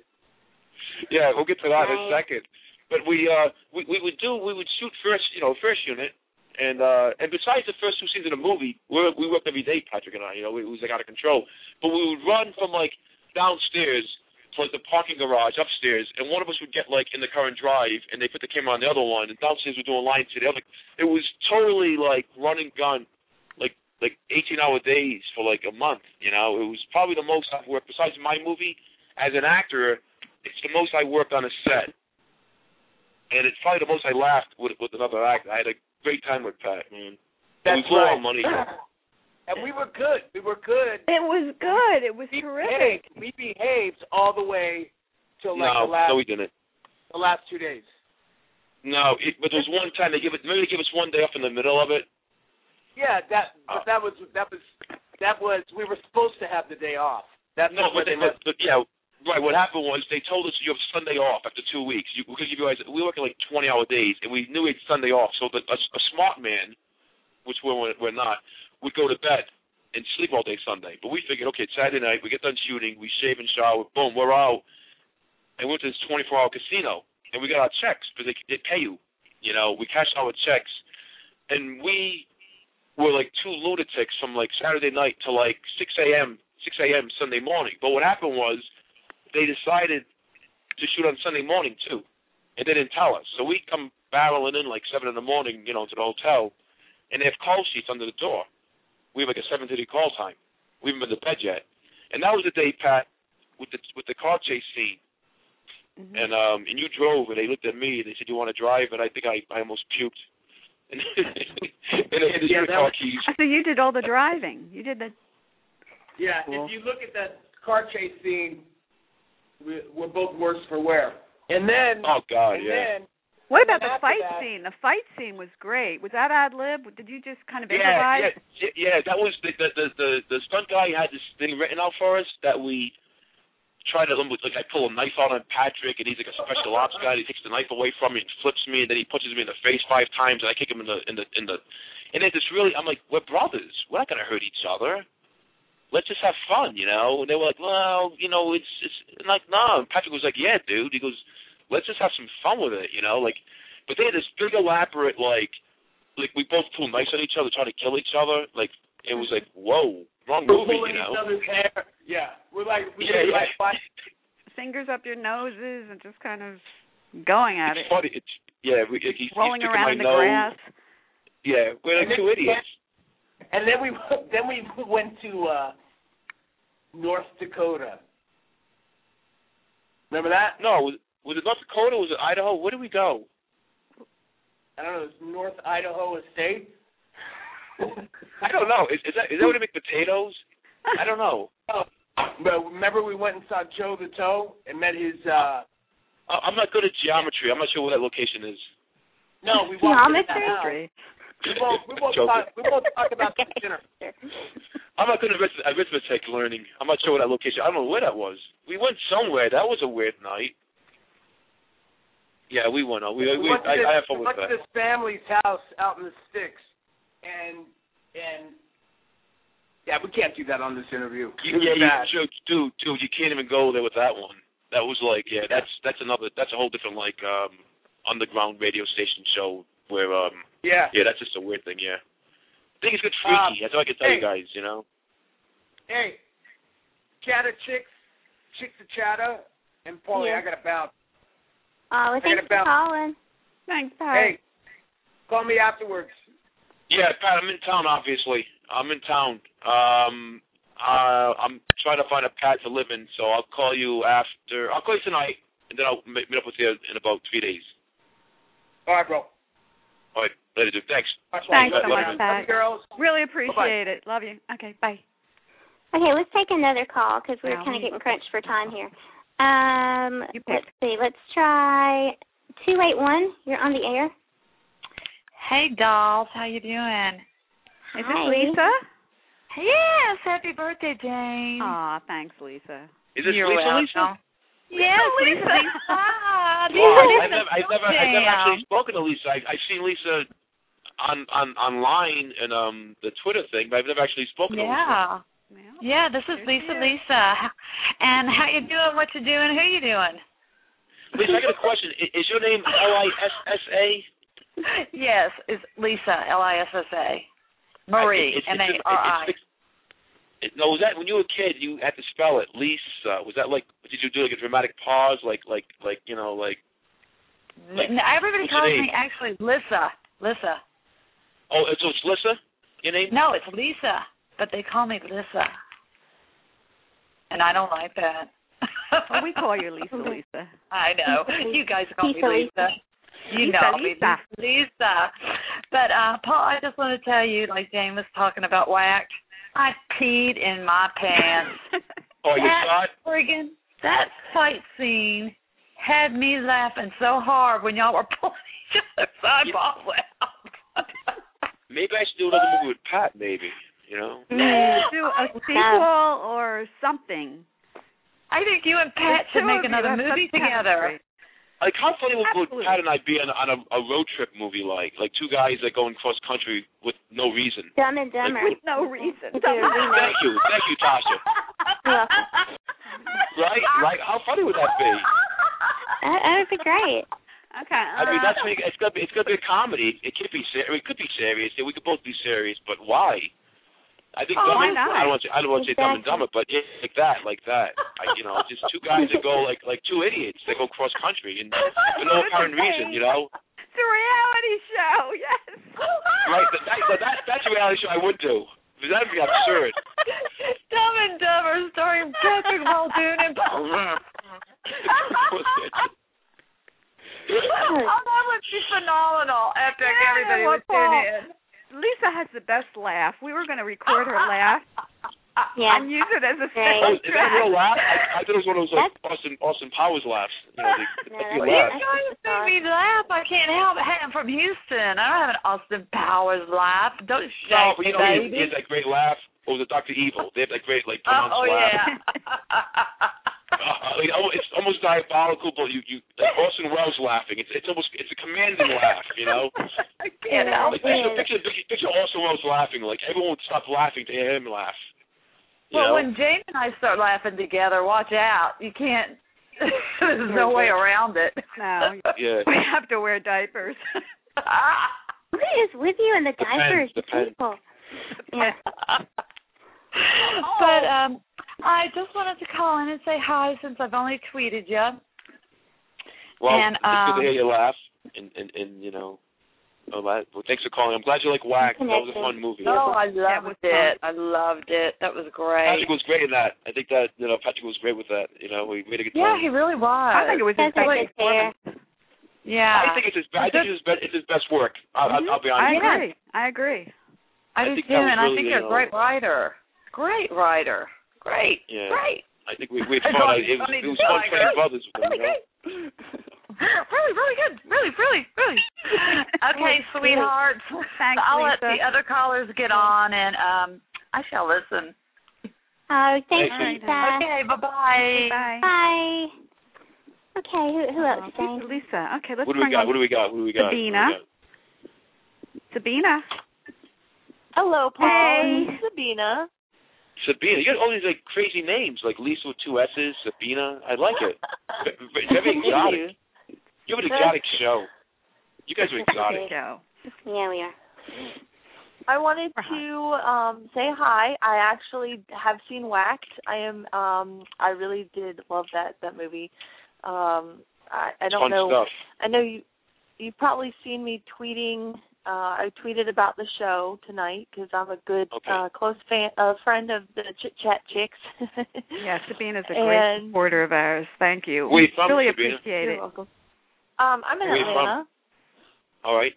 Speaker 4: yeah, we'll get to that in a
Speaker 2: Right.
Speaker 4: second. But we uh we, we would do we would shoot first you know first unit and uh and besides the first two scenes of the movie we were- we worked every day Patrick and I you know we, it was like out of control but we would run from like downstairs to like the parking garage upstairs and one of us would get like in the car and drive and they put the camera on the other one and downstairs we're doing lines to the other it was totally like run and gun like like 18 hour days for like a month you know it was probably the most I've worked besides my movie as an actor it's the most I worked on a set, and it's probably the most I laughed with with another act. I had a great time with Pat, man.
Speaker 7: That's
Speaker 4: we blew
Speaker 7: right.
Speaker 4: our money.
Speaker 7: *laughs* And we were good. We were good.
Speaker 3: It was good. It was
Speaker 7: We
Speaker 3: terrific.
Speaker 7: behaved. We behaved all the way till like
Speaker 4: no,
Speaker 7: the last
Speaker 4: no, we didn't.
Speaker 7: the last two days.
Speaker 4: No, it, but there was one time they give it. Maybe they give us one day off in the middle of it.
Speaker 7: Yeah, that
Speaker 4: Oh.
Speaker 7: but that was that was that was we were supposed to have the day off. That's
Speaker 4: No,
Speaker 7: what
Speaker 4: but
Speaker 7: they
Speaker 4: they, but, but yeah, Right. What happened was they told us you have Sunday off after two weeks. You, because you guys we work like twenty hour days, and we knew we had Sunday off. So the, a, a smart man, which we're we're not, would go to bed and sleep all day Sunday. But we figured, okay, it's Saturday night, we get done shooting, we shave and shower, boom, we're out. And we went to this 24 hour casino, and we got our checks because they they pay you. You know, we cashed our checks, and we were like two lunatics from like Saturday night to like 6 a.m. 6 a.m. Sunday morning. But what happened was they decided to shoot on Sunday morning too, and they didn't tell us. So we come barreling in like seven in the morning, you know, to the hotel, and they have call sheets under the door. We have like a 7:30 call time. We haven't been to bed yet, and that was the day Pat with the with the car chase scene.
Speaker 7: Mm-hmm.
Speaker 3: Mhm.
Speaker 4: And um and you drove and they looked at me and they said you want to drive and I think I I almost puked *laughs* and, and they handed
Speaker 7: Yeah,
Speaker 4: you the
Speaker 7: that
Speaker 4: car
Speaker 7: was-
Speaker 4: keys
Speaker 3: Mm-hmm. So you did all the driving. You did the
Speaker 7: Yeah,
Speaker 3: Cool.
Speaker 7: if you look at that car chase scene, we, we're both worse for wear. And then,
Speaker 4: oh god
Speaker 7: and
Speaker 4: yeah
Speaker 7: then
Speaker 3: What about
Speaker 7: And
Speaker 3: the
Speaker 7: then after
Speaker 3: fight
Speaker 7: that-
Speaker 3: scene? The fight scene was great. Was that ad lib? Did you just kind of improvise?
Speaker 4: yeah, yeah, yeah. That was the the, the the the stunt guy had this thing written out for us that we tried to um, like I pull a knife out on Patrick and he's like a special ops guy. He takes the knife away from me and flips me and then he punches me in the face five times and I kick him in the in the in the and it's just really I'm like we're brothers. We're not gonna hurt each other. Let's just have fun, you know. And they were like, well, you know, it's it's and like no. And Patrick was like, yeah, dude. He goes, let's just have some fun with it, you know. Like, but they had this big elaborate like like we both pulled nice on each other, trying to kill each other. Like it was like, whoa, wrong
Speaker 7: we're
Speaker 4: movie, you
Speaker 7: pulling
Speaker 4: know?
Speaker 7: each other's hair. Yeah, we're like, we
Speaker 4: Yeah,
Speaker 7: were
Speaker 4: yeah.
Speaker 7: like
Speaker 4: *laughs*
Speaker 7: fighting.
Speaker 3: Fingers up your noses and just kind of going at
Speaker 4: It's
Speaker 3: it,
Speaker 4: funny. It's yeah, we, like, he's,
Speaker 3: rolling
Speaker 4: he's picking
Speaker 3: around
Speaker 4: my
Speaker 3: in the
Speaker 4: nose.
Speaker 3: grass.
Speaker 4: Yeah, we're like
Speaker 7: And
Speaker 4: two
Speaker 7: then-
Speaker 4: idiots.
Speaker 7: And then we *laughs* then we went to uh North Dakota. Remember that?
Speaker 4: No, was, was it North Dakota? Was it Idaho? Where did we go?
Speaker 7: I don't know. It's North Idaho *laughs* State.
Speaker 4: I don't know. Is, is that is that where they make potatoes? I don't
Speaker 3: *laughs*
Speaker 4: know.
Speaker 7: But remember, we went and saw Joe the Toe and met his. uh
Speaker 4: I, I'm not good at geometry. I'm not sure where that location is.
Speaker 7: No, we walked
Speaker 3: *laughs*
Speaker 7: into
Speaker 2: Geometry?
Speaker 7: the house. We won't.
Speaker 4: *laughs*
Speaker 7: We won't
Speaker 4: Joking.
Speaker 7: talk. We won't talk
Speaker 4: *laughs*
Speaker 2: *laughs*
Speaker 7: about that dinner.
Speaker 4: I'm not good at arith- arithmetic learning. I'm not sure where that location. I don't know where that was. We went somewhere. That was a weird night. Yeah, we went. uh, We, we,
Speaker 7: we went to
Speaker 4: I,
Speaker 7: this,
Speaker 4: I have fun
Speaker 7: we
Speaker 4: with
Speaker 7: went
Speaker 4: that.
Speaker 7: to this family's house out in the sticks, and and yeah, we can't do that on this interview.
Speaker 4: You, yeah, you, dude, dude, dude, you can't even go there with that one. That was like, yeah, that's that's another, that's a whole different like um underground radio station show where um
Speaker 7: yeah.
Speaker 4: yeah, that's just a weird thing. Yeah, I think it's good freaky. that's all I can tell
Speaker 7: hey.
Speaker 4: you guys. You know,
Speaker 7: Hey, chatter chicks, chicks of chatter, and Paulie,
Speaker 2: Yeah.
Speaker 7: I gotta bounce.
Speaker 2: Oh, well, thanks for
Speaker 7: about-
Speaker 2: calling.
Speaker 3: Thanks, Pat.
Speaker 7: Hey, call me afterwards.
Speaker 4: yeah, Pat, I'm in town. Obviously, I'm in town. Um, uh, I'm trying to find a pad to live in, so I'll call you after. I'll call you tonight, and then I'll meet meet up with you in about three days.
Speaker 7: All right, bro.
Speaker 4: All right, later, dude. Thanks.
Speaker 7: Thanks
Speaker 3: Thanks
Speaker 4: so
Speaker 3: Pat.
Speaker 4: much,
Speaker 7: Love you, girls.
Speaker 3: Really appreciate it. Love you. Okay, bye.
Speaker 2: Okay, let's take another call because we're
Speaker 3: Yeah,
Speaker 2: kind
Speaker 3: we-
Speaker 2: of getting crunched for time here. Um,
Speaker 3: You pick.
Speaker 2: let's see. Let's try two eight one. You're on the air.
Speaker 8: Hey dolls, how you doing?
Speaker 3: Is
Speaker 2: Hi.
Speaker 3: this Lisa?
Speaker 8: Yes, happy birthday, Jane.
Speaker 3: Aw, thanks, Lisa.
Speaker 4: Is this
Speaker 8: You're
Speaker 4: Lisa? Lisa?
Speaker 8: welcome. Yes, Lisa.
Speaker 3: Lisa.
Speaker 8: *laughs* Ah, Lisa,
Speaker 4: Wow,
Speaker 8: this
Speaker 4: I've
Speaker 8: is
Speaker 4: never, I've never,
Speaker 8: so
Speaker 4: I've never
Speaker 8: damn.
Speaker 4: actually spoken to Lisa. I, I've seen Lisa on on online and um the Twitter thing, but I've never actually spoken to Lisa.
Speaker 8: Yeah,
Speaker 3: Yeah.
Speaker 8: yeah. This is
Speaker 3: There she
Speaker 8: Lisa,
Speaker 3: is.
Speaker 8: Lisa. And how you doing? What you doing? Who you doing?
Speaker 4: Lisa, I got a question. I- Is your name L I S S A?
Speaker 8: *laughs* Yes, it's Lisa, L-I-S-S-A. Marie,
Speaker 4: It's- it's- it's-
Speaker 8: M-A-R-I.
Speaker 4: it's- it- No, was that when you were a kid? You had to spell it Lisa. Was that like? Did you do like a dramatic pause, like like like you know like? like,
Speaker 8: No, Everybody
Speaker 4: what's your
Speaker 8: calls
Speaker 4: name?
Speaker 8: me actually Lisa, Lisa.
Speaker 4: Oh, so it's Lisa. Your name?
Speaker 8: No, it's Lisa, but they call me Lisa, and I don't like that.
Speaker 3: Well, we
Speaker 8: *laughs*
Speaker 3: call you Lisa, Lisa.
Speaker 8: I know you guys call
Speaker 2: Lisa,
Speaker 8: me Lisa.
Speaker 2: Lisa.
Speaker 8: You
Speaker 3: Lisa,
Speaker 8: know
Speaker 3: Lisa.
Speaker 8: me, Lisa. But uh, Paul, I just want to tell you, like Jane was talking about whack, I peed in my
Speaker 3: *laughs*
Speaker 8: pants.
Speaker 4: Oh, you
Speaker 8: that
Speaker 4: thought?
Speaker 8: friggin' that fight scene had me laughing so hard when y'all were pulling each other's eyeballs
Speaker 3: *laughs*
Speaker 8: out.
Speaker 4: Maybe I should do another movie with Pat. Maybe you know.
Speaker 3: Do a sequel or something.
Speaker 8: I think you and Pat
Speaker 3: There's
Speaker 8: should
Speaker 3: two
Speaker 8: make
Speaker 3: of you.
Speaker 8: another
Speaker 3: That's-
Speaker 8: movie
Speaker 3: that's
Speaker 8: together.
Speaker 3: chemistry.
Speaker 4: Like how funny would, would
Speaker 3: Absolutely.
Speaker 4: Pat and I be on, on a, a road trip movie like like two guys that going cross country with no reason.
Speaker 2: Dumb and Dumber.
Speaker 3: With no reason.
Speaker 2: *laughs* With no reason.
Speaker 3: *laughs*
Speaker 4: Thank you, thank you, Tasha. Right, right. How funny would that be?
Speaker 2: That, that would Oh, be great.
Speaker 3: Okay. uh,
Speaker 4: I mean, that's make, it's gonna be it's gonna be a comedy. It could be ser- it could be serious. We could both be serious, but why? I think
Speaker 3: Oh,
Speaker 4: Dumb
Speaker 3: why
Speaker 4: and-
Speaker 3: not?
Speaker 4: I don't want to I don't want to say Dumb and
Speaker 2: Exactly.
Speaker 4: Dumber, but yeah, like that, like that. I, you know, just two guys that go like like two idiots that go cross country and for no apparent reason, you know.
Speaker 3: It's a reality show. *laughs* Yes.
Speaker 4: Right? That, that, that that's a reality show I would do. Because that'd be absurd.
Speaker 8: Dumb and Dumber starring Patrick Muldoon and
Speaker 4: *laughs*
Speaker 8: Paul. oh, that would be phenomenal, epic.
Speaker 3: Yeah,
Speaker 8: Everybody
Speaker 3: well,
Speaker 8: would tune
Speaker 3: Paul,
Speaker 8: in.
Speaker 3: Lisa has the best laugh. We were going to record her laugh
Speaker 2: Yeah.
Speaker 3: and use it as a
Speaker 2: Right.
Speaker 3: soundtrack.
Speaker 4: Oh, is that a real laugh? I, I thought it was one of those like Austin Austin Powers laughs. You know, the, the big
Speaker 2: Yeah,
Speaker 8: You
Speaker 2: Wow.
Speaker 4: laugh.
Speaker 8: guys make me laugh. I can't help it. Hey, I'm from Houston. I don't have an Austin Powers laugh. Don't shake
Speaker 4: No, but you know,
Speaker 8: me,
Speaker 4: he has, he
Speaker 8: baby.
Speaker 4: has that great laugh. What was it, Doctor Evil? They have that great like
Speaker 8: Uh,
Speaker 4: pronounced
Speaker 8: oh
Speaker 4: laugh.
Speaker 8: yeah.
Speaker 4: *laughs* Uh, I mean, oh, it's almost diabolical, but you you like Austin Wells laughing. It's it's almost it's a commanding laugh, you know.
Speaker 8: *laughs* I can't help
Speaker 4: Like picture
Speaker 8: it.
Speaker 4: picture, picture, picture Austin Wells laughing. Like everyone would stop laughing to hear him laugh. You
Speaker 8: Well,
Speaker 4: know?
Speaker 8: when Jane and I start laughing together, watch out. You can't. *laughs* There's no way around it. *laughs*
Speaker 3: No.
Speaker 4: yeah.
Speaker 3: *laughs* We have to wear diapers.
Speaker 9: Oh.
Speaker 2: What is with you and the
Speaker 4: Depends,
Speaker 2: diapers, you
Speaker 4: depends.
Speaker 2: people? Yeah.
Speaker 8: but um, I just wanted to call in and say hi since I've only tweeted you.
Speaker 4: Well,
Speaker 8: And,
Speaker 4: it's good
Speaker 8: um,
Speaker 4: to hear you laugh, and and and you know, all that. Well, thanks for calling. I'm glad you like Wax. That was a fun movie.
Speaker 8: Oh, I
Speaker 3: That was
Speaker 8: loved it. I loved it. That was great.
Speaker 4: Patrick was great in that. I think that you know Patrick was great with that. You know, we made a good
Speaker 8: Yeah,
Speaker 4: time.
Speaker 8: he really was.
Speaker 3: I think it was his
Speaker 2: That's like his
Speaker 3: best
Speaker 2: hair.
Speaker 3: performance.
Speaker 8: yeah.
Speaker 4: I think it's his. be- I think it's his best. It's his best work. I, I, I'll be
Speaker 3: I
Speaker 4: honest.
Speaker 3: agree. I agree.
Speaker 8: I
Speaker 4: I
Speaker 8: do
Speaker 4: think
Speaker 8: too,
Speaker 4: that was
Speaker 8: and
Speaker 4: really, uh,
Speaker 8: I think
Speaker 4: you
Speaker 8: you're
Speaker 4: know-
Speaker 8: a great writer. Great writer. Great.
Speaker 4: Yeah.
Speaker 8: Great.
Speaker 4: I think we
Speaker 9: *laughs*
Speaker 4: we
Speaker 8: I
Speaker 4: had
Speaker 8: don't-
Speaker 4: fun. I-
Speaker 8: don't
Speaker 4: It was, it was
Speaker 8: need to
Speaker 4: fun
Speaker 8: tell
Speaker 4: for
Speaker 8: you.
Speaker 4: the brothers. With them,
Speaker 8: Really
Speaker 4: you know?
Speaker 8: great. *laughs* really, really good. Really, really, really.
Speaker 4: *laughs*
Speaker 8: Okay, sweethearts.
Speaker 3: Thanks,
Speaker 8: I'll let
Speaker 3: Lisa.
Speaker 8: the other callers get on, and um, I shall listen.
Speaker 2: Oh, thanks,
Speaker 4: Thanks,
Speaker 2: Lisa.
Speaker 8: Okay, bye-bye.
Speaker 3: Bye.
Speaker 2: Bye. Okay, who who else?
Speaker 3: Oh,
Speaker 2: Jane?
Speaker 3: Lisa. Okay, let's
Speaker 4: What do we
Speaker 3: bring on
Speaker 4: got? What do we got? What do we got? What do we
Speaker 3: Sabina.
Speaker 4: got?
Speaker 3: Sabina.
Speaker 9: Hello, Paul.
Speaker 3: Hey.
Speaker 9: This is Sabina.
Speaker 4: Sabina. You got all these like crazy names, like Lisa with two S's, Sabina. I like
Speaker 9: *laughs*
Speaker 4: it. Ve- ve- Very exotic. You have an exotic show. You guys are exotic.
Speaker 3: Go.
Speaker 2: Yeah, we are.
Speaker 9: I wanted
Speaker 3: Or hi.
Speaker 9: to um say hi. I actually have seen Whacked. I am um I really did love that that movie. Um I, I don't
Speaker 4: Fun
Speaker 9: know
Speaker 4: stuff.
Speaker 9: I know you you've probably seen me tweeting. Uh, I tweeted about the show tonight because I'm a good
Speaker 4: Okay.
Speaker 9: uh, close fan, uh, friend of the Chit Chat Chicks.
Speaker 3: Yeah, Sabina's
Speaker 9: *laughs*
Speaker 3: a great
Speaker 9: And-
Speaker 3: supporter of ours. Thank you.
Speaker 4: Where you from,
Speaker 3: really
Speaker 4: Sabina?
Speaker 3: appreciate
Speaker 9: You're
Speaker 3: it.
Speaker 9: welcome. Um, I'm in
Speaker 4: Where you from?
Speaker 9: Atlanta.
Speaker 4: All right.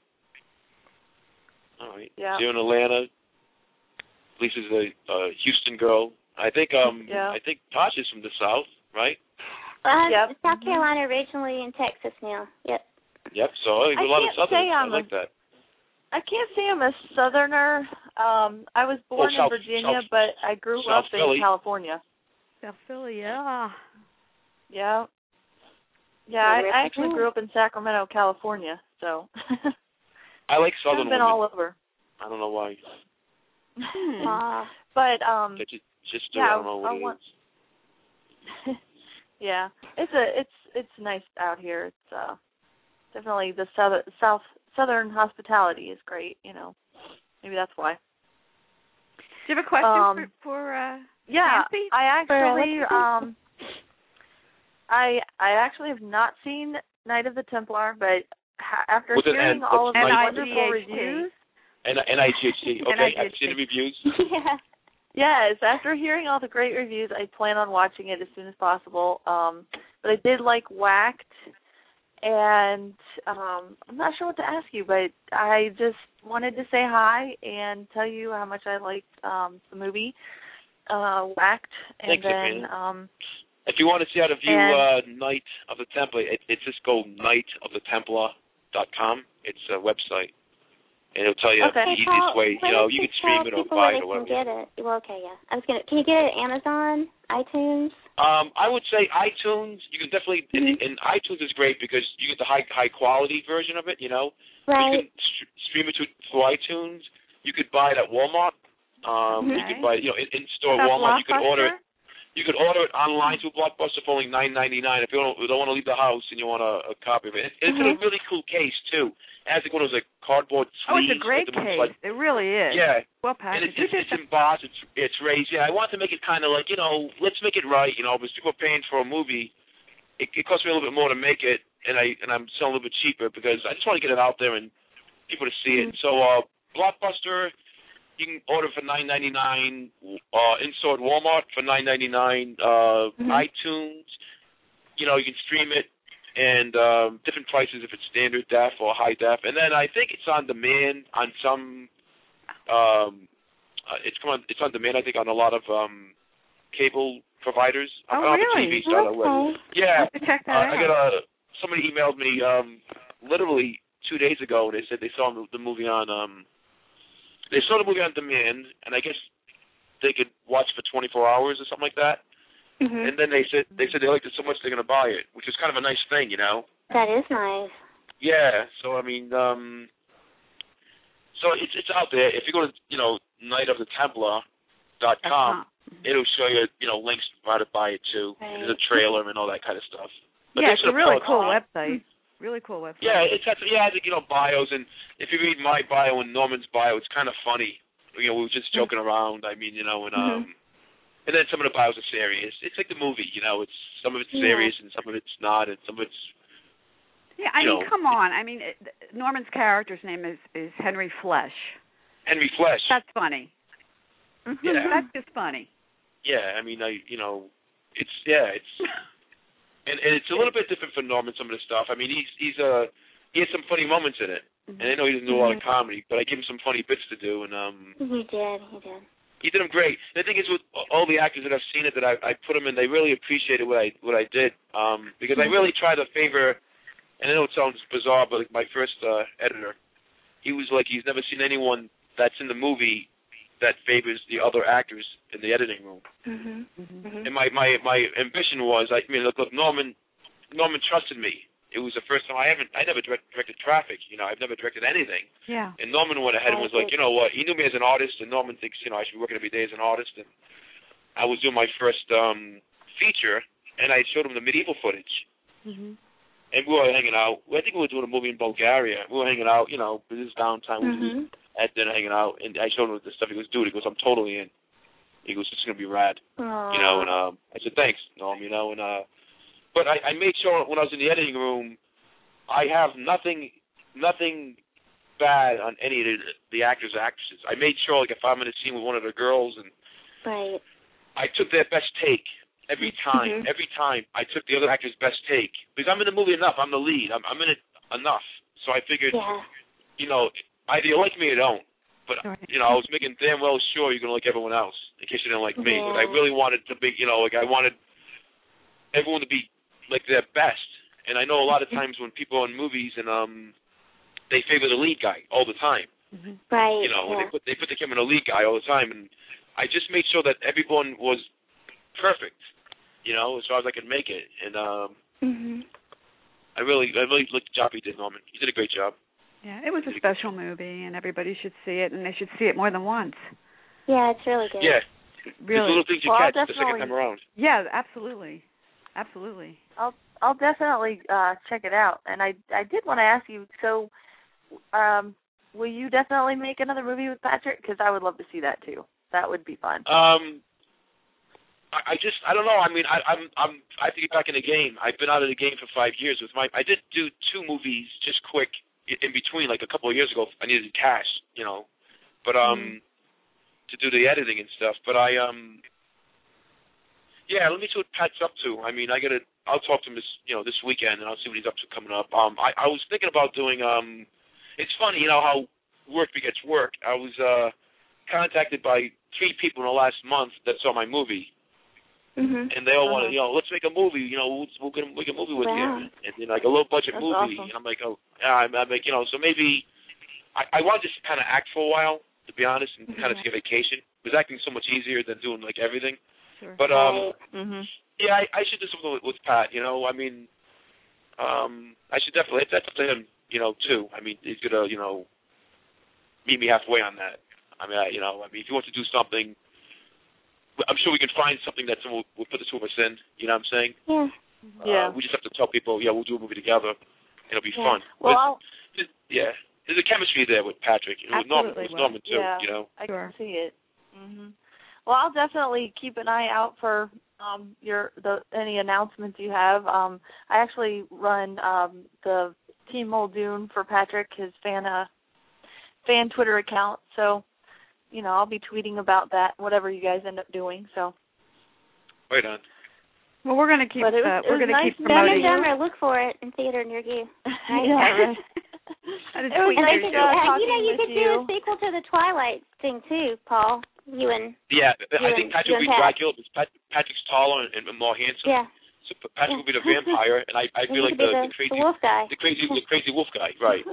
Speaker 4: All right.
Speaker 9: Yeah.
Speaker 4: So you're in Atlanta. Lisa's a, a Houston girl. I think um
Speaker 9: Yeah.
Speaker 4: I think Tasha's from the South, right?
Speaker 2: Um,
Speaker 9: Yep.
Speaker 2: South Carolina originally and Texas now. Yep. *laughs*
Speaker 4: Yep. So I think
Speaker 9: I
Speaker 4: a lot of
Speaker 9: can't
Speaker 4: Southern.
Speaker 9: say
Speaker 4: I
Speaker 9: I'm a-
Speaker 4: like that.
Speaker 9: I can't say I'm a southerner. Um, I was born
Speaker 4: South-
Speaker 9: in Virginia,
Speaker 4: South-
Speaker 9: but I grew
Speaker 4: South
Speaker 9: up
Speaker 4: Philly.
Speaker 9: in California.
Speaker 3: South Philly, yeah.
Speaker 9: Yeah. Yeah, I,
Speaker 2: Yeah,
Speaker 9: I actually
Speaker 2: cool.
Speaker 9: grew up in Sacramento, California, so *laughs* I've
Speaker 4: I like Southern women.
Speaker 9: been all over.
Speaker 4: I don't know why.
Speaker 9: *laughs*
Speaker 3: Hmm.
Speaker 2: Ah.
Speaker 9: But um
Speaker 4: That's just, just
Speaker 9: Yeah,
Speaker 4: I don't know what
Speaker 9: I
Speaker 4: it
Speaker 9: want-
Speaker 4: is.
Speaker 9: *laughs* yeah. It's a it's it's nice out here. It's uh definitely the south south southern hospitality is great, you know. Maybe that's why.
Speaker 3: Do you have a question
Speaker 9: Um,
Speaker 3: for, for uh
Speaker 9: Yeah,
Speaker 3: Nancy?
Speaker 9: I
Speaker 2: For
Speaker 9: actually
Speaker 2: Alexis?
Speaker 9: um I I actually have not seen Night of the Templar, but ha- after
Speaker 4: With an N,
Speaker 9: hearing all of
Speaker 4: that's
Speaker 9: the
Speaker 4: right.
Speaker 9: wonderful
Speaker 3: N-I-G-H-T.
Speaker 9: reviews,
Speaker 4: And NIHC. Okay, I've seen the reviews.
Speaker 2: yeah.
Speaker 9: yes, after hearing all the great reviews, I plan on watching it as soon as possible. Um but I did like Whacked and um I'm not sure what to ask you, but I just wanted to say hi and tell you how much I liked um the movie uh Whacked and
Speaker 4: Thanks,
Speaker 9: then
Speaker 4: Sabrina.
Speaker 9: um
Speaker 4: If you want to see how to view uh,
Speaker 9: And-
Speaker 4: Knight of the Templar, it, it's just go Knight of the Templar dot com. It's a website, and it'll tell you
Speaker 9: Okay.
Speaker 4: the
Speaker 2: Hey,
Speaker 4: easiest
Speaker 2: Paul,
Speaker 4: way.
Speaker 2: why
Speaker 4: You know,
Speaker 2: don't
Speaker 4: you can
Speaker 2: tell
Speaker 4: stream it or
Speaker 2: people
Speaker 4: buy
Speaker 2: where
Speaker 4: it or
Speaker 2: they
Speaker 4: whatever.
Speaker 2: Can get it. Well, okay, yeah. I was gonna. Can you get it at Amazon, iTunes?
Speaker 4: Um, I would say iTunes. You can definitely and, and iTunes is great because you get the high high quality version of it. You know, you
Speaker 2: Right.
Speaker 4: can st- stream it to, through iTunes. You could buy it at Walmart. Um, You could
Speaker 3: Okay.
Speaker 4: buy you know in, in store
Speaker 3: That
Speaker 4: Walmart. You could order it.
Speaker 3: Blockbuster?
Speaker 4: You could order it online through Blockbuster for only nine ninety nine. If you don't, you don't want to leave the house and you want a, a copy of it, it's in a
Speaker 2: Mhm.
Speaker 4: really cool case too. It has like one of those like cardboard
Speaker 3: Mm-hmm. Oh,
Speaker 4: sleeves.
Speaker 3: it's a great
Speaker 4: with the- like-
Speaker 3: case. It really is.
Speaker 4: yeah,
Speaker 3: Well
Speaker 4: and
Speaker 3: packaged.
Speaker 4: it's
Speaker 3: You
Speaker 4: it's,
Speaker 3: did
Speaker 4: it's embossed. It's it's raised. Yeah, I want to make it kind of like you know, let's make it right. You know, because people are paying for a movie, it, it costs me a little bit more to make it, and I and I'm selling a little bit cheaper because I just want to get it out there and people to see
Speaker 3: Mm-hmm.
Speaker 4: it. So uh, Blockbuster, you can order for nine ninety nine. Uh, in store at Walmart for nine ninety nine. Uh,
Speaker 3: Mm-hmm.
Speaker 4: iTunes, you know, you can stream it. And um, different prices if it's standard def or high def, and then I think it's on demand on some um uh, it's come on it's on demand I think on a lot of um cable providers.
Speaker 3: Oh,
Speaker 4: I don't
Speaker 3: really?
Speaker 4: have a TV, so I don't know
Speaker 2: Okay.
Speaker 4: whether- Yeah.
Speaker 3: have to check that
Speaker 4: Uh,
Speaker 3: out.
Speaker 4: I got a somebody emailed me um literally two days ago. They said they saw the- the movie on um they saw the movie on demand, and I guess they could watch for 24 hours or something like that.
Speaker 2: Mhm.
Speaker 3: Mm-hmm.
Speaker 9: Mm-hmm.
Speaker 4: And then they said they said they liked it so much they're going to buy it, which is kind of a nice thing, you know.
Speaker 2: That is nice.
Speaker 4: Yeah. So I mean, um so it's it's out there. If you go to you know Night of the Templar dot
Speaker 3: That's
Speaker 4: com,
Speaker 3: not-
Speaker 4: it'll show you you know links how to buy it too.
Speaker 2: Right.
Speaker 4: And There's a trailer and all that kind of stuff. But
Speaker 3: yeah,
Speaker 4: they
Speaker 3: it's a
Speaker 4: should've
Speaker 3: really cool
Speaker 4: thought-
Speaker 3: website. Really cool website.
Speaker 4: Yeah, it's got yeah, I think you know bios and if you read my bio and Norman's bio, it's kind of funny. You know, we were
Speaker 3: Mm-hmm.
Speaker 4: just joking around. I mean, you know, and um, and then some of the bios are serious. It's like the movie, you know. It's some of it's
Speaker 2: Yeah.
Speaker 4: serious and some of it's not, and some of it's
Speaker 3: Yeah, I
Speaker 4: you
Speaker 3: mean,
Speaker 4: know,
Speaker 3: come on. I mean, it, Norman's character's name is is Henry Flesh.
Speaker 4: Henry Flesh.
Speaker 3: That's funny.
Speaker 4: Yeah.
Speaker 3: That's just funny.
Speaker 4: yeah, I mean, I you know, it's yeah, it's and, and it's a little bit different for Norman some of the stuff. I mean, he's he's uh he has some funny moments in it, and I know he doesn't do a lot of comedy, but I give him some funny bits to do, and um
Speaker 2: You did. You did.
Speaker 4: he did them great. The thing is, with all the actors that I've seen it, that I, I put them in, they really appreciated what I what I did um, because I really try to favor. And I know it sounds bizarre, but like my first uh, editor, he was like he's never seen anyone that's in the movie that favors the other actors in the editing room.
Speaker 9: Mm-hmm.
Speaker 2: Mhm. Mhm.
Speaker 4: And my my my ambition was, I mean, look, look, Norman, Norman trusted me. It was the first time I haven't, I never direct, directed traffic. You know, I've never directed anything.
Speaker 3: Yeah.
Speaker 4: And Norman went ahead and was like, you know what? He knew me as an artist, and Norman thinks, you know, I should be working every day as an artist. And I was doing my first um feature, and I showed him the medieval footage. And we were hanging out. I think we were doing a movie in Bulgaria. We were hanging out, you know, this is downtime. We
Speaker 9: Mm-hmm.
Speaker 4: were
Speaker 2: Mhm.
Speaker 4: at dinner hanging out, and I showed him the stuff. He goes, dude, he goes, I'm totally in. He goes, it's going to be rad
Speaker 9: Oh,
Speaker 2: Aw.
Speaker 4: you know, and um I said thanks, Norm, you know, and uh but I, I made sure when I was in the editing room I have nothing nothing bad on any of the, the actors or actresses. I made sure like if I'm in a scene with one of the girls and
Speaker 2: Right.
Speaker 4: I took their best take every time.
Speaker 2: Mhm.
Speaker 4: Every time I took the other actor's best take. Because I'm in the movie enough, I'm the lead. I'm I'm in it enough. So I figured
Speaker 2: Yeah.
Speaker 4: you know, either you like me or don't. But
Speaker 3: Right.
Speaker 4: you know, I was making damn well sure you're gonna like everyone else in case you didn't like me. But I
Speaker 2: Yeah.
Speaker 4: really wanted to be, you know, like I wanted everyone to be like their best. And I know a lot of times when people are in movies and um, they favor the lead guy all the time.
Speaker 3: Mm-hmm.
Speaker 2: Right.
Speaker 4: You know, when
Speaker 2: yeah.
Speaker 4: they put they put the camera on the lead guy all the time. And I just made sure that everyone was perfect. You know, as far as I could make it. And um,
Speaker 9: Mm-hmm.
Speaker 2: Mhm.
Speaker 4: I really, I really liked the job he did, Norman. He did a great job.
Speaker 3: Yeah, it was a special movie, and everybody should see it, and they should see it more than once.
Speaker 2: Yeah, it's really good.
Speaker 4: Yeah, there's
Speaker 3: Really.
Speaker 4: little things you
Speaker 9: Well, I'll
Speaker 4: catch the second
Speaker 9: definitely-
Speaker 4: time around.
Speaker 3: Yeah, absolutely, absolutely.
Speaker 9: I'll definitely uh check it out. And I I did want to ask you. So, um, will you definitely make another movie with Patrick? Because I would love to see that too. That would be fun.
Speaker 4: Um, I, I just I don't know. I mean, I, I'm I'm I have to get back in the game. I've been out of the game for five years with my. I did do two movies just quick i- in between, like a couple of years ago. I needed cash, you know, but um, to do the editing and stuff. But I um, yeah, let me see what Pat's up to. I mean, I gotta I'll talk to him this you know this weekend and I'll see what he's up to coming up. Um, I I was thinking about doing um, it's funny you know how work begets work. I was uh contacted by three people in the last month that saw my movie,
Speaker 2: Mhm.
Speaker 4: and they all wanted,
Speaker 9: Uh-huh.
Speaker 4: you know, let's make a movie. You know, we'll, we'll get, make a movie with you,
Speaker 2: Wow.
Speaker 4: and then like a low budget
Speaker 9: That's
Speaker 4: movie. And
Speaker 9: awesome.
Speaker 4: I'm like, oh, I'm, I'm like, you know, so maybe I, I wanted to kind of
Speaker 9: Mm-hmm.
Speaker 4: act for a while, to be honest, and kind of take a vacation. It was acting so much easier than doing like everything.
Speaker 9: Sure.
Speaker 4: But um,
Speaker 9: mhm.
Speaker 4: yeah, I, I should do something with, with Pat. You know, I mean, um, I should definitely. That's up to him. You know, too. I mean, he's gonna, you know, meet me halfway on that. I mean, I, you know, I mean, if he wants to do something, I'm sure we can find something that will will put the two of us in. You know what I'm saying?
Speaker 2: Yeah.
Speaker 9: Yeah.
Speaker 4: Uh, we just have to tell people, yeah, we'll do a movie together. It'll be
Speaker 9: Yeah.
Speaker 4: fun.
Speaker 9: Well,
Speaker 4: But-
Speaker 9: I'll,
Speaker 4: Th- yeah, there's a chemistry there with Patrick. It was Norman. It
Speaker 9: Absolutely
Speaker 4: was Norman too.
Speaker 9: Yeah.
Speaker 4: You know.
Speaker 9: I
Speaker 8: Sure.
Speaker 9: can see it. hmm Well, I'll definitely keep an eye out for um your the any announcements you have. Um, I actually run um the Team Muldoon for Patrick, his fan uh, fan Twitter account. So, you know, I'll be tweeting about that, whatever you guys end up doing. So, *laughs*
Speaker 4: Right on.
Speaker 3: Well, we're going to keep
Speaker 9: But it
Speaker 3: uh,
Speaker 9: was- it
Speaker 3: we're
Speaker 9: was
Speaker 3: going to
Speaker 9: nice
Speaker 3: keep
Speaker 2: Dumb
Speaker 9: knowing
Speaker 2: and
Speaker 3: promoting.
Speaker 9: you.
Speaker 2: Dumber, look for it in theater near you.
Speaker 9: *laughs* yeah,
Speaker 3: I did
Speaker 9: It
Speaker 3: tweet
Speaker 9: was nice
Speaker 3: you,
Speaker 9: to
Speaker 3: too.
Speaker 9: go
Speaker 2: Yeah,
Speaker 9: out
Speaker 2: you
Speaker 9: talking
Speaker 2: know, you
Speaker 9: with
Speaker 2: could do a sequel to the Twilight thing too, Paul. You and
Speaker 4: Yeah, I
Speaker 2: You and-
Speaker 4: think
Speaker 2: you
Speaker 4: Patrick will
Speaker 2: and
Speaker 4: be
Speaker 2: Pat.
Speaker 4: Dracula because Pat, Patrick's taller and, and more handsome.
Speaker 2: yeah,
Speaker 4: So P- Patrick will
Speaker 2: *laughs*
Speaker 4: be the
Speaker 2: Yeah.
Speaker 4: vampire, and I I
Speaker 2: you
Speaker 4: feel like
Speaker 2: could be
Speaker 4: the, the
Speaker 2: the
Speaker 4: crazy
Speaker 2: wolf guy.
Speaker 4: the crazy the crazy wolf guy,
Speaker 2: *laughs*
Speaker 4: right?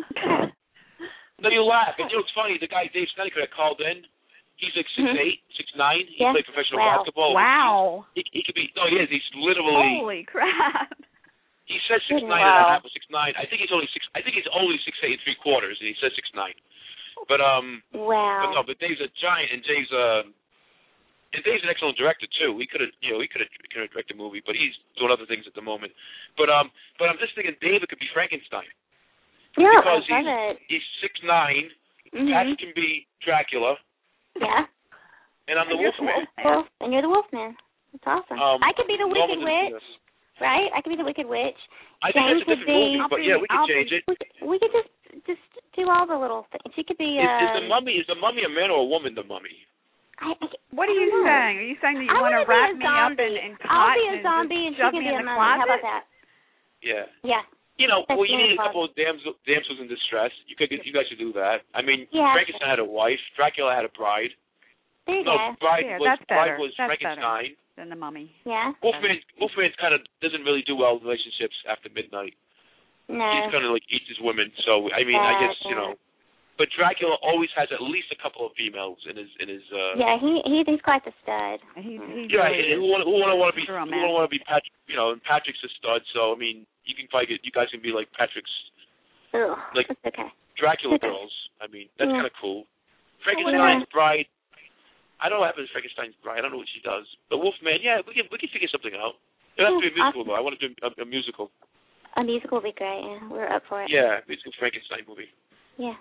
Speaker 4: No, you laugh. And, you know, it's funny. The guy Dave Snyder could have called in. He's like six
Speaker 2: Mhm.
Speaker 4: eight, six nine. He
Speaker 2: Yeah.
Speaker 4: played professional
Speaker 2: Wow.
Speaker 4: basketball.
Speaker 3: Wow!
Speaker 4: He, he could be. No, he is. He's literally.
Speaker 3: Holy crap! *laughs*
Speaker 4: He says six
Speaker 2: Goodness.
Speaker 4: nine and a
Speaker 9: Wow.
Speaker 4: half or six nine. I think he's only six. I think he's only six eight and three quarters, and he says six nine. But um. But no,
Speaker 2: Wow.
Speaker 4: but Dave's a giant, and Dave's uh, and Dave's an excellent director too. He could have, you know, he could have could have directed a movie, but he's doing other things at the moment. But um, but I'm just thinking David could be Frankenstein.
Speaker 2: No, I
Speaker 4: because
Speaker 2: love it.
Speaker 4: He's six nine.
Speaker 2: Mhm.
Speaker 4: Ash can be Dracula,
Speaker 2: Yeah.
Speaker 4: and I'm the
Speaker 2: and you're
Speaker 4: Wolfman.
Speaker 2: the wolf, wolf- and you're the Wolfman. That's awesome.
Speaker 4: Um,
Speaker 2: I could be the Wicked
Speaker 4: Norman's
Speaker 2: Witch,
Speaker 4: in this.
Speaker 2: right? I could be the Wicked Witch.
Speaker 4: I
Speaker 2: Jane
Speaker 4: think that's a different
Speaker 2: could be-
Speaker 4: movie, but yeah, we
Speaker 3: I'll be-
Speaker 4: could change it.
Speaker 2: We could, we could just just do all the little things. She could be.
Speaker 4: Is, is the
Speaker 2: um,
Speaker 4: mummy is the mummy a man or a woman? The mummy.
Speaker 2: I, I, I
Speaker 3: What are you
Speaker 2: don't know.
Speaker 3: saying? Are you saying that you
Speaker 2: I
Speaker 3: want
Speaker 2: wanna
Speaker 3: to
Speaker 2: be
Speaker 3: wrap
Speaker 2: a
Speaker 3: me up
Speaker 2: zombie.
Speaker 3: in, in
Speaker 2: I'll
Speaker 3: cotton
Speaker 2: be a
Speaker 3: and
Speaker 2: zombie and
Speaker 3: just
Speaker 2: she
Speaker 3: shove
Speaker 2: can
Speaker 3: me
Speaker 2: be
Speaker 3: in
Speaker 2: a
Speaker 3: the
Speaker 2: mummy.
Speaker 3: closet?
Speaker 2: How about that?
Speaker 4: Yeah.
Speaker 2: Yeah.
Speaker 4: You know,
Speaker 2: That's
Speaker 4: well, you
Speaker 2: really
Speaker 4: need a
Speaker 2: fun.
Speaker 4: couple of damsel, damsels in distress. You could, you guys should do that. I mean,
Speaker 2: Yeah.
Speaker 4: Frankenstein had a wife. Dracula had a bride.
Speaker 2: There you
Speaker 4: No,
Speaker 2: go.
Speaker 4: bride
Speaker 3: Yeah,
Speaker 4: was
Speaker 3: that's better.
Speaker 4: bride was
Speaker 3: That's better.
Speaker 4: Frankenstein.
Speaker 3: Than the mummy.
Speaker 2: Yeah.
Speaker 4: Wolfman Wolfman kind of doesn't really do well in relationships after midnight. He
Speaker 2: No.
Speaker 4: just kind of like eats his women. So I mean, I
Speaker 2: Yeah,
Speaker 4: guess you
Speaker 2: yeah.
Speaker 4: know. But Dracula always has at least a couple of females in his in his. uh
Speaker 2: Yeah, he, he he's quite the stud.
Speaker 3: He, he
Speaker 4: Yeah,
Speaker 3: really
Speaker 4: and
Speaker 3: is.
Speaker 4: who want who want to want to
Speaker 3: He's
Speaker 4: be
Speaker 3: a
Speaker 4: who
Speaker 3: romance.
Speaker 4: want to want to be Patrick? You know, and Patrick's a stud. So I mean, you can probably get you guys can be like Patrick's
Speaker 2: Ugh,
Speaker 4: Like-
Speaker 2: that's okay.
Speaker 4: Dracula girls. I mean, that's
Speaker 2: Yeah.
Speaker 4: kind of cool. Frankenstein's bride. I don't know what happens to Frankenstein's bride. I don't know what she does. But Wolfman, yeah, we can we can figure something out. It has to be a
Speaker 2: Yeah,
Speaker 4: musical
Speaker 2: awesome.
Speaker 4: though. I want to do a, a musical.
Speaker 2: A musical would be great. Yeah, we're up for it.
Speaker 4: Yeah, musical Frankenstein
Speaker 2: *laughs*
Speaker 4: movie. *laughs*
Speaker 2: Yeah.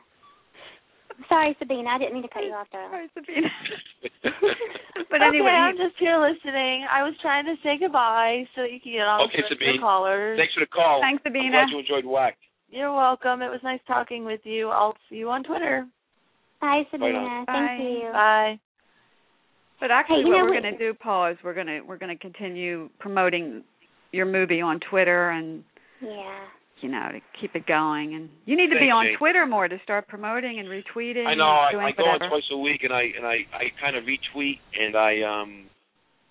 Speaker 2: Sorry, Sabine. I didn't mean to cut you off, darling.
Speaker 3: Sorry,
Speaker 4: *laughs*
Speaker 3: Sabina.
Speaker 9: *laughs*
Speaker 3: But
Speaker 9: okay,
Speaker 3: anyway,
Speaker 9: I'm just here listening. I was trying to say goodbye so that you can get on
Speaker 4: Okay,
Speaker 9: with the
Speaker 4: Sabine.
Speaker 9: callers.
Speaker 4: Thanks for the call.
Speaker 3: thanks,
Speaker 4: Oh, I'm
Speaker 3: Sabina.
Speaker 4: glad you enjoyed Whack.
Speaker 9: You're welcome. It was nice talking with you. I'll see you on Twitter.
Speaker 2: Bye, Sabina.
Speaker 3: Bye.
Speaker 2: Thank you.
Speaker 9: Bye.
Speaker 3: But actually,
Speaker 2: you
Speaker 3: what
Speaker 2: know
Speaker 3: we're
Speaker 2: what-
Speaker 3: going to do, Paul, is we're going to we're going to continue promoting your movie on Twitter and
Speaker 2: Yeah.
Speaker 3: you know to keep it going. And you need to be
Speaker 4: Thanks,
Speaker 3: on
Speaker 4: Jane.
Speaker 3: Twitter more to start promoting and retweeting.
Speaker 4: I know.
Speaker 3: and
Speaker 4: I,
Speaker 3: doing
Speaker 4: I go on
Speaker 3: whatever.
Speaker 4: twice a week, and I and I I kind of retweet, and I um,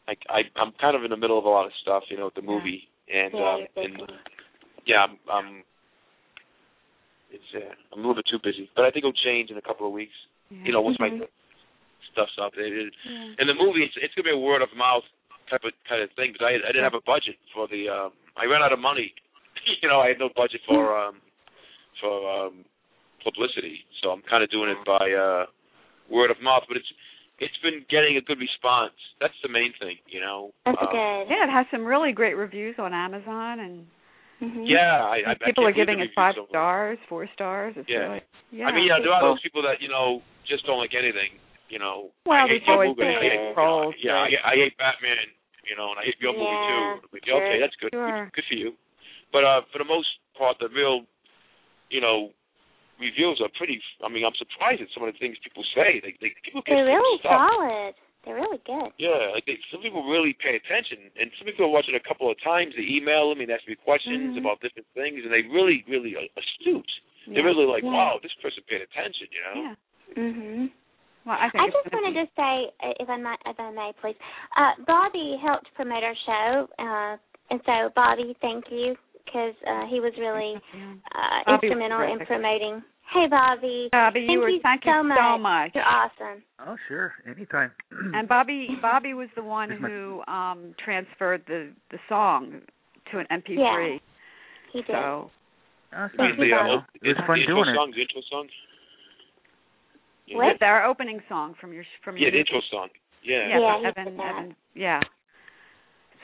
Speaker 4: I, I I'm kind of in the middle of a lot of stuff, you know, with the movie, and
Speaker 2: yeah,
Speaker 4: um,
Speaker 2: you're
Speaker 4: and
Speaker 2: busy.
Speaker 4: yeah, I'm, I'm it's uh, I'm a little bit too busy, but I think it'll change in a couple of weeks. You know, once my
Speaker 2: Mhm.
Speaker 3: Mm-hmm.
Speaker 4: stuff's up, it is. And the movie, it's it's gonna be a word of mouth type of kind of thing because I I didn't have a budget for the. Um, I ran out of money. *laughs* you know, I had no budget for
Speaker 3: Hmm.
Speaker 4: um for um publicity, so I'm kind of doing it by uh word of mouth. But it's it's been getting a good response. That's the main thing, you know.
Speaker 2: That's
Speaker 4: um,
Speaker 2: good.
Speaker 3: Yeah, it has some really great reviews on Amazon, and
Speaker 2: Mhm.
Speaker 4: Yeah, I, I I
Speaker 3: people
Speaker 4: can't
Speaker 3: are
Speaker 4: believe
Speaker 3: giving
Speaker 4: the
Speaker 3: it
Speaker 4: reviews
Speaker 3: five
Speaker 4: so-
Speaker 3: stars, four stars. It's
Speaker 4: Yeah.
Speaker 3: really, yeah.
Speaker 4: I mean, yeah, there are
Speaker 2: Well-
Speaker 4: those people that you know just don't like anything. You know,
Speaker 3: Well,
Speaker 4: I hate
Speaker 3: there's
Speaker 4: your
Speaker 3: always
Speaker 4: movie. I
Speaker 2: been
Speaker 4: hate, you know,
Speaker 3: trolls,
Speaker 4: yeah, I,
Speaker 3: right.
Speaker 4: I hate Batman. You know, and I hate your movie too.
Speaker 2: Yeah,
Speaker 4: Like, yeah, okay,
Speaker 2: sure,
Speaker 4: that's good. Good-
Speaker 3: sure.
Speaker 4: Good for you. But uh, for the most part, the real, you know, reviews are pretty. I mean, I'm surprised at some of the things people say. They, they people get
Speaker 2: They're
Speaker 4: some
Speaker 2: really
Speaker 4: stuff.
Speaker 2: solid. They're really good.
Speaker 4: Yeah, like they, some people really pay attention, and some people watch it a couple of times. They email them and ask me questions
Speaker 3: Mhm.
Speaker 4: about different things, and they really, really are astute.
Speaker 3: yeah.
Speaker 4: They're really like,
Speaker 2: Yeah.
Speaker 4: wow, this person paid attention. You know.
Speaker 3: yeah. Mm-hmm.
Speaker 2: Mhm.
Speaker 3: Well, I think
Speaker 2: I
Speaker 3: it's
Speaker 2: just
Speaker 3: gonna
Speaker 2: wanted
Speaker 3: be-
Speaker 2: to say, uh, if I might, if I may, please. Uh, Bobby helped promote our show, uh, and so Bobby, thank you, because uh, he was really
Speaker 3: Yeah.
Speaker 2: uh,
Speaker 3: Bobby was
Speaker 2: instrumental in
Speaker 3: terrific.
Speaker 2: promoting Hey, Bobby.
Speaker 3: Bobby, you
Speaker 2: thank
Speaker 3: were-
Speaker 2: you,
Speaker 3: thank you
Speaker 2: so
Speaker 3: so much.
Speaker 2: You're awesome.
Speaker 6: Oh, sure. Anytime.
Speaker 2: Hmm.
Speaker 6: *clears throat*
Speaker 3: And Bobby
Speaker 2: *laughs*
Speaker 3: Bobby was the one
Speaker 6: Here's my-
Speaker 3: who um transferred the the song to an MP3.
Speaker 2: He did.
Speaker 3: So
Speaker 6: Oh, it's
Speaker 2: Thank
Speaker 6: not
Speaker 2: you,
Speaker 4: Usually,
Speaker 6: bad.
Speaker 4: uh,
Speaker 2: Bob.
Speaker 6: it was
Speaker 4: the
Speaker 6: fun
Speaker 4: intro
Speaker 6: doing it.
Speaker 4: song, the intro song. Yeah,
Speaker 2: What?
Speaker 3: That- our opening song from your from
Speaker 4: Yeah,
Speaker 3: your
Speaker 4: the intro song. Yeah.
Speaker 3: yeah,
Speaker 2: Yeah, he
Speaker 3: Evan,
Speaker 2: did that.
Speaker 3: Evan- yeah.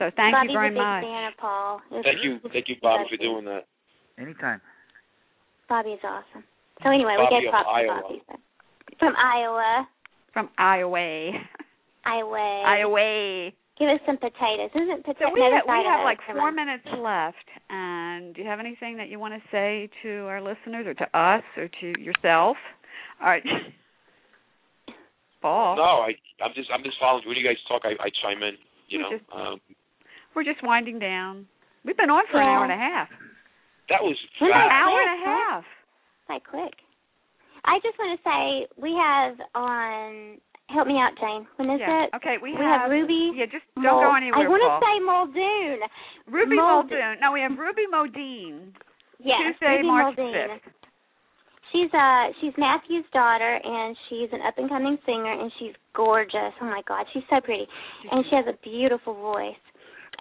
Speaker 3: So thank
Speaker 2: Bobby's
Speaker 3: you very
Speaker 2: a big
Speaker 3: much.
Speaker 2: fan of Paul. It was-
Speaker 4: Thank you, thank you, Bobby, for doing that.
Speaker 6: Anytime.
Speaker 2: Bobby is awesome. So anyway, we
Speaker 4: Bobby
Speaker 2: gave
Speaker 4: of
Speaker 2: props to
Speaker 4: Iowa.
Speaker 2: Bobby. From Iowa.
Speaker 3: From Iowa.
Speaker 2: Iowa.
Speaker 3: Iowa.
Speaker 2: Give us some potatoes. Isn't
Speaker 3: So
Speaker 2: potato?
Speaker 3: we
Speaker 2: no,
Speaker 3: have,
Speaker 2: it's
Speaker 3: we
Speaker 2: Idaho.
Speaker 3: have like
Speaker 2: Never
Speaker 3: four
Speaker 2: mind.
Speaker 3: minutes left, and do you have anything that you want to say to our listeners, or to us, or to yourself? All right, *laughs* Paul,
Speaker 4: No, I, I'm just, I'm just following. When you guys talk, I, I chime in. You know,
Speaker 3: Just-
Speaker 4: um,
Speaker 3: we're just winding down. We've been on for an hour and a half.
Speaker 4: that was
Speaker 2: When
Speaker 3: An
Speaker 2: I-
Speaker 4: fast.
Speaker 3: hour and a half.
Speaker 2: Like quick. I just want to say we have on. Help me out, Jane. When is
Speaker 3: Yeah.
Speaker 2: it?
Speaker 3: Okay, we
Speaker 2: We have
Speaker 3: have,
Speaker 2: Ruby.
Speaker 3: Yeah, just don't
Speaker 2: Mul-
Speaker 3: go
Speaker 2: I
Speaker 3: anywhere,
Speaker 2: want
Speaker 3: Paul.
Speaker 2: to say Muldoon.
Speaker 3: Ruby
Speaker 2: Muldoon.
Speaker 3: Muldoon. No, we have Ruby Modine.
Speaker 2: Yes,
Speaker 3: Tuesday,
Speaker 2: Ruby
Speaker 3: March
Speaker 2: Muldoon.
Speaker 3: fifth.
Speaker 2: She's uh she's Matthew's daughter and she's an up and coming singer and she's gorgeous. Oh my god, she's so pretty. And she has a beautiful voice.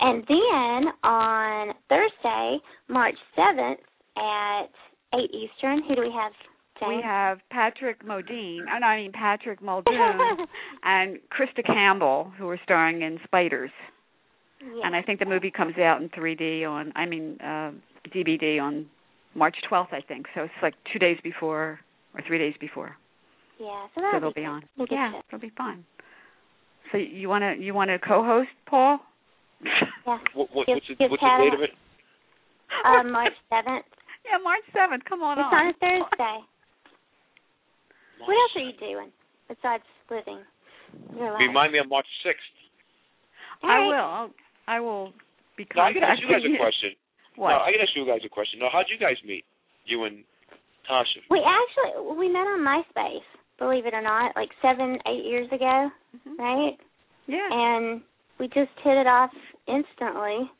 Speaker 2: And then on Thursday, March seventh at eight Eastern, who do we have? Jane?
Speaker 3: We have Patrick Modine. Oh, no, I mean Patrick Muldoon.
Speaker 2: *laughs*
Speaker 3: and Krista Campbell, who are starring in Spiders.
Speaker 2: Yeah.
Speaker 3: And I think the movie comes out in 3D on, I mean, uh, DVD on March 12th, I think. So it's like two days before or three days before.
Speaker 2: yeah, so
Speaker 3: So
Speaker 2: that'll
Speaker 3: they'll
Speaker 2: be
Speaker 3: be on.
Speaker 2: We'll get
Speaker 3: Yeah,
Speaker 2: you.
Speaker 3: it'll be fun. So you want to you want to co-host, Paul?
Speaker 2: yeah.
Speaker 3: *laughs*
Speaker 4: What, what,
Speaker 2: Give-
Speaker 4: what's the,
Speaker 2: give
Speaker 4: what's the
Speaker 2: Pat a-
Speaker 4: date of it?
Speaker 2: Uh, March seventh.
Speaker 3: Yeah, March 7th. Come on
Speaker 2: It's
Speaker 3: on.
Speaker 2: on a Thursday. What else are you doing besides living your life?
Speaker 4: Remind me on March sixth.
Speaker 3: I will. I'll, I will be
Speaker 4: No, I can ask
Speaker 3: contacting
Speaker 4: you guys a
Speaker 3: you.
Speaker 4: question.
Speaker 3: *laughs* What?
Speaker 4: No, I can ask you guys a question. No, how'd you guys meet? You and Tasha.
Speaker 2: We actually we met on MySpace, believe it or not, like seven, eight years ago,
Speaker 3: Mhm.
Speaker 2: right?
Speaker 3: Yeah.
Speaker 2: And we just hit it off instantly.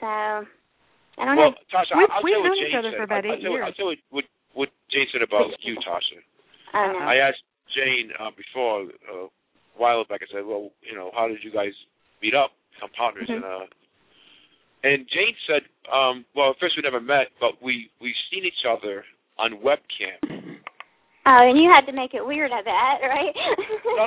Speaker 2: So I don't
Speaker 4: Well,
Speaker 2: know.
Speaker 4: Tasha,
Speaker 3: We've-
Speaker 4: I'll
Speaker 3: we've
Speaker 4: tell you
Speaker 3: known
Speaker 4: what
Speaker 3: each
Speaker 4: Jane
Speaker 3: other
Speaker 4: said.
Speaker 3: for about eight
Speaker 4: I'll, I'll tell, you-
Speaker 3: years.
Speaker 4: I'll tell you what, what Jane said
Speaker 3: *laughs*
Speaker 4: about you, Tasha.
Speaker 2: I don't know.
Speaker 4: I asked Jane uh, before uh, a while back. I said, "Well, you know, how did you guys meet up, become partners?"
Speaker 2: Mhm.
Speaker 3: Mm-hmm.
Speaker 4: And uh, and Jane said, um, "Well, at first we never met, but we we seen each other on webcam."
Speaker 2: Oh, and you had to make it weird, I bet, right?
Speaker 4: No,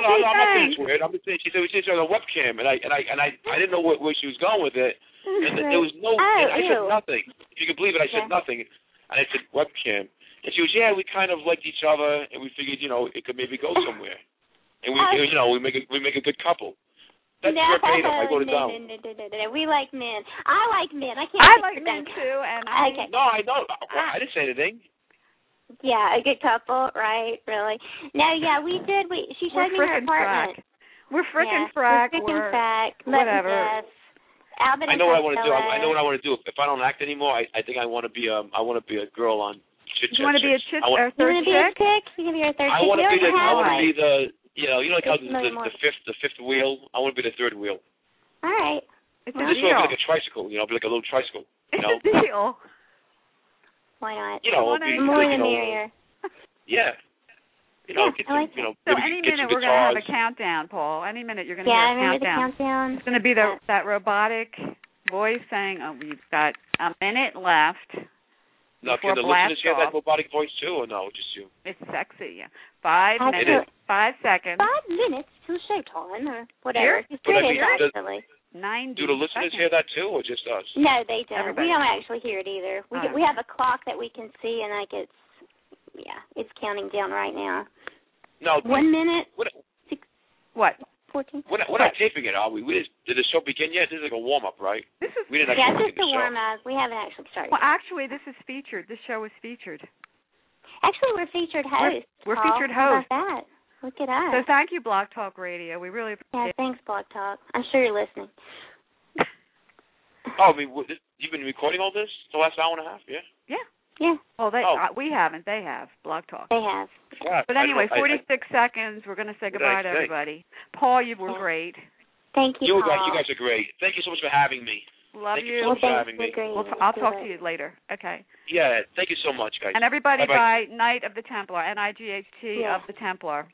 Speaker 2: *laughs*
Speaker 4: no, no I'm not
Speaker 3: Thanks.
Speaker 4: saying it's weird. I'm just saying she said we seen each other on webcam, and I and I and I I didn't know where, where she was going with it, and there was
Speaker 3: Oh,
Speaker 4: no. and I said
Speaker 2: ew.
Speaker 4: nothing. If you can believe it, I said
Speaker 2: Yeah.
Speaker 4: nothing, and I said webcam, and she was, "Yeah, we kind of liked each other, and we figured, you know, it could maybe go
Speaker 3: *laughs*
Speaker 4: somewhere, and we,
Speaker 2: Oh.
Speaker 4: you know, we make a we make a good couple." That's
Speaker 2: no,
Speaker 4: verbatim. I wrote
Speaker 2: *laughs*
Speaker 4: it
Speaker 2: no,
Speaker 4: down.
Speaker 2: no, no, no, no, no. We like men. I like men. I can't
Speaker 3: I
Speaker 2: fix
Speaker 3: like men
Speaker 2: them.
Speaker 3: too, and I
Speaker 2: Okay.
Speaker 4: No, I know.
Speaker 3: Ah.
Speaker 4: I, I didn't say anything.
Speaker 2: Yeah, a good couple, right? Really? No, yeah, we did. We she
Speaker 3: we're
Speaker 2: showed me her
Speaker 3: frickin'
Speaker 2: apartment.
Speaker 3: frack. We're frickin'
Speaker 2: yeah,
Speaker 3: frack.
Speaker 2: We're frickin'
Speaker 3: We're-
Speaker 2: frack.
Speaker 3: whatever.
Speaker 2: Let me guess. Alvin
Speaker 4: I
Speaker 2: and
Speaker 4: know what I want to do.
Speaker 2: Priscilla.
Speaker 4: I, I know what I want to do. If I don't act anymore, I, I think I want to be um I want to be a girl on chit chat.
Speaker 3: You want to be a chit
Speaker 4: I want,
Speaker 3: or
Speaker 2: You
Speaker 3: third
Speaker 2: want to be a
Speaker 3: chick?
Speaker 2: chick? You want to be our third
Speaker 4: I
Speaker 2: chick?
Speaker 4: want to
Speaker 2: We
Speaker 4: be
Speaker 2: already
Speaker 4: the I
Speaker 2: have
Speaker 4: want to
Speaker 2: one.
Speaker 4: be the you know you know like how the,
Speaker 2: It's Monday
Speaker 4: the, the
Speaker 2: morning.
Speaker 4: fifth the fifth wheel. I want to be the third wheel.
Speaker 2: All right.
Speaker 3: It's
Speaker 4: I
Speaker 3: a
Speaker 4: just
Speaker 3: deal.
Speaker 4: want to be like a tricycle. You know, be like a little tricycle. you
Speaker 3: *laughs*
Speaker 4: know.
Speaker 3: It's a deal.
Speaker 2: Why not?
Speaker 4: You know,
Speaker 3: Wanna-
Speaker 4: be,
Speaker 2: The more
Speaker 4: like,
Speaker 2: the
Speaker 4: you know,
Speaker 2: merrier.
Speaker 4: yeah. You know,
Speaker 2: Yeah,
Speaker 4: get
Speaker 2: I
Speaker 4: some,
Speaker 2: like
Speaker 4: you know,
Speaker 3: So
Speaker 4: maybe
Speaker 3: any
Speaker 4: get
Speaker 3: minute
Speaker 4: some
Speaker 3: we're
Speaker 4: guitars.
Speaker 3: gonna have a countdown, Paul. Any minute you're gonna
Speaker 2: Yeah, I
Speaker 3: hear a
Speaker 2: remember the
Speaker 3: countdown.
Speaker 2: countdown.
Speaker 3: It's gonna be the, that robotic voice saying, "Oh, we've got a minute left."
Speaker 4: Now,
Speaker 3: before
Speaker 4: can the listeners
Speaker 3: blast
Speaker 4: hear that
Speaker 3: off.
Speaker 4: robotic voice too, or no? Just you.
Speaker 3: It's sexy. yeah. Five
Speaker 2: I
Speaker 3: minutes. Five seconds.
Speaker 2: Five minutes till showtime or whatever.
Speaker 3: Here?
Speaker 2: It's
Speaker 4: But I
Speaker 2: British,
Speaker 4: mean, does-
Speaker 2: actually.
Speaker 3: Ninety.
Speaker 4: Do the listeners
Speaker 3: seconds.
Speaker 4: hear that too, or just us?
Speaker 3: Mm-hmm.
Speaker 2: No, they don't.
Speaker 3: Everybody.
Speaker 2: We don't actually hear it either. We
Speaker 3: Oh,
Speaker 2: we have a clock that we can see, and like it's yeah, it's counting down right now.
Speaker 4: No.
Speaker 2: One minute,
Speaker 4: What
Speaker 3: What?
Speaker 2: fourteen.
Speaker 4: We're not, we're not taping it, are we? we just, did the show begin yet? This is like a warm up, right?
Speaker 3: This is.
Speaker 4: We didn't
Speaker 2: Yeah,
Speaker 4: actually
Speaker 2: it's just
Speaker 4: begin
Speaker 2: a
Speaker 4: the show.
Speaker 2: warm up. We haven't actually started.
Speaker 3: Well, actually, this is featured. This show is featured.
Speaker 2: Actually, we're featured hosts.
Speaker 3: we're
Speaker 2: Paul.
Speaker 3: featured
Speaker 2: How
Speaker 3: hosts.
Speaker 2: about that? Look at
Speaker 3: So
Speaker 2: us.
Speaker 3: thank you, Block Talk Radio. We really
Speaker 2: Yeah,
Speaker 3: appreciate.
Speaker 2: thanks, Blog Talk. I'm sure you're listening.
Speaker 4: Oh, I mean, what- this, you've been recording all this the last hour and a half, yeah?
Speaker 3: Yeah.
Speaker 2: Yeah,
Speaker 3: Well, they
Speaker 4: Oh.
Speaker 3: uh, we haven't. They have Block Talk.
Speaker 2: they have.
Speaker 4: Wow.
Speaker 3: But
Speaker 4: I
Speaker 3: anyway,
Speaker 4: don't- I- I-
Speaker 3: 46 seconds. We're going to say
Speaker 4: What did
Speaker 3: goodbye
Speaker 4: I
Speaker 3: to
Speaker 4: say?
Speaker 3: everybody. Paul, you were
Speaker 2: Yeah.
Speaker 3: great.
Speaker 2: Thank you,
Speaker 4: you
Speaker 2: Paul.
Speaker 4: guys, you guys are great. Thank you so much for having me.
Speaker 3: Love
Speaker 4: Thank you
Speaker 3: you.
Speaker 4: so much for having me.
Speaker 3: We'll t- I'll talk to you later. Okay.
Speaker 4: Yeah, thank you so much, guys.
Speaker 3: And everybody
Speaker 4: Bye-bye.
Speaker 3: by Knight of the Templar, N I G H T
Speaker 2: Yeah.
Speaker 3: of the Templar.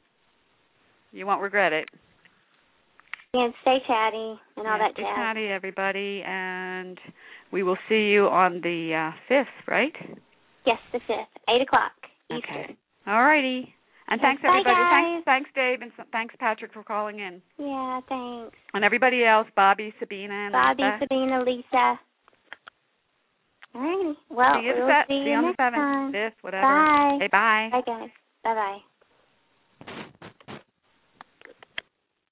Speaker 3: You won't regret it.
Speaker 2: And stay chatty and all
Speaker 3: Yeah,
Speaker 2: that
Speaker 3: stay
Speaker 2: jazz.
Speaker 3: chatty, everybody, and we will see you on the uh, 5th, right?
Speaker 2: Yes, the fifth, eight o'clock.
Speaker 3: Okay. All righty. And thanks,
Speaker 2: Bye,
Speaker 3: everybody.
Speaker 2: guys.
Speaker 3: Thanks, thanks, Dave, and s- thanks, Patrick, for calling in.
Speaker 2: Yeah, thanks.
Speaker 3: And everybody else, Bobby, Sabina, and
Speaker 2: Bobby,
Speaker 3: Lisa.
Speaker 2: Sabina, Lisa. All righty. Well,
Speaker 3: see you, the
Speaker 2: we'll
Speaker 3: se-
Speaker 2: see you
Speaker 3: on
Speaker 2: next
Speaker 3: the 7th,
Speaker 2: time.
Speaker 3: 5th, whatever.
Speaker 2: Bye.
Speaker 3: Hey, bye.
Speaker 2: Bye, guys. Bye, bye.